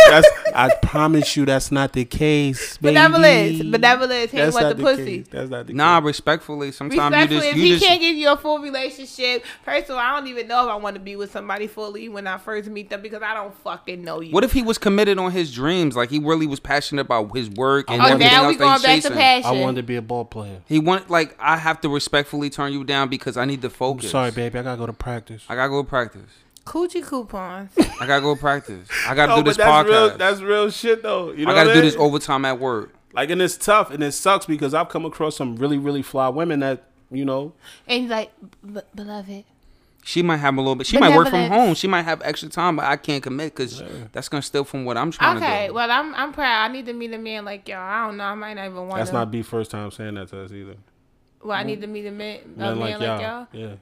Speaker 1: That's, I promise you, that's not the case, baby.
Speaker 2: Benevolence, benevolence. He
Speaker 1: That's
Speaker 2: want
Speaker 1: not
Speaker 2: the pussy.
Speaker 1: Case. That's not the
Speaker 3: Nah,
Speaker 1: case.
Speaker 3: respectfully, sometimes you
Speaker 2: Respectfully,
Speaker 3: just
Speaker 2: if
Speaker 3: you
Speaker 2: he
Speaker 3: just
Speaker 2: can't give you a full relationship, first of all, I don't even know if I want to be with somebody fully when I first meet them because I don't fucking know you.
Speaker 3: What if he was committed on his dreams? Like he really was passionate about his work and
Speaker 1: Oh,
Speaker 2: oh,
Speaker 3: everything
Speaker 2: now we
Speaker 3: else that
Speaker 2: going
Speaker 3: he's
Speaker 2: back to
Speaker 3: chasing.
Speaker 2: passion.
Speaker 1: I wanted to be a ball player.
Speaker 3: He want like I have to respectfully turn you down because I need to focus.
Speaker 1: Sorry, baby, I gotta go to practice.
Speaker 3: I gotta go practice.
Speaker 2: Coochie coupons.
Speaker 3: I gotta go practice. I gotta
Speaker 1: No,
Speaker 3: do this
Speaker 1: but that's
Speaker 3: podcast.
Speaker 1: real. That's real shit, though. You know
Speaker 3: I gotta
Speaker 1: what
Speaker 3: do
Speaker 1: mean?
Speaker 3: this overtime at work.
Speaker 1: Like, and it's tough, and it sucks because I've come across some really, really fly women that you know.
Speaker 2: and he's like, "B- beloved.
Speaker 3: She might have a little bit. She might work from
Speaker 2: Benevolence.
Speaker 3: home. She might have extra time, but I can't commit because that's gonna steal from what I'm trying
Speaker 2: Okay,
Speaker 3: to do.
Speaker 2: well, I'm I'm proud. I need to meet a man like y'all. I don't know. I might not even want
Speaker 1: That's
Speaker 2: to.
Speaker 1: not be first time saying that to us either.
Speaker 2: well, I need to meet a man, a
Speaker 1: Men
Speaker 2: man like, y'all.
Speaker 1: Yeah.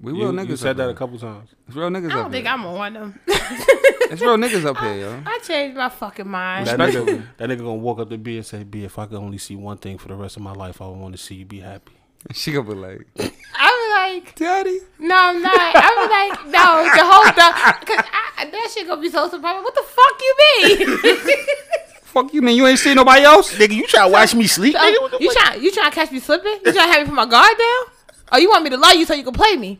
Speaker 3: We real
Speaker 1: You,
Speaker 3: niggas.
Speaker 1: you
Speaker 3: up
Speaker 1: said that
Speaker 3: here.
Speaker 1: a couple times.
Speaker 3: It's real niggas
Speaker 2: I
Speaker 3: up
Speaker 2: don't think
Speaker 3: here.
Speaker 2: I'm gonna want them.
Speaker 3: It's real niggas up here, yo.
Speaker 2: I changed my fucking mind.
Speaker 1: That
Speaker 3: Respectfully.
Speaker 1: nigga, that nigga gonna walk up to B and say, B, if I could only see one thing for the rest of my life, I would want to see you be happy.
Speaker 3: She gonna be like,
Speaker 2: I like,
Speaker 3: Daddy.
Speaker 2: no, I'm not. I was like, no, the whole time. Cause I, that shit gonna be so surprising. What the fuck you mean?
Speaker 3: Fuck you, man. You ain't seen nobody else.
Speaker 4: Nigga, you try to watch me sleep?
Speaker 2: So,
Speaker 4: Nigga, what the
Speaker 2: you
Speaker 4: fuck?
Speaker 2: trying you trying to catch me slipping? You trying to have me put my guard down? Oh, you want me to lie you so you can play me?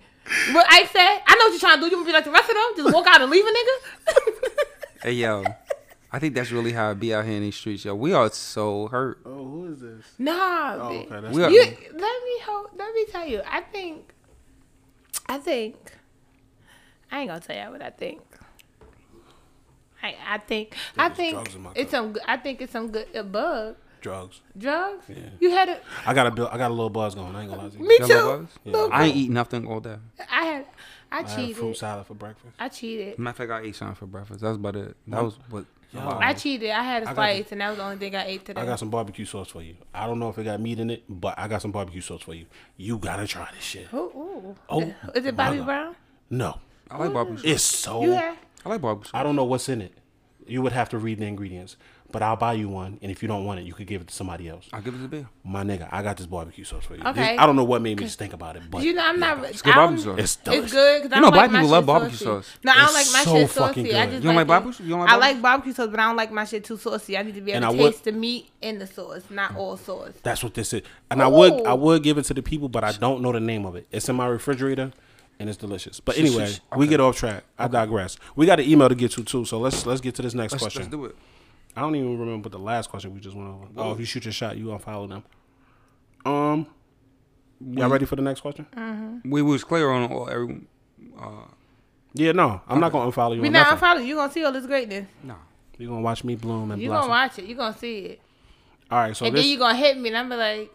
Speaker 2: But I said, I know what you're trying to do. You want to be like the rest of them? Just walk out and leave a nigga?
Speaker 3: Hey yo, I think that's really how it be out here in these streets, yo. We are so hurt.
Speaker 1: Oh, who is this?
Speaker 2: nah.
Speaker 1: Oh,
Speaker 2: bitch.
Speaker 1: okay, that's
Speaker 3: We are.
Speaker 2: You let me hold, let me tell you. I think I think I ain't gonna tell y'all what I think. I I think I
Speaker 1: There's
Speaker 2: think
Speaker 1: drugs in my
Speaker 2: it's some good- I think it's some good a bug.
Speaker 1: drugs.
Speaker 2: Drugs? You had a
Speaker 1: I got a bill. I got a little buzz going. I ain't gonna lie to you.
Speaker 2: me
Speaker 3: Y'all love
Speaker 2: too.
Speaker 3: bugs?
Speaker 2: Look,
Speaker 3: I ain't eat nothing all day.
Speaker 2: I had I
Speaker 1: I had fruit
Speaker 2: cheated.
Speaker 1: salad for breakfast.
Speaker 2: I cheated.
Speaker 1: Mm,
Speaker 3: Matter of fact, I ate something for breakfast. That was about it. That was what.
Speaker 2: I cheated. I had a
Speaker 1: got
Speaker 2: slice, and that was the only thing I ate today.
Speaker 1: Um, I got some barbecue sauce for you. I don't know if it got meat in it, but I got some barbecue sauce for you. You gotta try this shit.
Speaker 2: Ooh, ooh.
Speaker 1: Oh,
Speaker 2: is it
Speaker 1: my
Speaker 2: Bobby
Speaker 1: God.
Speaker 2: Brown?
Speaker 1: No,
Speaker 3: I like barbecue.
Speaker 1: it's so.
Speaker 2: You had?
Speaker 3: I like barbecue.
Speaker 1: I don't know what's in it. You would have to read the ingredients, but I'll buy you one, and if you don't want it, you could give it to somebody else.
Speaker 3: I'll give it to Bill.
Speaker 1: My nigga, I got this barbecue sauce for you. This-
Speaker 2: Okay.
Speaker 1: I don't know what made me just think about it, but
Speaker 2: You know I'm not.
Speaker 3: It's good barbecue
Speaker 2: I don't-
Speaker 3: sauce.
Speaker 1: it's delicious.
Speaker 2: It's good. 'cause I
Speaker 3: know,
Speaker 2: don't
Speaker 3: black
Speaker 2: like my
Speaker 3: people love
Speaker 2: shit
Speaker 3: barbecue
Speaker 2: saucy.
Speaker 3: sauce.
Speaker 2: No, I don't like
Speaker 1: It's
Speaker 2: my
Speaker 1: so
Speaker 2: shit
Speaker 1: fucking
Speaker 2: saucy. I
Speaker 1: good.
Speaker 2: just
Speaker 1: You
Speaker 3: don't like
Speaker 2: it-
Speaker 3: barbecue? You don't like
Speaker 2: I
Speaker 3: barbecue?
Speaker 2: like barbecue sauce, but I don't like my shit too saucy. I need to be
Speaker 1: And
Speaker 2: able to
Speaker 1: I would-
Speaker 2: taste the meat and the sauce, not all sauce.
Speaker 1: That's what this is. And I would I
Speaker 2: Ooh.
Speaker 1: would give it to the people, but I don't know the name of it. It's in my refrigerator and it's delicious. But anyway,
Speaker 3: sh-
Speaker 1: we get off track. I digress. We got an email to get to too, so let's let's get to this next
Speaker 3: Let's,
Speaker 1: question.
Speaker 3: let's do it.
Speaker 1: I don't even remember what the last question we just went over. Oh, if you shoot your shot, you unfollow them. Um Y'all ready for the next question?
Speaker 2: Mm.
Speaker 3: We was clear on all everyone.
Speaker 1: Yeah, no. I'm not gonna unfollow you
Speaker 2: We
Speaker 1: on
Speaker 2: not
Speaker 1: nothing.
Speaker 2: unfollowing. You gonna see all this greatness.
Speaker 3: Nah.
Speaker 1: You're gonna watch me bloom and
Speaker 2: You
Speaker 1: blossom.
Speaker 2: gonna watch it. You gonna see it,
Speaker 1: All right, so
Speaker 2: and
Speaker 1: this
Speaker 2: then you gonna hit me, and I'm be like,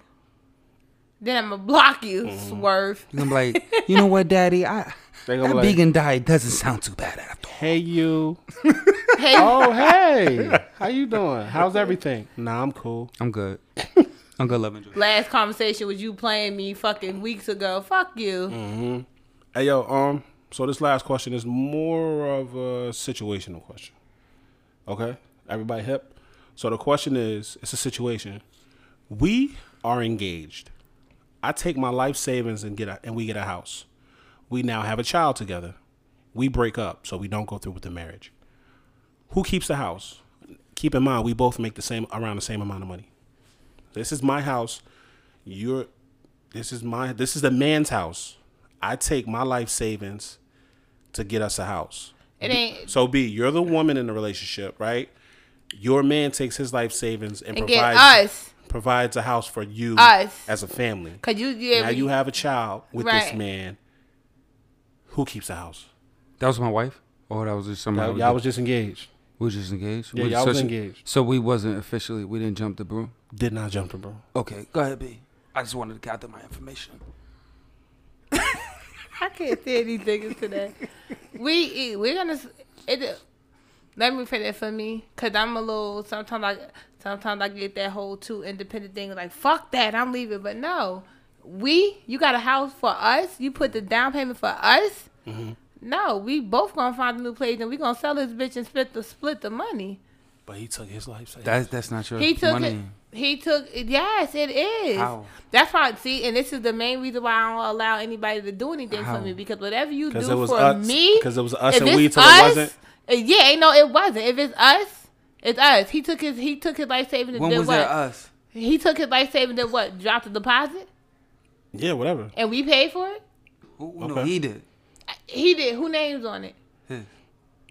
Speaker 2: then I'm gonna block you,
Speaker 3: Mm-hmm.
Speaker 2: swerve.
Speaker 3: And I'm like, you know what, Daddy? I
Speaker 1: They
Speaker 3: that
Speaker 1: gonna be like-
Speaker 3: vegan diet doesn't sound too bad after all.
Speaker 1: Hey you.
Speaker 2: Hey,
Speaker 1: Oh hey. How you doing? How's everything? Nah, I'm cool.
Speaker 3: I'm good. I'm good. Love and joy.
Speaker 2: last conversation was you playing me fucking weeks ago. Fuck you.
Speaker 3: Mm.
Speaker 1: Hey yo, um, so this last question is more of a situational question. Okay? Everybody hip? So the question is, it's a situation. We are engaged. I take my life savings and get a, and we get a house. We now have a child together. We break up, so we don't go through with the marriage. Who keeps the house? Keep in mind we both make the same around the same amount of money. This is my house. You're this is my this is the man's house. I take my life savings to get us a house.
Speaker 2: It ain't
Speaker 1: So B, you're the woman in the relationship, right? Your man takes his life savings and,
Speaker 2: and get
Speaker 1: provides
Speaker 2: us
Speaker 1: provides a house for you
Speaker 2: Us.
Speaker 1: as a family.
Speaker 2: because you yeah,
Speaker 1: now you have a child with this
Speaker 2: Right.
Speaker 1: man. Who keeps the house?
Speaker 3: That was my wife. Oh, that was just somebody. I
Speaker 1: Y'all,
Speaker 3: was
Speaker 1: y'all
Speaker 3: with.
Speaker 1: was just engaged.
Speaker 3: we was just engaged.
Speaker 1: Yeah,
Speaker 3: We-
Speaker 1: y'all
Speaker 3: so
Speaker 1: was
Speaker 3: she-
Speaker 1: engaged.
Speaker 3: So we wasn't officially. We didn't jump the broom.
Speaker 1: Did not jump the bro.
Speaker 3: Okay, go ahead, B. I just wanted to gather my information.
Speaker 2: I can't say these niggas today. We eat. We're gonna. s- It, let me finish for me, cause I'm a little. Sometimes I, sometimes I get that whole too independent thing. Like fuck that, I'm leaving. But no, we. You got a house for us. You put the down payment for us. No, we both gonna find a new place, and we gonna sell this bitch and split the split the money.
Speaker 1: But he took his life savings.
Speaker 3: That's that's not your
Speaker 2: He took
Speaker 3: money.
Speaker 2: it. He took. Yes, it is.
Speaker 3: How?
Speaker 2: That's why. See, and this is the main reason why I don't allow anybody to do anything
Speaker 3: How?
Speaker 2: for me because whatever you do
Speaker 1: Because it was
Speaker 2: for
Speaker 1: us.
Speaker 2: me,
Speaker 1: Because it was us
Speaker 2: if
Speaker 1: and
Speaker 2: it's
Speaker 1: we till it
Speaker 2: us-
Speaker 1: wasn't.
Speaker 2: uh, Yeah, ain't no, it wasn't. If it's us, it's us. He took his. He took his life savings and
Speaker 3: When
Speaker 2: did
Speaker 3: was
Speaker 2: what?
Speaker 3: that us?
Speaker 2: He took his life savings and what? Dropped the deposit,
Speaker 1: Yeah, whatever.
Speaker 2: and we paid for it.
Speaker 3: Who, No,
Speaker 1: Okay.
Speaker 3: he did.
Speaker 2: He did. Who names on it?
Speaker 3: His.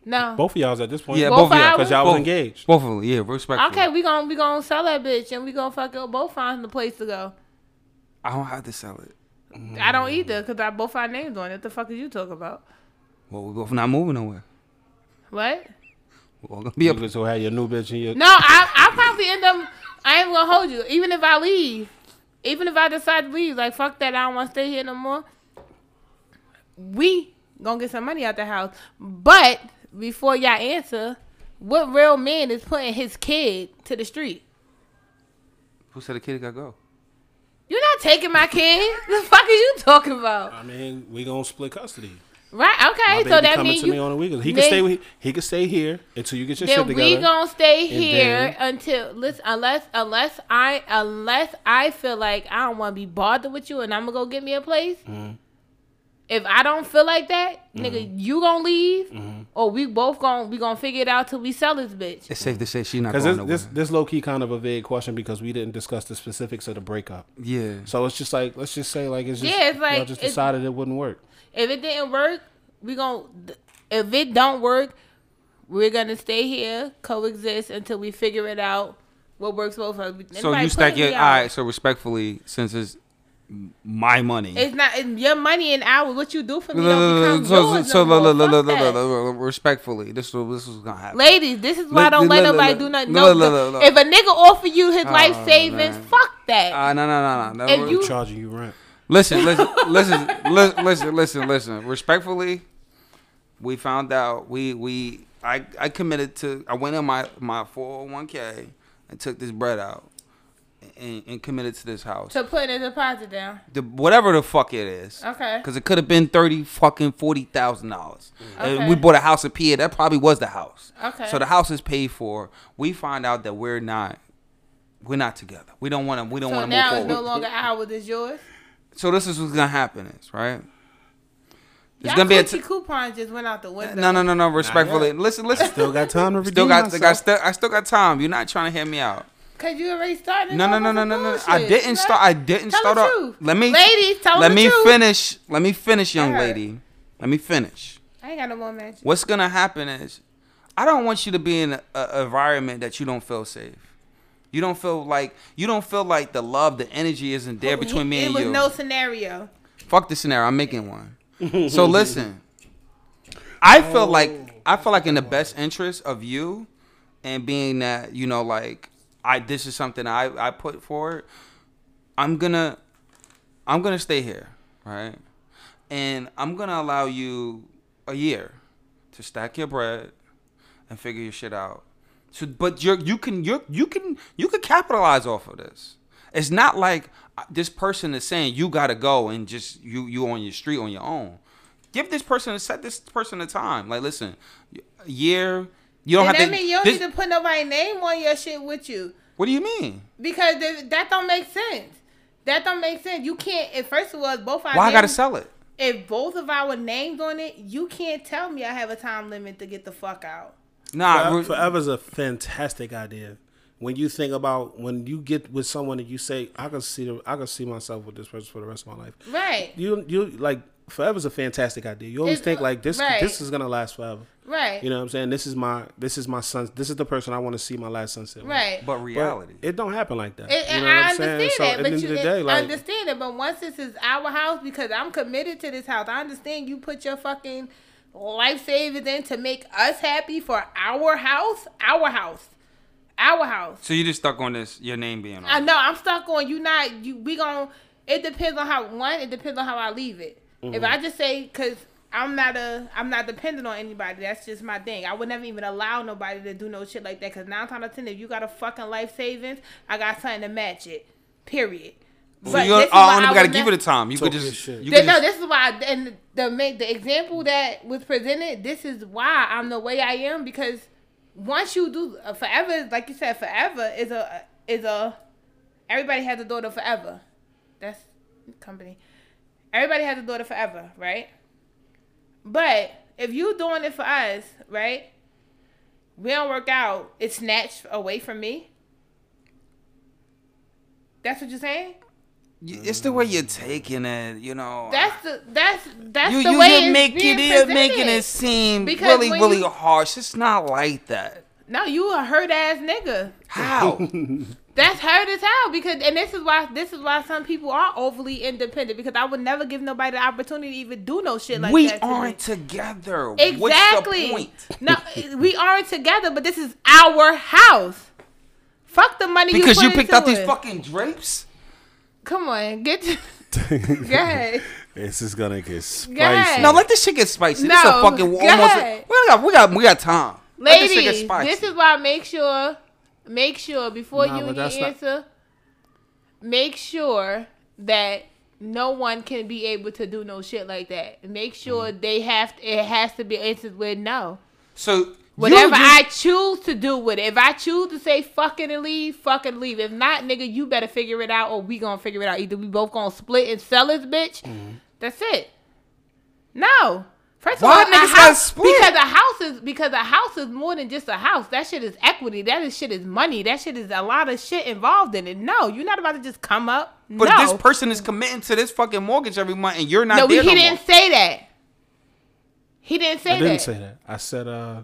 Speaker 2: No.
Speaker 1: Both of y'all's at this point.
Speaker 3: Yeah,
Speaker 2: Both
Speaker 3: both, of y'all.
Speaker 2: ours?
Speaker 1: Because y'all was
Speaker 3: Both-
Speaker 1: engaged.
Speaker 3: Both of them. Yeah, respectfully.
Speaker 2: okay, we gon' we gon' sell that bitch, and we gon' fuck up. Both find the place to go.
Speaker 3: I don't have to sell it.
Speaker 2: I
Speaker 1: Mm.
Speaker 2: don't either, cause I both our names on it. What the fuck is you talking about?
Speaker 3: Well, we both not moving nowhere.
Speaker 2: What?
Speaker 3: We're all gonna be up.
Speaker 1: So had your new bitch and your.
Speaker 2: No, I I probably end up. I ain't gonna hold you. Even if I leave, even if I decide to leave, like fuck that, I don't want to stay here no more. We gonna get some money out the house, but before y'all answer, what real man is putting his kid to the street?
Speaker 3: Who said the kid got to go?
Speaker 2: You're not taking my kid. the fuck is you talking about?
Speaker 1: I mean, we gonna split custody.
Speaker 2: Right?
Speaker 1: My
Speaker 2: Okay,
Speaker 1: baby
Speaker 2: so that
Speaker 1: coming
Speaker 2: means
Speaker 1: to me on
Speaker 2: you.
Speaker 1: the weekends. He
Speaker 2: Then-
Speaker 1: can stay. With, he can stay here until you get your shit
Speaker 2: Then
Speaker 1: together.
Speaker 2: we gonna stay here
Speaker 1: then-
Speaker 2: until listen, unless unless
Speaker 3: Mm-hmm.
Speaker 2: I unless I feel like I don't want to be bothered with you, and I'm gonna go get me a place. If I don't feel like that, nigga, you gonna leave,
Speaker 3: Mm-hmm.
Speaker 2: or we both gonna we gonna figure it out till we sell this bitch.
Speaker 3: It's safe to say she's not
Speaker 1: Because
Speaker 3: going
Speaker 1: this, this
Speaker 3: nowhere.
Speaker 1: this low key kind of a vague question because we didn't discuss the specifics of the breakup.
Speaker 3: yeah.
Speaker 1: So it's just like let's just say like it's just
Speaker 2: Yeah, it's like-
Speaker 1: y'all just
Speaker 2: it's-
Speaker 1: decided it wouldn't work.
Speaker 2: If it didn't work, we gonna. If it don't work, we're gonna stay here, coexist until we figure it out what works both of us.
Speaker 3: So
Speaker 2: Anybody
Speaker 3: you stack
Speaker 2: putting
Speaker 3: your
Speaker 2: me
Speaker 3: all
Speaker 2: out.
Speaker 3: right. So respectfully, since it's my money,
Speaker 2: It's not it's your money and ours. What you do for me
Speaker 3: Look, look,
Speaker 2: don't become
Speaker 3: look, so
Speaker 2: yours
Speaker 3: so
Speaker 2: no
Speaker 3: look,
Speaker 2: more. Fuck
Speaker 3: look, look, look,
Speaker 2: that.
Speaker 3: look, look, look, respectfully, this was this was gonna happen.
Speaker 2: Ladies, this is why I
Speaker 3: Look,
Speaker 2: don't
Speaker 3: look,
Speaker 2: let
Speaker 3: look,
Speaker 2: nobody
Speaker 3: look.
Speaker 2: do nothing.
Speaker 3: Look,
Speaker 2: No,
Speaker 3: look, look, look.
Speaker 2: If a nigga offer you his life savings,
Speaker 3: Oh, man.
Speaker 2: fuck that.
Speaker 3: Uh, no, no, no, no.
Speaker 2: If
Speaker 3: That was-
Speaker 2: you-
Speaker 1: Charging you rent.
Speaker 3: listen, listen, listen, listen, listen, listen, listen. Respectfully, we found out we we I I committed to I went in my my 401k and took this bread out and, and committed to this house.
Speaker 2: to put a deposit down.
Speaker 3: the, whatever the fuck it is.
Speaker 2: Okay.
Speaker 3: Because it could have been thirty fucking forty thousand dollars.
Speaker 2: Okay.
Speaker 3: And we bought a house in Pierre. That probably was the house.
Speaker 2: Okay.
Speaker 3: So the house is paid for. We find out that we're not. We're not together. We don't want to. We don't
Speaker 2: So
Speaker 3: want to move
Speaker 2: now it's
Speaker 3: forward.
Speaker 2: no longer ours, it's yours.
Speaker 3: so this is what's gonna happen, is right? There's
Speaker 2: Y'all
Speaker 3: gonna be a
Speaker 2: coochie
Speaker 3: t-
Speaker 2: coupon just went out the window.
Speaker 3: no, no, no, no. Respectfully, listen, listen.
Speaker 1: Still got time to redeem
Speaker 3: Still got, I
Speaker 1: myself.
Speaker 3: still, I still got time. You're not trying to hear me out.
Speaker 2: Cause you already started.
Speaker 3: No, no, no, no, no, no. I didn't start. I didn't
Speaker 2: Tell
Speaker 3: start
Speaker 2: the
Speaker 3: off.
Speaker 2: truth.
Speaker 3: Let me,
Speaker 2: Ladies, tell
Speaker 3: Let
Speaker 2: the
Speaker 3: me
Speaker 2: truth.
Speaker 3: finish. Let me finish, young
Speaker 2: Yeah.
Speaker 3: lady. Let me finish.
Speaker 2: I ain't got no more matches.
Speaker 3: What's gonna happen is, I don't want you to be in an environment that you don't feel safe. You don't feel like you don't feel like the love, the energy isn't there between me
Speaker 2: it
Speaker 3: and
Speaker 2: was
Speaker 3: you.
Speaker 2: no scenario.
Speaker 3: Fuck the scenario. I'm making one. so listen, I feel like I feel like in the best interest of you, and being that you know like I this is something I I put forward. I'm gonna I'm gonna stay here, right? And I'm gonna allow you a year to stack your bread and figure your shit out. So, but you are you can you you can you can capitalize off of this. It's not like uh, this person is saying you gotta go and just you you on your street on your own. Give this person set this person a time. Like, listen, a year. You don't
Speaker 2: And that
Speaker 3: have to.
Speaker 2: mean you don't
Speaker 3: this-
Speaker 2: need to put nobody's name on your shit with you.
Speaker 3: what do you mean?
Speaker 2: Because th- that don't make sense. That don't make sense. You can't. If first of all, if both our
Speaker 3: Why I gotta
Speaker 2: names-
Speaker 3: sell it?
Speaker 2: If both of our names on it, you can't tell me I have a time limit to get the fuck out.
Speaker 3: Nah,
Speaker 1: Forever,
Speaker 3: we're-
Speaker 1: forever's a fantastic idea. When you think about when you get with someone and you say, "I can see the, I can see myself with this person for the rest of my life,"
Speaker 2: Right.
Speaker 1: you you like forever's a fantastic idea. You always
Speaker 2: It's-
Speaker 1: think like this
Speaker 2: right.
Speaker 1: this is gonna last forever.
Speaker 2: Right.
Speaker 1: You know what I'm saying? This is my this is my son. This is the person I want to see my last sunset. with.
Speaker 2: right.
Speaker 3: but reality.
Speaker 1: It don't happen like that.
Speaker 2: And,
Speaker 1: you
Speaker 2: and
Speaker 1: know what
Speaker 2: I
Speaker 1: I'm
Speaker 2: understand
Speaker 1: saying? So
Speaker 2: that,
Speaker 1: at the
Speaker 2: but
Speaker 1: end
Speaker 2: you
Speaker 1: of the day, like
Speaker 2: understand it. But once this is our house, because I'm committed to this house, I understand you put your fucking life savings in to make us happy for our house, our house, our house.
Speaker 3: so you just stuck on this your name being on.
Speaker 2: I
Speaker 3: it.
Speaker 2: know I'm stuck on you. Not you. We gon' It depends on how one. It depends on how I leave it.
Speaker 3: Mm-hmm.
Speaker 2: If I just say because. I'm not a. I'm not dependent on anybody. That's just my thing. I would never even allow nobody to do no shit like that. Cause nine times out of ten, if you got a fucking life savings, I got something to match it. Period.
Speaker 3: So you
Speaker 2: this
Speaker 3: oh,
Speaker 2: is why
Speaker 3: I only
Speaker 2: would
Speaker 3: gotta
Speaker 2: ne-
Speaker 3: give it a time. You could
Speaker 1: Talk
Speaker 3: just
Speaker 1: your shit.
Speaker 3: you
Speaker 2: Th-
Speaker 3: could
Speaker 2: no,
Speaker 3: just
Speaker 2: this is why, I, and the make the example that was presented. This is why I'm the way I am because once you do uh, forever, like you said, forever is a is a everybody has a daughter forever. That's company. Everybody has a daughter forever, right? But if you doing it for us, right? We don't work out. It's snatched away from me. That's what you're saying.
Speaker 3: You- It's the way you're taking it, you know.
Speaker 2: That's the that's that's
Speaker 3: you
Speaker 2: the
Speaker 3: you
Speaker 2: way
Speaker 3: you're
Speaker 2: it's
Speaker 3: making
Speaker 2: being
Speaker 3: it you're
Speaker 2: presented.
Speaker 3: making it seem
Speaker 2: Because
Speaker 3: really
Speaker 2: when
Speaker 3: really
Speaker 2: you-
Speaker 3: harsh. It's not like that.
Speaker 2: No, you a hurt ass nigga.
Speaker 3: How?
Speaker 2: That's hurt as hell because and this is why this is why some people are overly independent because I would never give nobody the opportunity to even do no shit like
Speaker 3: we
Speaker 2: that. to me.
Speaker 3: aren't together.
Speaker 2: exactly.
Speaker 3: What's the point?
Speaker 2: No, we aren't together, but this is our house. Fuck the money
Speaker 3: Because
Speaker 2: you,
Speaker 3: you,
Speaker 2: put
Speaker 3: picked
Speaker 2: into
Speaker 3: out these
Speaker 2: it.
Speaker 3: fucking drapes.
Speaker 2: Come on, get go ahead.
Speaker 1: this is gonna get
Speaker 2: ahead.
Speaker 1: spicy.
Speaker 3: No, let this shit get spicy. this is a
Speaker 2: No,
Speaker 3: fucking
Speaker 2: go
Speaker 3: almost.
Speaker 2: ahead.
Speaker 3: We got we got we got time. let this shit get
Speaker 2: Ladies,
Speaker 3: spicy.
Speaker 2: this is why make sure, make sure before
Speaker 1: Nah,
Speaker 2: you
Speaker 1: but
Speaker 2: and your
Speaker 1: that's not-
Speaker 2: answer, make sure that no one can be able to do no shit like that. Make sure
Speaker 1: Mm.
Speaker 2: they have it has to be answered with no.
Speaker 3: so
Speaker 2: Whatever
Speaker 3: you
Speaker 2: I choose to do with it, if I choose to say fucking and leave, fucking leave. If not, nigga, you better figure it out, or we gonna figure it out. Either we both gonna split and sell this bitch. That's it. No. First of
Speaker 3: Mm-hmm. Why
Speaker 2: all, a
Speaker 3: niggas got
Speaker 2: house,
Speaker 3: split?
Speaker 2: because a house is because a house is more than just a house. That shit is equity. That is shit is money. That shit is a lot of shit involved in it. No, you're not about to just come up.
Speaker 3: But
Speaker 2: no.
Speaker 3: this person is committing to this fucking mortgage every month, and you're not
Speaker 2: no,
Speaker 3: there
Speaker 2: he
Speaker 3: no
Speaker 2: didn't
Speaker 3: more.
Speaker 2: say that. He didn't say
Speaker 1: I didn't
Speaker 2: that.
Speaker 1: say that. I said uh,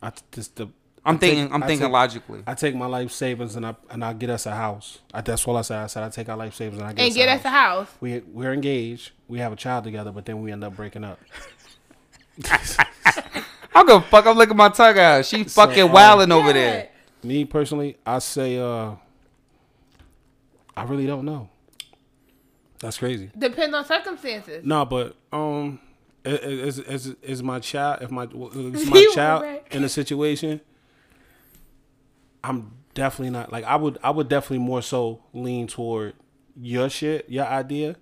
Speaker 1: I t- just the.
Speaker 3: I'm
Speaker 1: I take-
Speaker 3: thinking. I'm
Speaker 1: I
Speaker 3: thinking
Speaker 1: take-
Speaker 3: logically.
Speaker 1: I take my life savings and I and I get us a house. I, that's all I said. I said I take our life savings and I get
Speaker 2: and
Speaker 1: us
Speaker 2: get
Speaker 1: a
Speaker 2: us a
Speaker 1: house.
Speaker 2: house.
Speaker 1: We we're engaged. We have a child together, but then we end up breaking up.
Speaker 3: I'm gonna fuck. I'm looking at my tug out. She fucking
Speaker 1: um,
Speaker 3: wilding over there.
Speaker 1: Me personally, I say uh, I really don't know. That's crazy.
Speaker 2: Depends on circumstances.
Speaker 1: No, but um, i- i- is is is my child? If my well, is
Speaker 2: You
Speaker 1: my
Speaker 2: were
Speaker 1: child
Speaker 2: right.
Speaker 1: in a situation, I'm definitely not like I would. I would definitely more so lean toward your shit, your idea.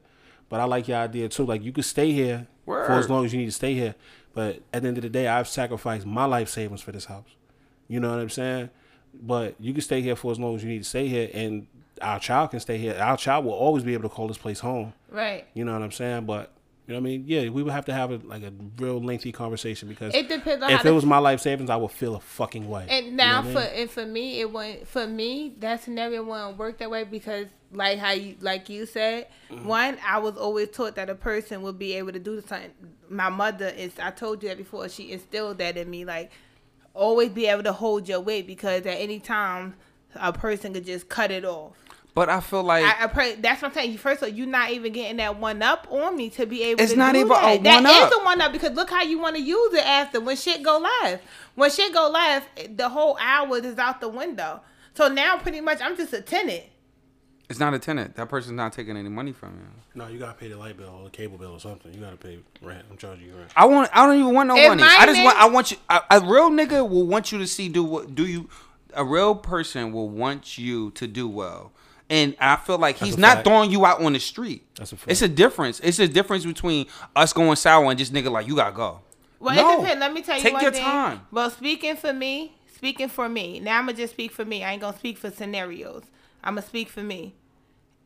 Speaker 1: But I like your idea too. Like you could stay here for as
Speaker 3: Word.
Speaker 1: long as you need to stay here. But at the end of the day, I've sacrificed my life savings for this house. You know what I'm saying? But you can stay here for as long as you need to stay here, and our child can stay here. Our child will always be able to call this place home.
Speaker 2: Right.
Speaker 1: You know what I'm saying? But you know what I mean? Yeah, we would have to have a, like a real lengthy conversation because
Speaker 2: It depends on how
Speaker 1: if
Speaker 2: the
Speaker 1: it was my life savings, I would feel a fucking way. You
Speaker 2: And
Speaker 1: know
Speaker 2: now
Speaker 1: what I
Speaker 2: for
Speaker 1: mean?
Speaker 2: and for me, it went for me that scenario wouldn't work that way because like how you like you said,
Speaker 1: Mm-hmm.
Speaker 2: one I was always taught that a person would be able to do something. My mother is I told you that before. She instilled that in me, like always be able to hold your weight because at any time a person could just cut it off.
Speaker 3: But I feel like
Speaker 2: I, I pray. That's what I'm saying. You first of all, you're not even getting that one up on me to be able.
Speaker 3: It's
Speaker 2: to
Speaker 3: not
Speaker 2: do
Speaker 3: even
Speaker 2: that.
Speaker 3: a
Speaker 2: That
Speaker 3: one
Speaker 2: is
Speaker 3: up.
Speaker 2: the one up because look how you want to use it after when shit go live. When shit go live, the whole hours is out the window. So now pretty much I'm just a tenant.
Speaker 3: it's not a tenant. That person's not taking any money from you.
Speaker 1: no, you gotta pay the light bill or the cable bill or something. You gotta pay rent. I'm charging you rent.
Speaker 3: I want. I don't even want no
Speaker 2: If
Speaker 3: money.
Speaker 2: my
Speaker 3: I just want.
Speaker 2: man-
Speaker 3: I want you. I, a real nigga will want you to see do what do you. A real person will want you to do well, and I feel like he's
Speaker 1: a
Speaker 3: not
Speaker 1: fact.
Speaker 3: throwing you out on the street.
Speaker 1: That's a
Speaker 3: It's
Speaker 1: fact.
Speaker 3: a difference. It's a difference between us going sour and just nigga like you gotta go.
Speaker 2: Well,
Speaker 3: No.
Speaker 2: it depends. Let me tell you
Speaker 3: Take
Speaker 2: one
Speaker 3: your
Speaker 2: thing.
Speaker 3: time.
Speaker 2: Well, speaking for me, speaking for me. Now I'm gonna just speak for me. I ain't gonna speak for scenarios. I'm gonna speak for me.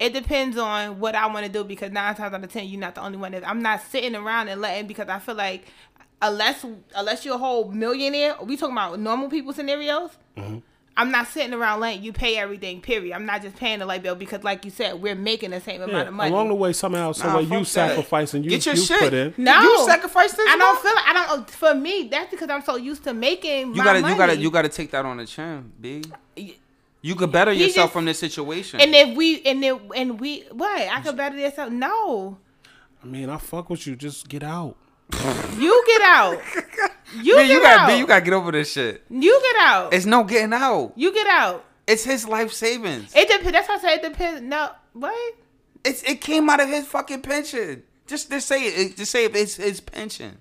Speaker 2: It depends on what I want to do because nine times out of ten, you're not the only one. That, I'm not sitting around and letting because I feel like unless unless you're a whole millionaire, we talking about normal people scenarios.
Speaker 3: Mm-hmm.
Speaker 2: I'm not sitting around letting you pay everything. Period. I'm not just paying the light bill because, like you said, we're making the same amount
Speaker 1: Yeah,
Speaker 2: of money.
Speaker 1: along the way, somehow, some
Speaker 3: Nah,
Speaker 1: way,
Speaker 3: fuck
Speaker 1: you
Speaker 3: that.
Speaker 1: sacrifice and you,
Speaker 3: Get your
Speaker 1: you
Speaker 3: shit.
Speaker 1: put in.
Speaker 2: No,
Speaker 3: You sacrificed this
Speaker 2: I don't
Speaker 3: month?
Speaker 2: feel. Like, I don't. oh, For me, that's because I'm so used to making.
Speaker 3: You
Speaker 2: my
Speaker 3: gotta.
Speaker 2: money.
Speaker 3: You gotta. You gotta take that on the chin, b. You could better
Speaker 2: He
Speaker 3: yourself
Speaker 2: just-
Speaker 3: from this situation.
Speaker 2: And if we and if and we what I could better this out. No,
Speaker 1: I mean, I fuck with you. Just get out.
Speaker 2: you get out. You
Speaker 3: B,
Speaker 2: get
Speaker 3: you gotta.
Speaker 2: out.
Speaker 3: B, you gotta get over this shit.
Speaker 2: You get out.
Speaker 3: It's no getting out.
Speaker 2: you get out.
Speaker 3: It's his life savings.
Speaker 2: It depends. That's why I said it depends. No, what?
Speaker 3: It's it came out of his fucking pension. Just just say it. Just say it. it's his pension.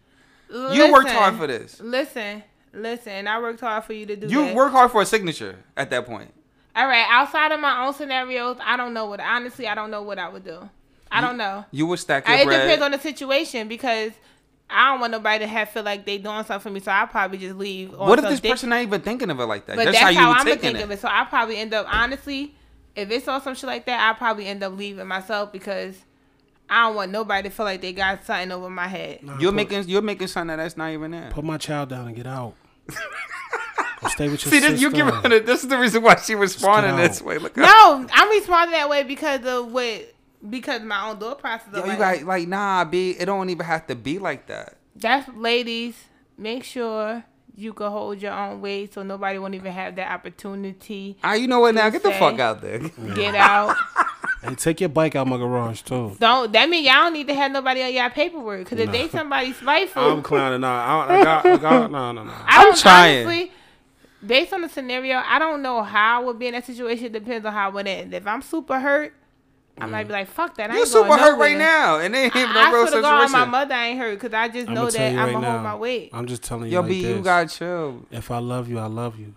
Speaker 3: You worked hard for this.
Speaker 2: Listen, listen. I worked hard for you to do.
Speaker 3: You
Speaker 2: that.
Speaker 3: work hard for a signature at that point.
Speaker 2: All right. Outside of my own scenarios, I don't know what. Honestly, I don't know what I would do. I don't know.
Speaker 3: You would stack
Speaker 2: I-
Speaker 3: your
Speaker 2: it depends
Speaker 3: bread.
Speaker 2: on the situation because I don't want nobody to have feel like they doing something for me, so I'll probably just leave. on
Speaker 3: What if
Speaker 2: some
Speaker 3: this
Speaker 2: dick-
Speaker 3: person not even thinking of it like that?
Speaker 2: But
Speaker 3: that's, how you
Speaker 2: I'm
Speaker 3: were
Speaker 2: gonna
Speaker 3: taking
Speaker 2: think of
Speaker 3: it.
Speaker 2: it. So I probably end up honestly, if it's on some shit like that, I probably end up leaving myself because I don't want nobody to feel like they got something over my head.
Speaker 3: You're
Speaker 1: Put-
Speaker 3: making you're making something that's not even there.
Speaker 1: Put my child down and get out. Or stay with your
Speaker 3: See,
Speaker 1: sister.
Speaker 3: this, you giving her. This is the reason why she responding
Speaker 1: get out.
Speaker 3: this way. Look, at-
Speaker 2: No, I'm responding that way because of what because of my own thought process.
Speaker 3: Yo,
Speaker 2: of
Speaker 3: you
Speaker 2: like,
Speaker 3: got like nah, b. It don't even have to be like that.
Speaker 2: that's ladies. Make sure you can hold your own weight so nobody won't even have that opportunity.
Speaker 3: Ah, you know what? Now get the
Speaker 2: say-
Speaker 3: fuck out there.
Speaker 2: Get out.
Speaker 1: Hey, take your bike out my garage too.
Speaker 2: Don't that mean y'all don't need to have nobody on y'all paperwork? Because if they somebody spiteful,
Speaker 1: I'm clowning. Nah, I, I got, I got, no, no, no.
Speaker 2: I
Speaker 3: I'm
Speaker 2: don't-
Speaker 3: trying.
Speaker 2: Honestly, based on the scenario, I don't know how I would be in that situation. It depends on how it would end. If I'm super hurt, I might be like, "Fuck that!" I
Speaker 3: You
Speaker 2: ain't going
Speaker 3: Mm. super hurt
Speaker 2: nowhere.
Speaker 3: right now, and they ain't
Speaker 2: I,
Speaker 3: even no real
Speaker 2: should have gone. My
Speaker 3: situation.
Speaker 2: mother I ain't hurt because I just
Speaker 1: I'm
Speaker 2: know
Speaker 1: gonna
Speaker 2: that
Speaker 1: tell you
Speaker 2: I'm
Speaker 1: right
Speaker 2: gonna
Speaker 1: now.
Speaker 2: hold my weight.
Speaker 1: I'm just telling you.
Speaker 3: Yo,
Speaker 1: like
Speaker 3: b, you
Speaker 1: this.
Speaker 3: got chill.
Speaker 1: If I love you, I love you.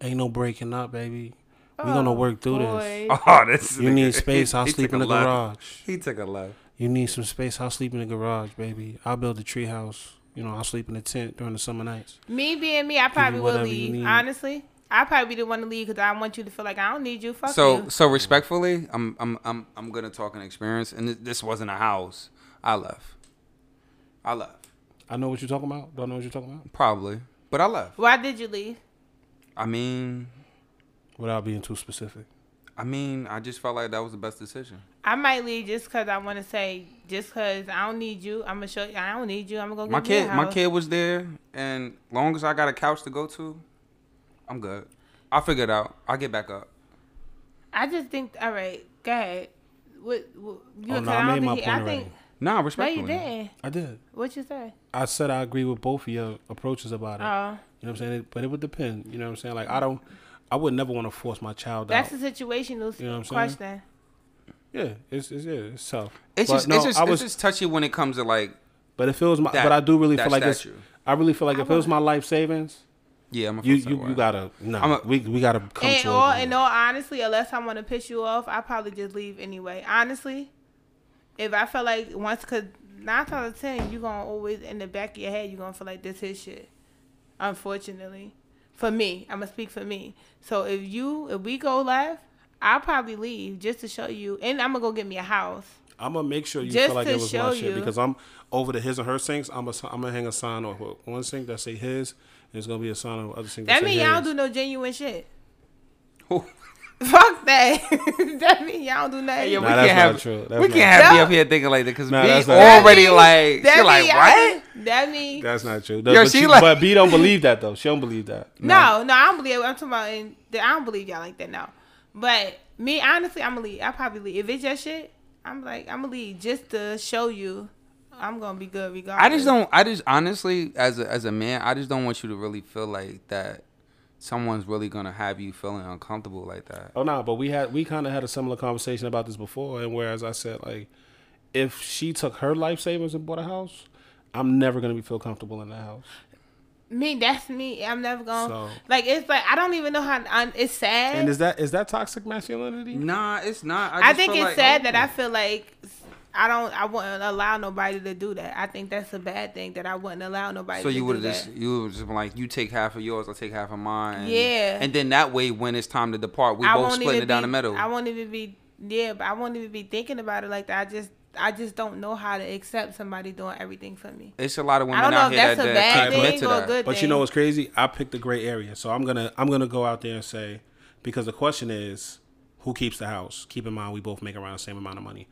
Speaker 1: Ain't no breaking up, baby. We're gonna work through this.
Speaker 2: Oh, Boy.
Speaker 3: Oh, this.
Speaker 1: You
Speaker 3: nigga-
Speaker 1: need space. I'll
Speaker 3: he
Speaker 1: sleep
Speaker 3: took
Speaker 1: in
Speaker 3: a
Speaker 1: the
Speaker 3: left.
Speaker 1: garage.
Speaker 3: He took a left.
Speaker 1: You need some space. I'll sleep in the garage, baby. I'll build a tree house. You know, I'll sleep in a tent during the summer nights.
Speaker 2: Me being me, I probably would
Speaker 1: whatever you
Speaker 2: leave.
Speaker 1: need.
Speaker 2: Honestly, I probably didn't want to leave because I want you to feel like I don't need you. Fuck
Speaker 3: So,
Speaker 2: you.
Speaker 3: so respectfully, I'm, I'm, I'm, I'm gonna talk an experience, and this, this wasn't a house. I left. I left.
Speaker 1: I know what you're talking about. Don't know what you're talking about.
Speaker 3: Probably. But I left.
Speaker 2: Why did you leave?
Speaker 3: I mean,
Speaker 1: Without being too specific.
Speaker 3: I mean, I just felt like that was the best decision.
Speaker 2: I might leave just because I want to say, just because I don't need you. I'm gonna show you. I don't need you. I'm gonna go.
Speaker 3: My
Speaker 2: get you a
Speaker 3: kid, my
Speaker 2: house.
Speaker 3: kid was there, and long as I got a couch to go to, I'm good. I figured out. I will get back up.
Speaker 2: I just think. All right, go ahead. What? what you
Speaker 1: Oh, no,
Speaker 2: I,
Speaker 1: I
Speaker 2: don't
Speaker 1: made my
Speaker 2: think he-
Speaker 1: point
Speaker 2: I think.
Speaker 1: already.
Speaker 3: Nah,
Speaker 2: No, you
Speaker 3: respectfully.
Speaker 2: didn't.
Speaker 1: I did.
Speaker 2: What you say?
Speaker 1: I said I agree with both of your approaches about it.
Speaker 2: Oh,
Speaker 1: you know what I'm saying? But it would depend. You know what I'm saying? Like I don't. I would never want to force my child
Speaker 2: that's
Speaker 1: out.
Speaker 2: a situational
Speaker 1: You know what I'm saying?
Speaker 2: question.
Speaker 1: yeah, it's, it's yeah, it's tough.
Speaker 3: It's
Speaker 1: But
Speaker 3: just,
Speaker 1: no,
Speaker 3: it's just,
Speaker 1: I was.
Speaker 3: it's just touchy when it comes to like
Speaker 1: but if it was my,
Speaker 3: that.
Speaker 1: but I do really
Speaker 3: that
Speaker 1: feel like it's.
Speaker 3: statue.
Speaker 1: I really feel like
Speaker 2: I
Speaker 1: if it was my life savings,
Speaker 3: Yeah, I'm a
Speaker 1: you
Speaker 3: fuck
Speaker 1: you,
Speaker 3: that
Speaker 1: you
Speaker 3: way.
Speaker 1: gotta no.
Speaker 3: I'm a-
Speaker 1: we we gotta come
Speaker 2: And
Speaker 1: to.
Speaker 2: all,
Speaker 1: agreement.
Speaker 2: in all honestly, unless I want to piss you off, I probably just leave anyway. Honestly, if I felt like once, cause nine times out of ten, you gonna always in the back of your head, you gonna feel like this his shit. Unfortunately, for me, I'm gonna speak for me. So if you, if we go left, I'll probably leave just to show you, and I'm gonna go get me a house.
Speaker 1: I'm gonna make sure you
Speaker 2: Just
Speaker 1: feel like
Speaker 2: to
Speaker 1: it was
Speaker 2: show
Speaker 1: my shit
Speaker 2: you.
Speaker 1: because I'm over the his and her sinks. I'm a, I'm gonna hang a sign on hook. one sink that say his, and it's gonna be a sign on the other sink that,
Speaker 2: That
Speaker 1: say
Speaker 2: mean
Speaker 1: his.
Speaker 2: y'all don't do no genuine shit.
Speaker 3: Ooh.
Speaker 2: Fuck that. that mean y'all don't do nothing.
Speaker 3: Yeah,
Speaker 1: Nah,
Speaker 3: we
Speaker 1: that's
Speaker 3: can't have
Speaker 1: not true. That's
Speaker 3: we
Speaker 1: not
Speaker 3: can't have
Speaker 2: true.
Speaker 3: you up here thinking like that because
Speaker 1: Nah,
Speaker 3: B
Speaker 1: that's not true.
Speaker 3: already
Speaker 2: mean-
Speaker 3: like
Speaker 2: that
Speaker 3: she like
Speaker 2: mean y'all
Speaker 3: what?
Speaker 2: do- That mean
Speaker 1: That's not true.
Speaker 3: Yo,
Speaker 1: but,
Speaker 3: she
Speaker 1: she-
Speaker 3: like-
Speaker 1: but B don't believe that though. She don't believe that.
Speaker 2: No, no, I don't believe. I'm talking about. In, I don't believe y'all like that. No, but me honestly, I'm gonna leave. I probably leave if it's your shit. I'm like, I'm gonna leave just to show you I'm gonna be good regardless.
Speaker 3: I just don't. I just honestly, as a, as a man, I just don't want you to really feel like that. Someone's really gonna have you feeling uncomfortable like that.
Speaker 1: Oh no, but we had we kind of had a similar conversation about this before, and whereas I said like, if she took her life savings and bought a house, I'm never gonna be feel comfortable in that house.
Speaker 2: Me, that's me. I'm never gonna
Speaker 1: So-
Speaker 2: like. It's like I don't even know how. I, it's sad.
Speaker 1: And is that is that toxic masculinity?
Speaker 3: Nah, it's not. I,
Speaker 2: I
Speaker 3: just
Speaker 2: think
Speaker 3: feel
Speaker 2: it's
Speaker 3: like,
Speaker 2: sad
Speaker 3: oh,
Speaker 2: that I feel like I don't. I wouldn't allow nobody to do that. I think that's a bad thing that I wouldn't allow nobody.
Speaker 3: So
Speaker 2: to
Speaker 3: you
Speaker 2: do
Speaker 3: would have just
Speaker 2: that.
Speaker 3: you would just been like you take half of yours, I take half of mine. and-
Speaker 2: Yeah.
Speaker 3: And then that way, when it's time to depart, we
Speaker 2: I
Speaker 3: both
Speaker 2: won't
Speaker 3: splitting
Speaker 2: even
Speaker 3: it
Speaker 2: be,
Speaker 3: down the middle.
Speaker 2: I won't even be yeah, but I won't even be thinking about it like that. I just I just don't know how to accept somebody doing everything for me.
Speaker 3: it's a lot of women
Speaker 2: I don't know
Speaker 3: out
Speaker 2: if
Speaker 3: here that,
Speaker 2: that's a
Speaker 3: that
Speaker 2: bad
Speaker 3: can't commit
Speaker 2: thing
Speaker 3: to
Speaker 2: or a
Speaker 3: that.
Speaker 2: good
Speaker 1: But you
Speaker 2: thing.
Speaker 1: know what's crazy? I picked the gray area, so I'm gonna I'm gonna go out there and say because the question is who keeps the house. Keep in mind we both make around the same amount of money.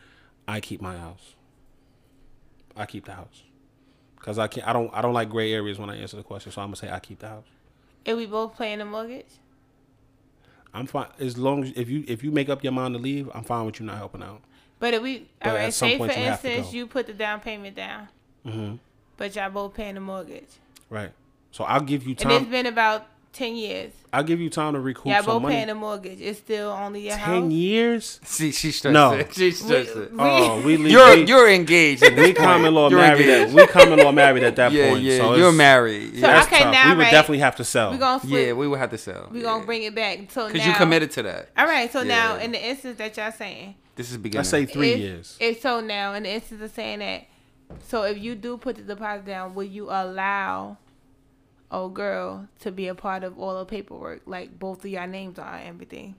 Speaker 1: I keep my house. I keep the house because I can't. I don't. I don't like gray areas when I answer the question, so I'm gonna say I keep the house.
Speaker 2: If we both playing the mortgage,
Speaker 1: I'm fine as long as if you if you make up your mind to leave, I'm fine with you not helping out.
Speaker 2: but if we
Speaker 1: But
Speaker 2: all
Speaker 1: at
Speaker 2: right,
Speaker 1: some
Speaker 2: say for
Speaker 1: point you have to
Speaker 2: instance
Speaker 1: go.
Speaker 2: you put the down payment down,
Speaker 1: Mhm.
Speaker 2: but y'all both paying the mortgage,
Speaker 1: Right. So I'll give you
Speaker 2: and it's
Speaker 1: time.
Speaker 2: been about ten years.
Speaker 1: I'll give you time to recoup
Speaker 2: Y'all
Speaker 1: some
Speaker 2: both paying
Speaker 1: money.
Speaker 2: the mortgage. It's still only your
Speaker 1: Ten
Speaker 2: house.
Speaker 1: years.
Speaker 3: See, she stressed
Speaker 1: No.
Speaker 3: it. She stressed
Speaker 2: We-
Speaker 3: it.
Speaker 2: we-
Speaker 1: Oh, we leave.
Speaker 3: You're
Speaker 1: we-
Speaker 3: you're engaged. At this
Speaker 1: we common
Speaker 3: point.
Speaker 1: law
Speaker 3: You're
Speaker 1: married. At,
Speaker 3: engaged.
Speaker 1: we common law married at that
Speaker 3: yeah,
Speaker 1: point.
Speaker 3: yeah.
Speaker 1: so
Speaker 3: you're
Speaker 1: it's-
Speaker 3: married.
Speaker 2: So
Speaker 3: Yeah.
Speaker 1: That's
Speaker 2: Okay,
Speaker 1: tough.
Speaker 2: now,
Speaker 1: we would
Speaker 2: right.
Speaker 1: definitely have to sell.
Speaker 2: we gonna
Speaker 3: yeah,
Speaker 2: flip.
Speaker 3: we would have to sell.
Speaker 2: we gonna bring it back. So
Speaker 3: because
Speaker 2: now,
Speaker 3: you committed to that.
Speaker 2: All right. So now,
Speaker 3: Yeah.
Speaker 2: in the instance that y'all saying,
Speaker 3: This is beginning.
Speaker 1: Let's say three
Speaker 2: if-
Speaker 1: years.
Speaker 2: If so now, and the instance of saying that, so if you do put the deposit down, will you allow old girl to be a part of all the paperwork, like both of your names are and everything?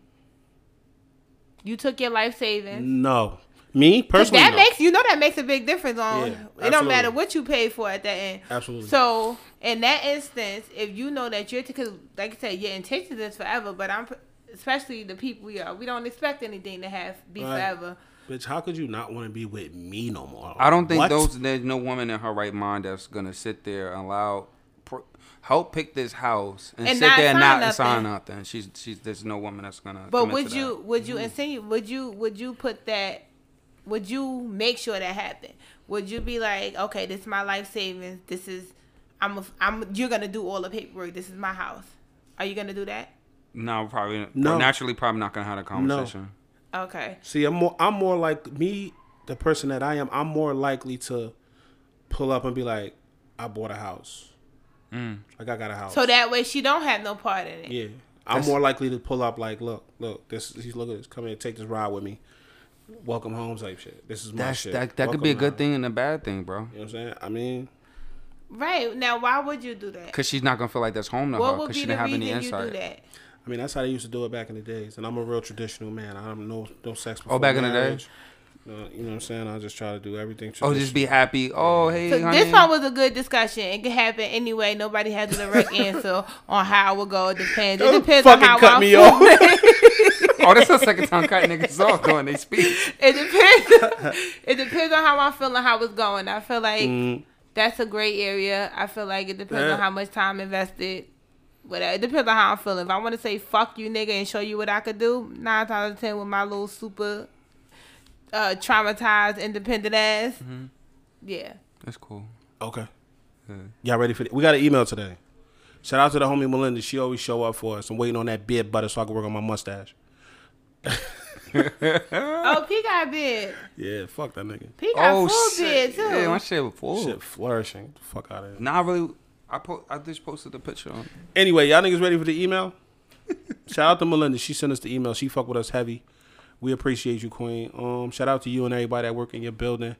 Speaker 2: You took your life savings.
Speaker 1: no, me
Speaker 2: 'Cause
Speaker 1: personally.
Speaker 2: That
Speaker 1: no.
Speaker 2: makes you know that makes a big difference on
Speaker 1: Yeah,
Speaker 2: it don't
Speaker 1: absolutely.
Speaker 2: matter what you pay for at that end.
Speaker 1: Absolutely.
Speaker 2: So in that instance, if you know that you're because like I said, your intentions is forever, but I'm especially the people we are, we don't expect anything to have be
Speaker 1: Right.
Speaker 2: forever.
Speaker 1: Bitch, how could you not want to be with me no more?
Speaker 3: I don't think
Speaker 1: What?
Speaker 3: those. There's no woman in her right mind that's gonna sit there and allow, pr- help pick this house and,
Speaker 2: And
Speaker 3: sit
Speaker 2: not
Speaker 3: there and
Speaker 2: sign
Speaker 3: not
Speaker 2: nothing.
Speaker 3: sign nothing. She's she's. There's no woman that's gonna.
Speaker 2: But
Speaker 3: commit
Speaker 2: would
Speaker 3: to
Speaker 2: you would
Speaker 1: Mm-hmm.
Speaker 2: you insinuate would you would you put that would you make sure that happened? Would you be like, okay, this is my life savings. This is I'm a, I'm you're gonna do all the paperwork. This is my house. Are you gonna do that?
Speaker 3: That. No, probably. No.
Speaker 1: No.
Speaker 3: Naturally, probably not gonna have a conversation.
Speaker 2: Okay.
Speaker 1: See, I'm more. I'm more like me, the person that I am. I'm more likely to pull up and be like, "I bought a house.
Speaker 3: Mm.
Speaker 1: Like I got a house."
Speaker 2: So that way she don't have no part in it.
Speaker 1: yeah, I'm more likely to pull up like, "Look, look, this. He's look at this. Come here, take this ride with me. Welcome home type shit. This is my
Speaker 3: That's
Speaker 1: shit.
Speaker 3: that. That could be a
Speaker 1: Welcome
Speaker 3: good thing and a bad thing, bro.
Speaker 1: home." You know what I'm saying? I mean,
Speaker 2: Right. Now why would you do that?
Speaker 3: Cause she's not gonna feel like that's home to
Speaker 2: What
Speaker 3: her.
Speaker 2: would
Speaker 3: Cause she
Speaker 2: be the
Speaker 3: didn't have
Speaker 2: reason
Speaker 3: any
Speaker 2: you do
Speaker 3: insight.
Speaker 2: that?
Speaker 1: I mean, that's how they used to do it back in the days. And I'm a real traditional man. I don't know no sex before
Speaker 3: Oh, back in the day?
Speaker 1: marriage. Uh, you know what I'm saying? I just try to do everything.
Speaker 3: Oh, just be happy. Oh, hey,
Speaker 2: So
Speaker 3: honey.
Speaker 2: this one was a good discussion. It could happen anyway. Nobody has a direct answer on how it would go. It depends. It
Speaker 1: Don't
Speaker 2: depends on
Speaker 1: fucking
Speaker 2: how
Speaker 1: cut
Speaker 2: I
Speaker 1: me
Speaker 2: feel.
Speaker 1: off.
Speaker 3: oh, that's the second time cut niggas off going they speak.
Speaker 2: It depends. it depends on how I'm feeling, how it's going. I feel like that's a great area. I feel like it depends on
Speaker 1: Mm. Yeah.
Speaker 2: how much time invested. Whatever. It depends on how I'm feeling. If I want to say "fuck you, nigga" and show you what I could do, nine times out of ten with my little super uh, traumatized, independent ass, yeah.
Speaker 3: That's cool.
Speaker 1: Okay. Y'all ready for it? We got an email today. Shout out to the homie Melinda. She always show up for us. I'm waiting on that beard butter so I can work on my mustache.
Speaker 2: Oh, P got big.
Speaker 1: Yeah, fuck that nigga.
Speaker 2: P got
Speaker 3: Oh
Speaker 2: full big
Speaker 3: shit!
Speaker 2: too.
Speaker 3: Yeah, my shit was full.
Speaker 1: Shit flourishing. Fuck out of here.
Speaker 3: Nah, I really. I po- I just posted the picture on.
Speaker 1: Anyway, y'all niggas ready for the email? shout out to Melinda. She sent us the email. She fuck with us heavy. We appreciate you, Queen. Um, shout out to you and everybody that work in your building.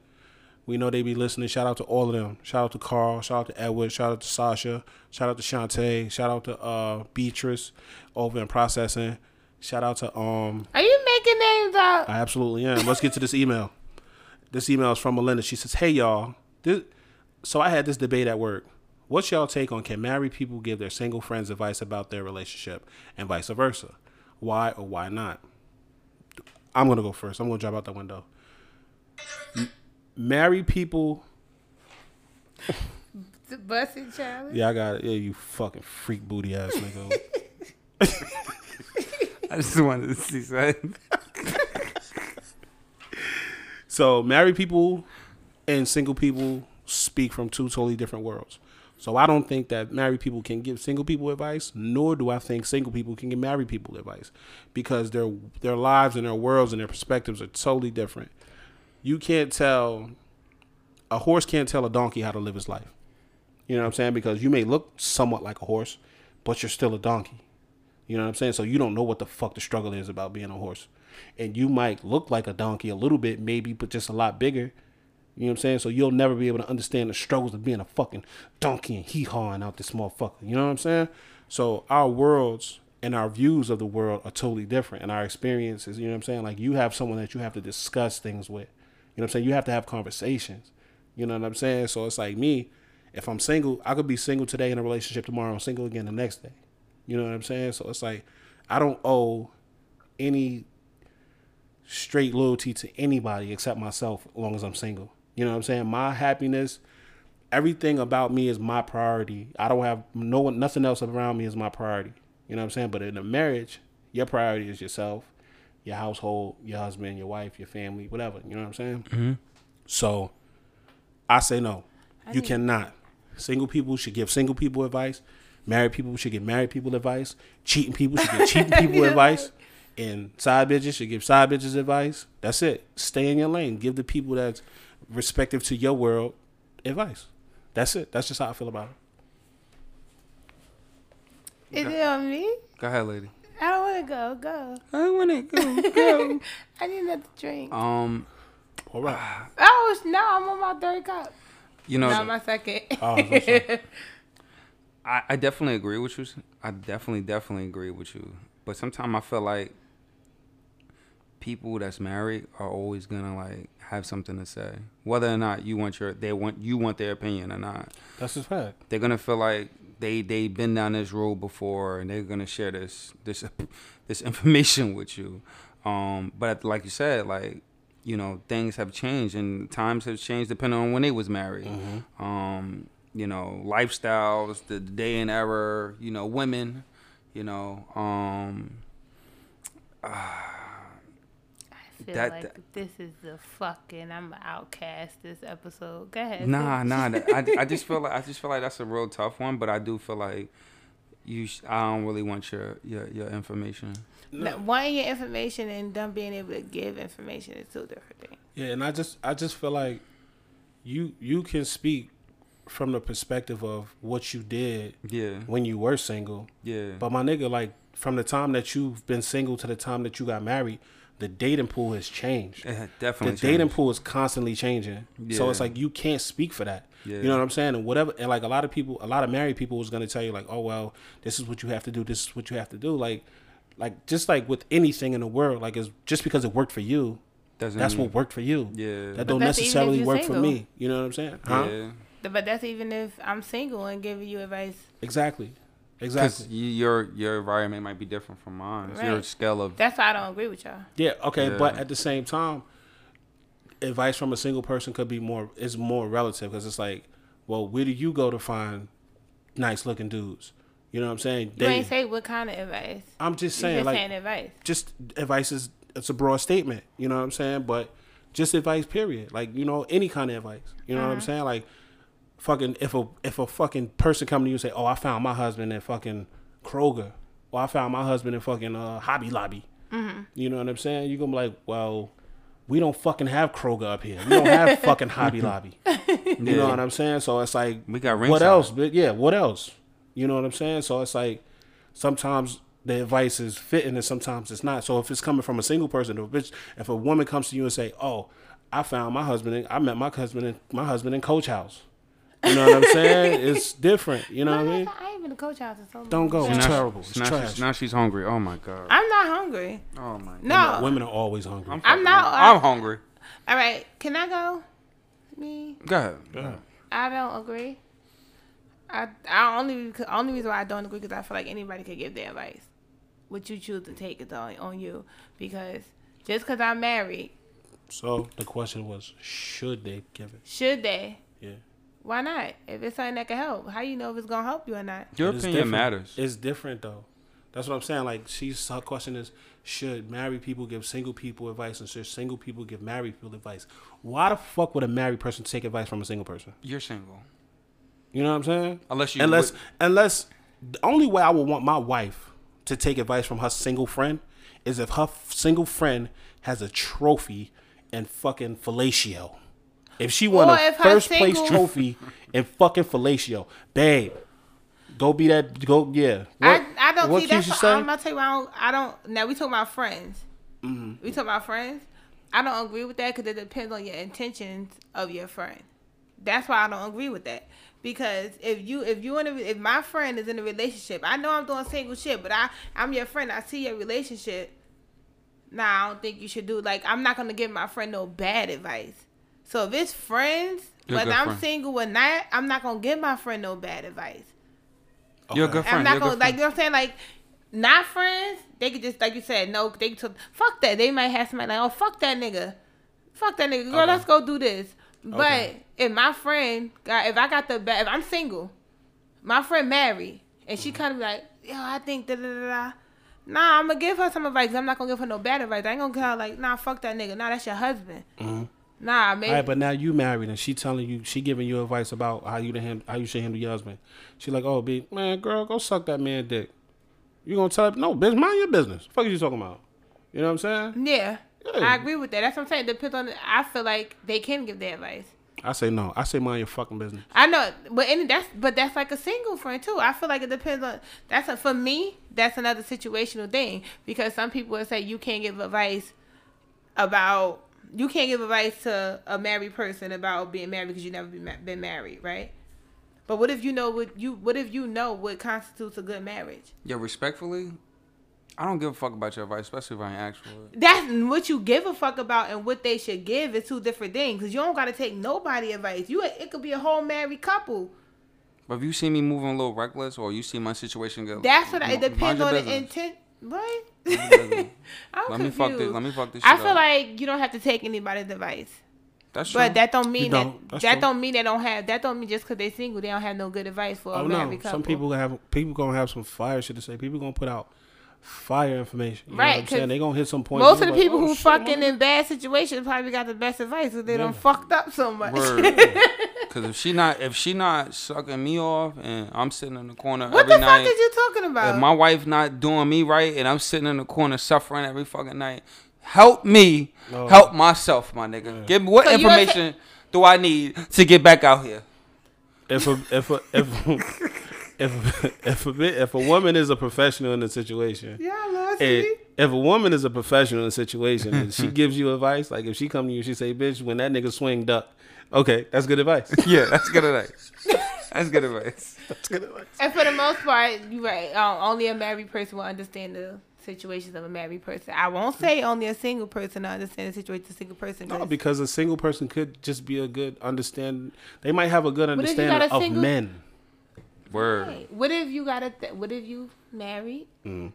Speaker 1: We know they be listening. Shout out to all of them. Shout out to Carl. Shout out to Edward. Shout out to Sasha. Shout out to Shantae. Shout out to uh, Beatrice over in processing. Shout out to um
Speaker 2: Are you making names up?
Speaker 1: I absolutely am. Let's get to this email. This email is from Melinda. She says, "Hey y'all, this, so I had this debate at work. What's y'all take on can married people give their single friends advice about their relationship and vice versa? Why or why not?" I'm gonna go first. I'm gonna drop out the window. M- married people,
Speaker 2: The busted challenge.
Speaker 1: yeah, I got it. Yeah, you fucking freak booty ass nigga.
Speaker 3: I just wanted to see something.
Speaker 1: So married people and single people speak from two totally different worlds. So I don't think that married people can give single people advice, nor do I think single people can give married people advice because their their lives and their worlds and their perspectives are totally different. You can't tell a horse can't tell a donkey how to live his life. You know what I'm saying? Because you may look somewhat like a horse, but you're still a donkey. You know what I'm saying? So you don't know what the fuck the struggle is about being a horse. And you might look like a donkey a little bit, maybe, but just a lot bigger. You know what I'm saying? So you'll never be able to understand the struggles of being a fucking donkey and hee hawing out this motherfucker. You know what I'm saying? So our worlds and our views of the world are totally different and our experiences, you know what I'm saying? Like you have someone that you have to discuss things with. You know what I'm saying? You have to have conversations. You know what I'm saying? So it's like me, if I'm single, I could be single today in a relationship tomorrow, and single again the next day. You know what I'm saying? So it's like I don't owe any straight loyalty to anybody except myself as long as I'm single. You know what I'm saying? My happiness, everything about me is my priority. I don't have no one nothing else around me is my priority. You know what I'm saying? But in a marriage, your priority is yourself, your household, your husband, your wife, your family, whatever. You know what I'm saying? So I say no. you cannot. Single people should give single people advice. Married people should give married people advice. Cheating people should give cheating people advice. And side bitches should give side bitches advice. That's it. Stay in your lane. Give the people that's respective to your world advice. That's it. That's just how I feel about it.
Speaker 2: Is it on me?
Speaker 3: Go ahead, lady.
Speaker 2: I don't want to go. Go.
Speaker 3: I want to go go.
Speaker 2: I need another drink.
Speaker 3: um,
Speaker 1: All right.
Speaker 2: oh no, I'm on my third cup.
Speaker 3: you know,
Speaker 2: Not my second.
Speaker 1: Oh, I'm sorry.
Speaker 3: I, I definitely agree with you. I definitely, definitely agree with you. But sometimes I feel like people that's married are always gonna like have something to say, whether or not you want your they want you want their opinion or not.
Speaker 1: That's just fact.
Speaker 3: They're gonna feel like they they been down this road before, and they're gonna share this this this information with you. Um, but like you said, like you know, things have changed and times have changed depending on when they was married. Um, you know, lifestyles, the day and era, you know, women, you know, um,
Speaker 2: I feel
Speaker 3: That-
Speaker 2: like this is the fucking. I'm an outcast. This episode. Go ahead.
Speaker 3: nah, nah. that- I, I just feel like I just feel like that's a real tough one, but I do feel like you. Sh- I don't really want your your, your information.
Speaker 2: No. Wanting your information and done being able to give information is two different things.
Speaker 1: Yeah, and I just I just feel like you you can speak from the perspective of what you did
Speaker 3: Yeah,
Speaker 1: when you were single.
Speaker 3: yeah.
Speaker 1: But my nigga, like from the time that you've been single to the time that you got married, the dating pool has changed.
Speaker 3: It had
Speaker 1: The
Speaker 3: definitely
Speaker 1: dating
Speaker 3: changed.
Speaker 1: pool is constantly changing. So
Speaker 3: Yeah.
Speaker 1: it's like you can't speak for that.
Speaker 3: Yeah.
Speaker 1: You know what I'm saying? And whatever and like a lot of people a lot of married people is gonna tell you like, oh well, this is what you have to do, this is what you have to do. Like like just like with anything in the world, like it's just because it worked for you
Speaker 3: Doesn't
Speaker 1: That's what worked for you.
Speaker 3: Mm. Yeah.
Speaker 1: That don't
Speaker 2: that's even if
Speaker 1: necessarily
Speaker 2: you're
Speaker 1: work for
Speaker 2: single.
Speaker 1: me. You know what I'm saying? Huh?
Speaker 3: Yeah.
Speaker 2: But that's even if I'm single and giving you advice.
Speaker 1: Exactly.
Speaker 3: Because
Speaker 1: Exactly.
Speaker 3: your your environment might be different from mine. It's Your
Speaker 2: Right.
Speaker 3: scale of
Speaker 2: That's why I don't agree with y'all.
Speaker 1: Yeah, okay,
Speaker 3: Yeah.
Speaker 1: but at the same time, advice from a single person could be more is more relative because it's like, well, where do you go to find nice looking dudes? You know what I'm saying?
Speaker 2: You
Speaker 1: They,
Speaker 2: ain't say what kind of advice.
Speaker 1: I'm just
Speaker 2: You
Speaker 1: saying
Speaker 2: just
Speaker 1: like
Speaker 2: saying advice.
Speaker 1: just advice is it's a broad statement. You know what I'm saying? But just advice, period. Like you know any kind of advice. You know what I'm saying? Like fucking if a if a fucking person come to you and say, oh, I found my husband at fucking Kroger, or I found my husband in fucking uh, Hobby Lobby. You know what I'm saying? You're gonna be like, well, we don't fucking have Kroger up here. We don't have fucking Hobby Lobby. You know what I'm saying? So it's like
Speaker 3: We got
Speaker 1: what
Speaker 3: ringside.
Speaker 1: else? But yeah, what else? You know what I'm saying? So it's like sometimes the advice is fitting and sometimes it's not. So if it's coming from a single person, if, it's, if a woman comes to you and say, "Oh, I found my husband. In, I met my husband. In, my husband in Coach House." You know what I'm saying? It's different. You know what I mean?
Speaker 2: I ain't been to coach house in so long.
Speaker 1: Don't go.
Speaker 3: Now
Speaker 1: It's
Speaker 3: she-
Speaker 1: terrible. It's
Speaker 3: now,
Speaker 1: trash.
Speaker 3: She's, now she's hungry. Oh my god.
Speaker 2: I'm not hungry.
Speaker 3: Oh my. God.
Speaker 2: No,
Speaker 1: Women are always hungry.
Speaker 2: I'm not.
Speaker 3: I'm hungry.
Speaker 2: All right, can I go? Me,
Speaker 3: Go ahead.
Speaker 2: I don't agree. I, I only because only reason why I don't agree because I feel like anybody could give their advice. What you choose to take is on on you because just because I'm married,
Speaker 1: So the question was, should they give it?
Speaker 2: should they?
Speaker 1: Yeah.
Speaker 2: Why not? If it's something that can help, how you know if it's gonna help you or not?
Speaker 3: Your
Speaker 1: But it's
Speaker 3: opinion
Speaker 1: different.
Speaker 3: matters.
Speaker 1: It's different though. That's what I'm saying. Like she's her question is should married people give single people advice and should single people give married people advice? Why the fuck would a married person take advice from a single person?
Speaker 3: You're single.
Speaker 1: You know what I'm saying?
Speaker 3: Unless you
Speaker 1: unless
Speaker 3: would-
Speaker 1: unless the only way I would want my wife to take advice from her single friend is if her f- single friend has a trophy and fucking fellatio. If she won
Speaker 2: Or
Speaker 1: a
Speaker 2: if her
Speaker 1: first place
Speaker 2: single-
Speaker 1: trophy and fucking fellatio, babe, go be that. Go yeah.
Speaker 2: I, I don't see
Speaker 1: Keisha
Speaker 2: that's what,
Speaker 1: say?
Speaker 2: I'm gonna tell you why I don't, I don't now we talking about friends.
Speaker 3: Mm-hmm.
Speaker 2: We talking about friends. I don't agree with that because it depends on your intentions of your friend. That's why I don't agree with that because if you if you in a, if my friend is in a relationship, I know I'm doing single shit, but I I'm your friend. I see your relationship. Nah, I don't think you should do like I'm not gonna give my friend no bad advice. So if it's friends,
Speaker 3: You're a
Speaker 2: whether
Speaker 3: good
Speaker 2: I'm
Speaker 3: friend.
Speaker 2: single or not, I'm not gonna give my friend no bad advice.
Speaker 1: Oh,
Speaker 3: You're a good
Speaker 2: I'm
Speaker 3: friend.
Speaker 2: not
Speaker 3: You're a
Speaker 2: gonna
Speaker 3: good
Speaker 2: like
Speaker 3: friend.
Speaker 2: you know what I'm saying. Like not friends, they could just like you said, no, they could fuck that. They might have somebody like, oh fuck that nigga, fuck that nigga, girl, let's go do this. But
Speaker 1: Okay.
Speaker 2: if my friend got, if I got the, ba- if I'm single, my friend married, and
Speaker 1: Mm-hmm.
Speaker 2: she kind of like, yo, I think da da da da. Nah, I'm gonna give her some advice. I'm not gonna give her no bad advice. I ain't gonna tell her like, nah, fuck that nigga. Nah, that's your husband. Nah, maybe.
Speaker 1: All Mm-hmm. right, but now you married and she telling you she giving you advice about how you to handle, how you should handle your husband. She like, oh, be man, girl, go suck that man dick. You gonna tell her no, bitch, mind your business. fuck is you talking about? You know what I'm saying?
Speaker 2: yeah,
Speaker 1: Yeah.
Speaker 2: I agree with that. That's what I'm saying. Depends on. I feel like they can give their advice.
Speaker 1: I say no. I say mind your fucking business.
Speaker 2: I know, but and that's but that's like a single friend too. I feel like it depends on that's a, for me. That's another situational thing because some people will say you can't give advice about you can't give advice to a married person about being married because you never been, ma- been married, right? But what if you know what you what if you know what constitutes a good marriage?
Speaker 3: Yeah, respectfully, I don't give a fuck about your advice, especially if I ain't asked for it.
Speaker 2: That's what you give a fuck about and what they should give is two different things. Cause you don't gotta take nobody advice. You it could be a whole married couple.
Speaker 3: But if you see me moving a little reckless, or you see my situation get,
Speaker 2: That's what I, it
Speaker 3: mind
Speaker 2: depends
Speaker 3: your
Speaker 2: on the
Speaker 3: business.
Speaker 2: intent. What?
Speaker 3: business.
Speaker 2: I'm
Speaker 3: Let me
Speaker 2: confused.
Speaker 3: fuck this. Let me fuck this. Shit
Speaker 2: I feel
Speaker 3: up.
Speaker 2: like you don't have to take anybody's advice,
Speaker 3: that's true.
Speaker 2: but that don't mean
Speaker 1: don't.
Speaker 2: that
Speaker 1: That's
Speaker 2: that
Speaker 1: true.
Speaker 2: don't mean they don't have that don't mean just because they single they don't have no good advice for a
Speaker 1: Oh no,
Speaker 2: married couple.
Speaker 1: some people gonna have people gonna have some fire shit to say. People gonna put out fire information. You Know
Speaker 2: Right,
Speaker 1: what I'm saying
Speaker 2: 'cause
Speaker 1: they gonna hit some point.
Speaker 2: Most
Speaker 1: you're
Speaker 2: of the
Speaker 1: like,
Speaker 2: people
Speaker 1: oh,
Speaker 2: who
Speaker 1: shit,
Speaker 2: fucking in bad situations probably got the best advice because they done fucked up so much.
Speaker 3: Because if she not if she not sucking me off, and I'm sitting in the corner
Speaker 2: what
Speaker 3: every
Speaker 2: the
Speaker 3: night.
Speaker 2: fuck is you talking
Speaker 3: if
Speaker 2: about?
Speaker 3: my wife not doing me right and I'm sitting in the corner suffering every fucking night, help me help myself, my nigga. Give me what
Speaker 2: So you okay-
Speaker 3: information do I need to get back out here?
Speaker 1: if a if a if if if a, bit- if a woman is a professional in the situation,
Speaker 2: yeah, Lord,
Speaker 1: and if a woman is a professional in a situation and she gives you advice, like if she come to you, she say, "Bitch, when that nigga swing duck." Okay, that's good advice.
Speaker 3: Yeah, that's good advice. That's good advice.
Speaker 1: that's good advice.
Speaker 2: uh, And for the most part, you're right. Um, only a married person will understand the situations of a married person. I won't say only a single person. I understand the situation of a single person.
Speaker 1: No,
Speaker 2: 'cause-
Speaker 1: because a single person could just be a good understand. They might have a good
Speaker 2: if you got
Speaker 1: understanding
Speaker 2: a
Speaker 1: of
Speaker 2: single-
Speaker 1: men.
Speaker 3: Word.
Speaker 2: Right. What if you got a th- What if you married
Speaker 1: Mm-hmm.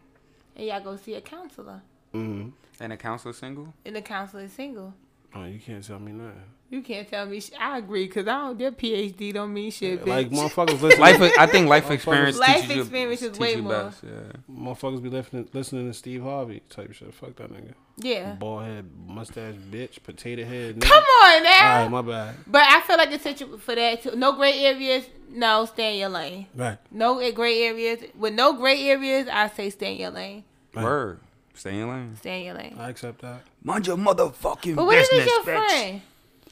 Speaker 2: and y'all go see a counselor
Speaker 3: And a counselor single?
Speaker 2: and the counselor is single?
Speaker 1: Oh, you can't tell me nothing.
Speaker 2: You can't tell me. Sh- I agree because I don't. Their PhD don't mean shit. Bitch.
Speaker 1: Like motherfuckers listen,
Speaker 3: Life, I think life experience.
Speaker 2: Life
Speaker 3: teaches you-
Speaker 2: experience is
Speaker 3: teach
Speaker 2: way
Speaker 3: you
Speaker 2: more.
Speaker 3: Best, yeah.
Speaker 1: motherfuckers be listening, listening to Steve Harvey type shit. Fuck that nigga.
Speaker 2: yeah.
Speaker 1: Bald head, mustache, bitch, potato head. Nigga.
Speaker 2: Come on
Speaker 1: All
Speaker 2: now.
Speaker 1: right, my bad.
Speaker 2: but I feel like the situation for that too. No gray areas. No, stay in your lane.
Speaker 1: Right.
Speaker 2: No eh, gray areas. With no gray areas, I say stay in your lane.
Speaker 1: Right.
Speaker 3: Word. Stay in lane.
Speaker 2: Stay in your lane.
Speaker 1: I accept that.
Speaker 3: Mind your motherfucking
Speaker 2: But what if it's your friend?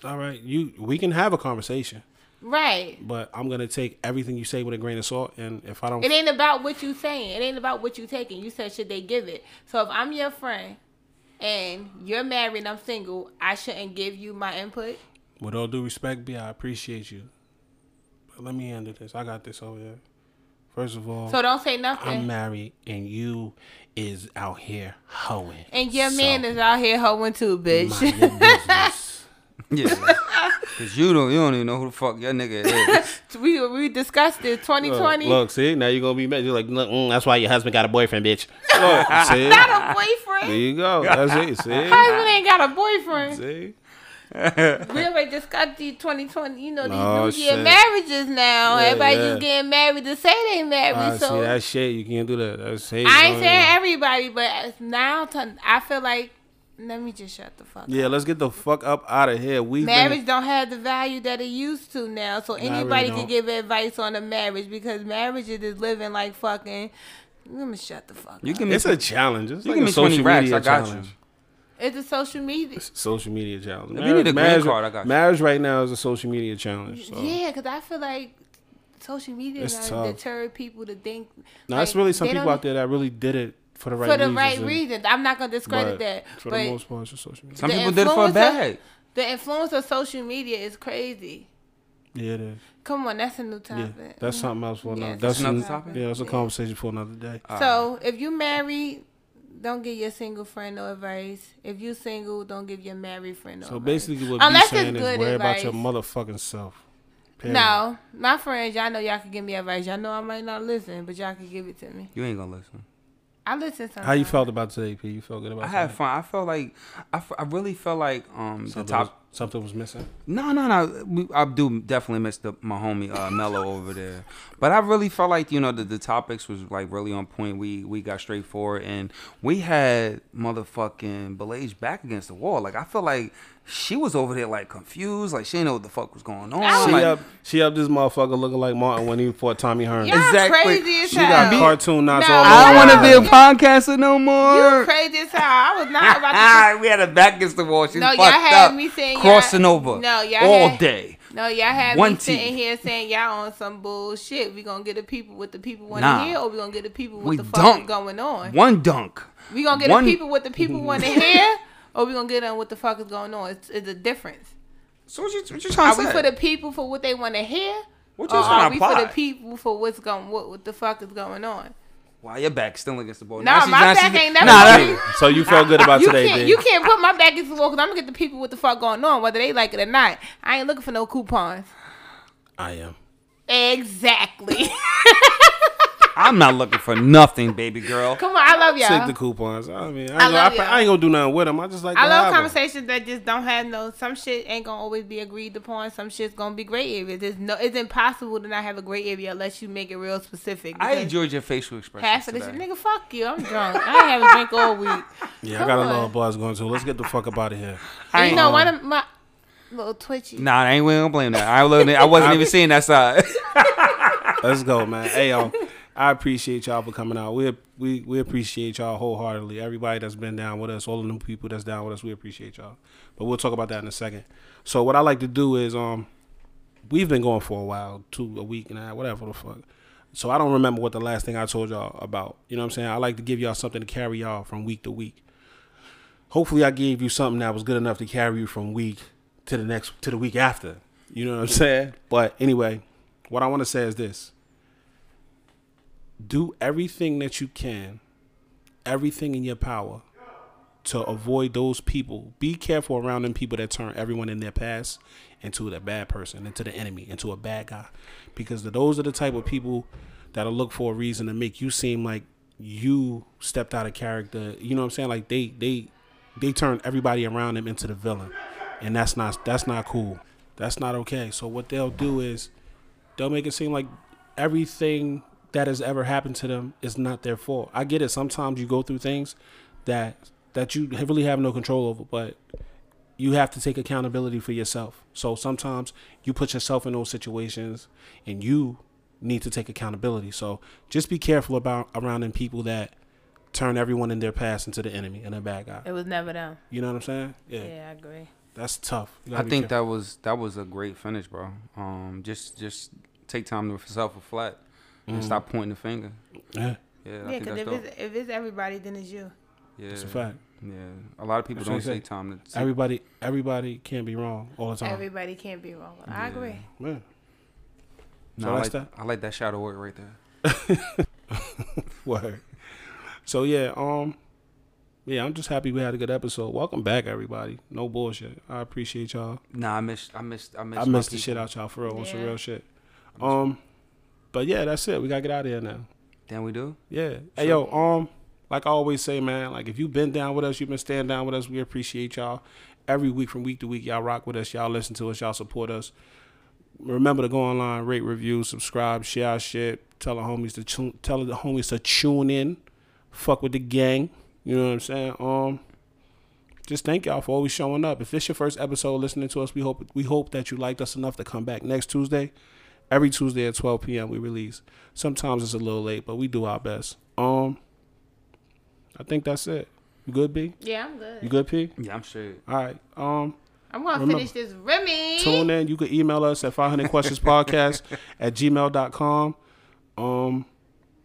Speaker 1: All right, you. We can have a conversation,
Speaker 2: Right.
Speaker 1: but I'm gonna take everything you say with a grain of salt. And if I don't,
Speaker 2: It ain't about what you saying. It ain't about what you taking. You said should they give it. So if I'm your friend and you're married and I'm single, I shouldn't give you my input.
Speaker 1: with all due respect, B, I appreciate you. But let me handle this. I got this over here. First of all,
Speaker 2: So eh. don't say
Speaker 1: I'm
Speaker 2: nothing.
Speaker 1: married and you is out here hoeing.
Speaker 2: and your
Speaker 1: So,
Speaker 2: man is out here hoeing too,
Speaker 1: mind
Speaker 2: bitch.
Speaker 1: your business.
Speaker 3: Yeah. Cause you don't, you don't even know who the fuck your nigga is.
Speaker 2: we we discussed it. 2020.
Speaker 1: Look, see, now you're gonna be mad. You're like, "Look, mm, that's why your husband got a boyfriend, bitch. Look, see, there
Speaker 2: Got a boyfriend.
Speaker 1: you go. That's it. See,
Speaker 2: Husband ain't got a boyfriend.
Speaker 1: see,
Speaker 2: We already discussed these 2020, you know, these
Speaker 1: Oh,
Speaker 2: new year
Speaker 1: shit.
Speaker 2: marriages now.
Speaker 1: Yeah,
Speaker 2: Everybody
Speaker 1: yeah.
Speaker 2: just getting married to say they married.
Speaker 1: I
Speaker 2: so
Speaker 1: see that shit. You can't do that. That's hate.
Speaker 2: I ain't
Speaker 1: man.
Speaker 2: saying everybody, but as now to, I feel like let me just shut the fuck. up.
Speaker 1: Yeah, let's get the fuck up out of here. We
Speaker 2: Marriage don't have the value that it used to now, so
Speaker 1: really
Speaker 2: anybody
Speaker 1: don't.
Speaker 2: can give advice on a marriage because marriage is just living like fucking. Let me shut the fuck.
Speaker 3: You
Speaker 2: up.
Speaker 3: give me,
Speaker 1: It's a challenge. It's
Speaker 3: you
Speaker 1: like
Speaker 3: give
Speaker 1: a
Speaker 3: me
Speaker 1: social
Speaker 3: twenty racks.
Speaker 1: media
Speaker 3: I got
Speaker 1: challenge.
Speaker 3: you.
Speaker 2: It's a social media.
Speaker 1: Social media challenge.
Speaker 3: If you need a green
Speaker 1: marriage,
Speaker 3: card, I got you.
Speaker 1: marriage right now is a social media challenge. So.
Speaker 2: Yeah, because I feel like social media
Speaker 1: It's
Speaker 2: now
Speaker 1: tough.
Speaker 2: deter people to think.
Speaker 1: Now,
Speaker 2: like,
Speaker 1: it's really some
Speaker 2: they
Speaker 1: people
Speaker 2: don't-
Speaker 1: out there that really did it for the right
Speaker 2: for the
Speaker 1: reasons
Speaker 2: right
Speaker 1: and-
Speaker 2: reasons. I'm not gonna discredit
Speaker 1: but
Speaker 2: that,
Speaker 1: For
Speaker 2: but
Speaker 1: the most part, it's just social media.
Speaker 3: Some
Speaker 2: The
Speaker 3: people did it for a
Speaker 2: influencer-
Speaker 3: bag.
Speaker 2: the influence of social media is crazy.
Speaker 1: Yeah, it is.
Speaker 2: Come on, that's a new
Speaker 1: Yeah,
Speaker 2: topic.
Speaker 1: that's something else for
Speaker 2: Yeah,
Speaker 1: another.
Speaker 2: that's
Speaker 1: That's
Speaker 3: another
Speaker 1: another
Speaker 3: topic.
Speaker 1: Yeah, that's a
Speaker 2: Yeah.
Speaker 1: conversation for another day.
Speaker 2: So if you married, don't give your single friend no advice. If you single, don't give your married friend no
Speaker 1: So
Speaker 2: advice.
Speaker 1: basically, what
Speaker 2: Unless
Speaker 1: B's
Speaker 2: it's
Speaker 1: saying is
Speaker 2: good
Speaker 1: worry about
Speaker 2: advice.
Speaker 1: your motherfucking self. Period.
Speaker 2: no, my friends, y'all know y'all can give me advice. Y'all know I might not listen, but y'all can give it to me.
Speaker 3: You ain't gonna listen.
Speaker 2: I listen. Sometimes.
Speaker 1: How you felt about today, P? You felt good about
Speaker 3: I had
Speaker 1: today?
Speaker 3: fun. I felt like I, f- I really felt like um the
Speaker 1: Something,
Speaker 3: top.
Speaker 1: was, something was missing.
Speaker 3: No, no, no. We, I do definitely miss the, my homie uh, Mello over there, but I really felt like you know the, the topics was like really on point. We we got straightforward and we had motherfucking Belage back against the wall. Like I feel like she was over there like confused, like she didn't know what the fuck was going on.
Speaker 1: She
Speaker 3: like,
Speaker 1: up, she up this motherfucker looking like Martin when he fought Tommy Hearn.
Speaker 2: Y'all
Speaker 3: Exactly.
Speaker 2: crazy as
Speaker 1: She got
Speaker 2: hell.
Speaker 1: cartoon knots
Speaker 2: No.
Speaker 1: all over.
Speaker 3: I don't
Speaker 1: her.
Speaker 3: want to be a podcaster no
Speaker 2: You
Speaker 3: more.
Speaker 2: crazy as hell. I was not about to.
Speaker 3: we had a back against the wall. She's
Speaker 2: No,
Speaker 3: fucked
Speaker 2: y'all had
Speaker 3: up,
Speaker 2: me saying y'all-
Speaker 3: crossing over.
Speaker 2: No, y'all
Speaker 3: all
Speaker 2: had-
Speaker 3: day.
Speaker 2: No, y'all have
Speaker 3: One
Speaker 2: me sitting
Speaker 3: team.
Speaker 2: here saying y'all on some bullshit. We gonna get the people what the people want to
Speaker 3: Nah.
Speaker 2: hear, or we gonna get the people what
Speaker 3: We
Speaker 2: the fuck
Speaker 3: don't.
Speaker 2: is going on.
Speaker 3: One dunk.
Speaker 2: We gonna get
Speaker 3: One-
Speaker 2: the people what the people want to hear, or we gonna get them what the fuck is going on. It's, it's a difference.
Speaker 3: So what you, what you
Speaker 2: Are
Speaker 3: trying
Speaker 2: we
Speaker 3: to
Speaker 2: for
Speaker 3: say?
Speaker 2: the people for what they want to hear,
Speaker 3: What
Speaker 2: or
Speaker 3: you trying
Speaker 2: are
Speaker 3: to
Speaker 2: we for the
Speaker 3: apply?
Speaker 2: people for what's going what, what the fuck is going on?
Speaker 3: Why your back still against the ball?
Speaker 2: Nah,
Speaker 3: she's-
Speaker 2: my
Speaker 3: she's-
Speaker 2: back ain't never
Speaker 3: Nah,
Speaker 2: been-
Speaker 3: that,
Speaker 1: So you felt good about
Speaker 2: You
Speaker 1: today,
Speaker 2: can't
Speaker 1: B?
Speaker 2: you can't put my back against the wall because I'm gonna get the people what the fuck going on, whether they like it or not. I ain't looking for no coupons.
Speaker 1: I am.
Speaker 2: Exactly.
Speaker 3: I'm not looking for nothing, baby girl.
Speaker 2: Come on, I love y'all.
Speaker 1: Take the coupons. I mean, I ain't, gonna,
Speaker 2: love
Speaker 1: I,
Speaker 2: y'all.
Speaker 1: I ain't gonna do nothing with them. I just like.
Speaker 2: I
Speaker 1: to
Speaker 2: love
Speaker 1: have 'em.
Speaker 2: conversations that just don't have no. Some shit ain't gonna always be agreed upon. Some shit's gonna be gray area. There's no. It's impossible to not have a gray area unless you make it real specific.
Speaker 3: I
Speaker 2: because
Speaker 3: enjoyed your facial expression.
Speaker 2: half of this
Speaker 3: today.
Speaker 2: nigga. Fuck you. I'm drunk. I ain't have a drink all week.
Speaker 1: Yeah,
Speaker 2: Come
Speaker 1: I got
Speaker 2: on.
Speaker 1: a little buzz going too. Let's get the fuck up out of here.
Speaker 3: I
Speaker 2: And
Speaker 3: ain't-
Speaker 2: you know, one of my little twitchy.
Speaker 3: Nah, I ain't we ain't gonna blame that. I wasn't, e, I wasn't even seeing that side.
Speaker 1: Let's go, man. Hey, yo, I appreciate y'all for coming out. We we we appreciate y'all wholeheartedly. Everybody that's been down with us, all the new people that's down with us, we appreciate y'all. But we'll talk about that in a second. So what I like to do is um, we've been going for a while, two a week and a half, whatever the fuck. So I don't remember what the last thing I told y'all about. You know what I'm saying? I like to give y'all something to carry y'all from week to week. Hopefully, I gave you something that was good enough to carry you from week to the next to the week after. You know what I'm saying? But anyway, what I want to say is this do everything that you can everything in your power to avoid those people. Be careful around them people that turn everyone in their past into the bad person, into the enemy, into a bad guy. Because those are the type of people that'll look for a reason to make you seem like you stepped out of character. You know what I'm saying? Like they they they turn everybody around them into the villain. And that's not that's not cool. That's not okay. So what they'll do is they'll make it seem like everything that has ever happened to them is not their fault. I get it. Sometimes you go through things that that you really have no control over, but you have to take accountability for yourself. So sometimes you put yourself in those situations and you need to take accountability. So just be careful about around them people that turn everyone in their past into the enemy and a bad guy.
Speaker 2: It was never them.
Speaker 1: You know what I'm saying? Yeah.
Speaker 2: Yeah, I agree.
Speaker 1: That's tough. You
Speaker 3: I
Speaker 1: gotta be
Speaker 3: think
Speaker 1: careful.
Speaker 3: that was that was a great finish, bro. Um, just just take time to self reflect
Speaker 1: Mm.
Speaker 3: and stop pointing the finger.
Speaker 1: yeah,
Speaker 3: Yeah, I
Speaker 2: Yeah,
Speaker 3: think
Speaker 2: because
Speaker 3: that's
Speaker 2: if
Speaker 3: dope.
Speaker 2: it's if it's everybody, then it's you.
Speaker 3: Yeah,
Speaker 1: that's a fact.
Speaker 3: yeah. A lot of people
Speaker 1: That's what
Speaker 3: don't
Speaker 1: I'm saying.
Speaker 3: take time to. Take,
Speaker 1: Everybody everybody can be wrong all the time.
Speaker 2: Everybody can't be wrong. I agree.
Speaker 1: Yeah.
Speaker 3: Nah,
Speaker 1: so
Speaker 3: I
Speaker 1: that's
Speaker 3: like
Speaker 1: that.
Speaker 3: I like that shadow work right there.
Speaker 1: Word. So yeah, um, yeah, I'm just happy we had a good episode. Welcome back, everybody. No bullshit. I appreciate y'all.
Speaker 3: Nah, I missed I missed I missed
Speaker 1: I
Speaker 3: my
Speaker 1: missed the
Speaker 3: people.
Speaker 1: shit out y'all for real on some
Speaker 2: Yeah.
Speaker 1: real shit. Um, but yeah, that's it. We gotta get out of here now.
Speaker 3: Damn, we do.
Speaker 1: Yeah. Hey yo, um, like I always say, man, like if you've been down with us, you've been staying down with us, we appreciate y'all. Every week from week to week, y'all rock with us, y'all listen to us, y'all support us. Remember to go online, rate, review, subscribe, share our shit. Tell the homies to tune, tell the homies to tune in. Fuck with the gang. You know what I'm saying? Um, just thank y'all for always showing up. If this your first episode listening to us, we hope we hope that you liked us enough to come back next Tuesday. Every Tuesday at 12 p.m. we release. Sometimes it's a little late, but we do our best. Um, I think that's it. You good, B?
Speaker 2: Yeah, I'm
Speaker 1: You
Speaker 2: good.
Speaker 1: good, P?
Speaker 3: Yeah, I'm straight.
Speaker 1: All right. Um,
Speaker 2: I'm gonna
Speaker 1: Remember-
Speaker 2: finish this Remy.
Speaker 1: tune in. You can email us at 500 questions podcast at gmail.com. Um,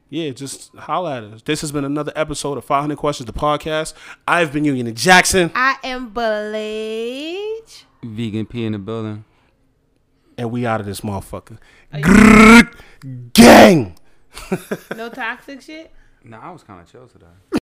Speaker 1: yeah, just holla at us. This has been another episode of 500 Questions, the podcast. I've been Union Jackson,
Speaker 2: I am Belage.
Speaker 3: Vegan P in the building.
Speaker 1: and we out of this motherfucker. Grrrr, gang!
Speaker 2: No toxic shit.
Speaker 3: Nah, I was kind of chill today.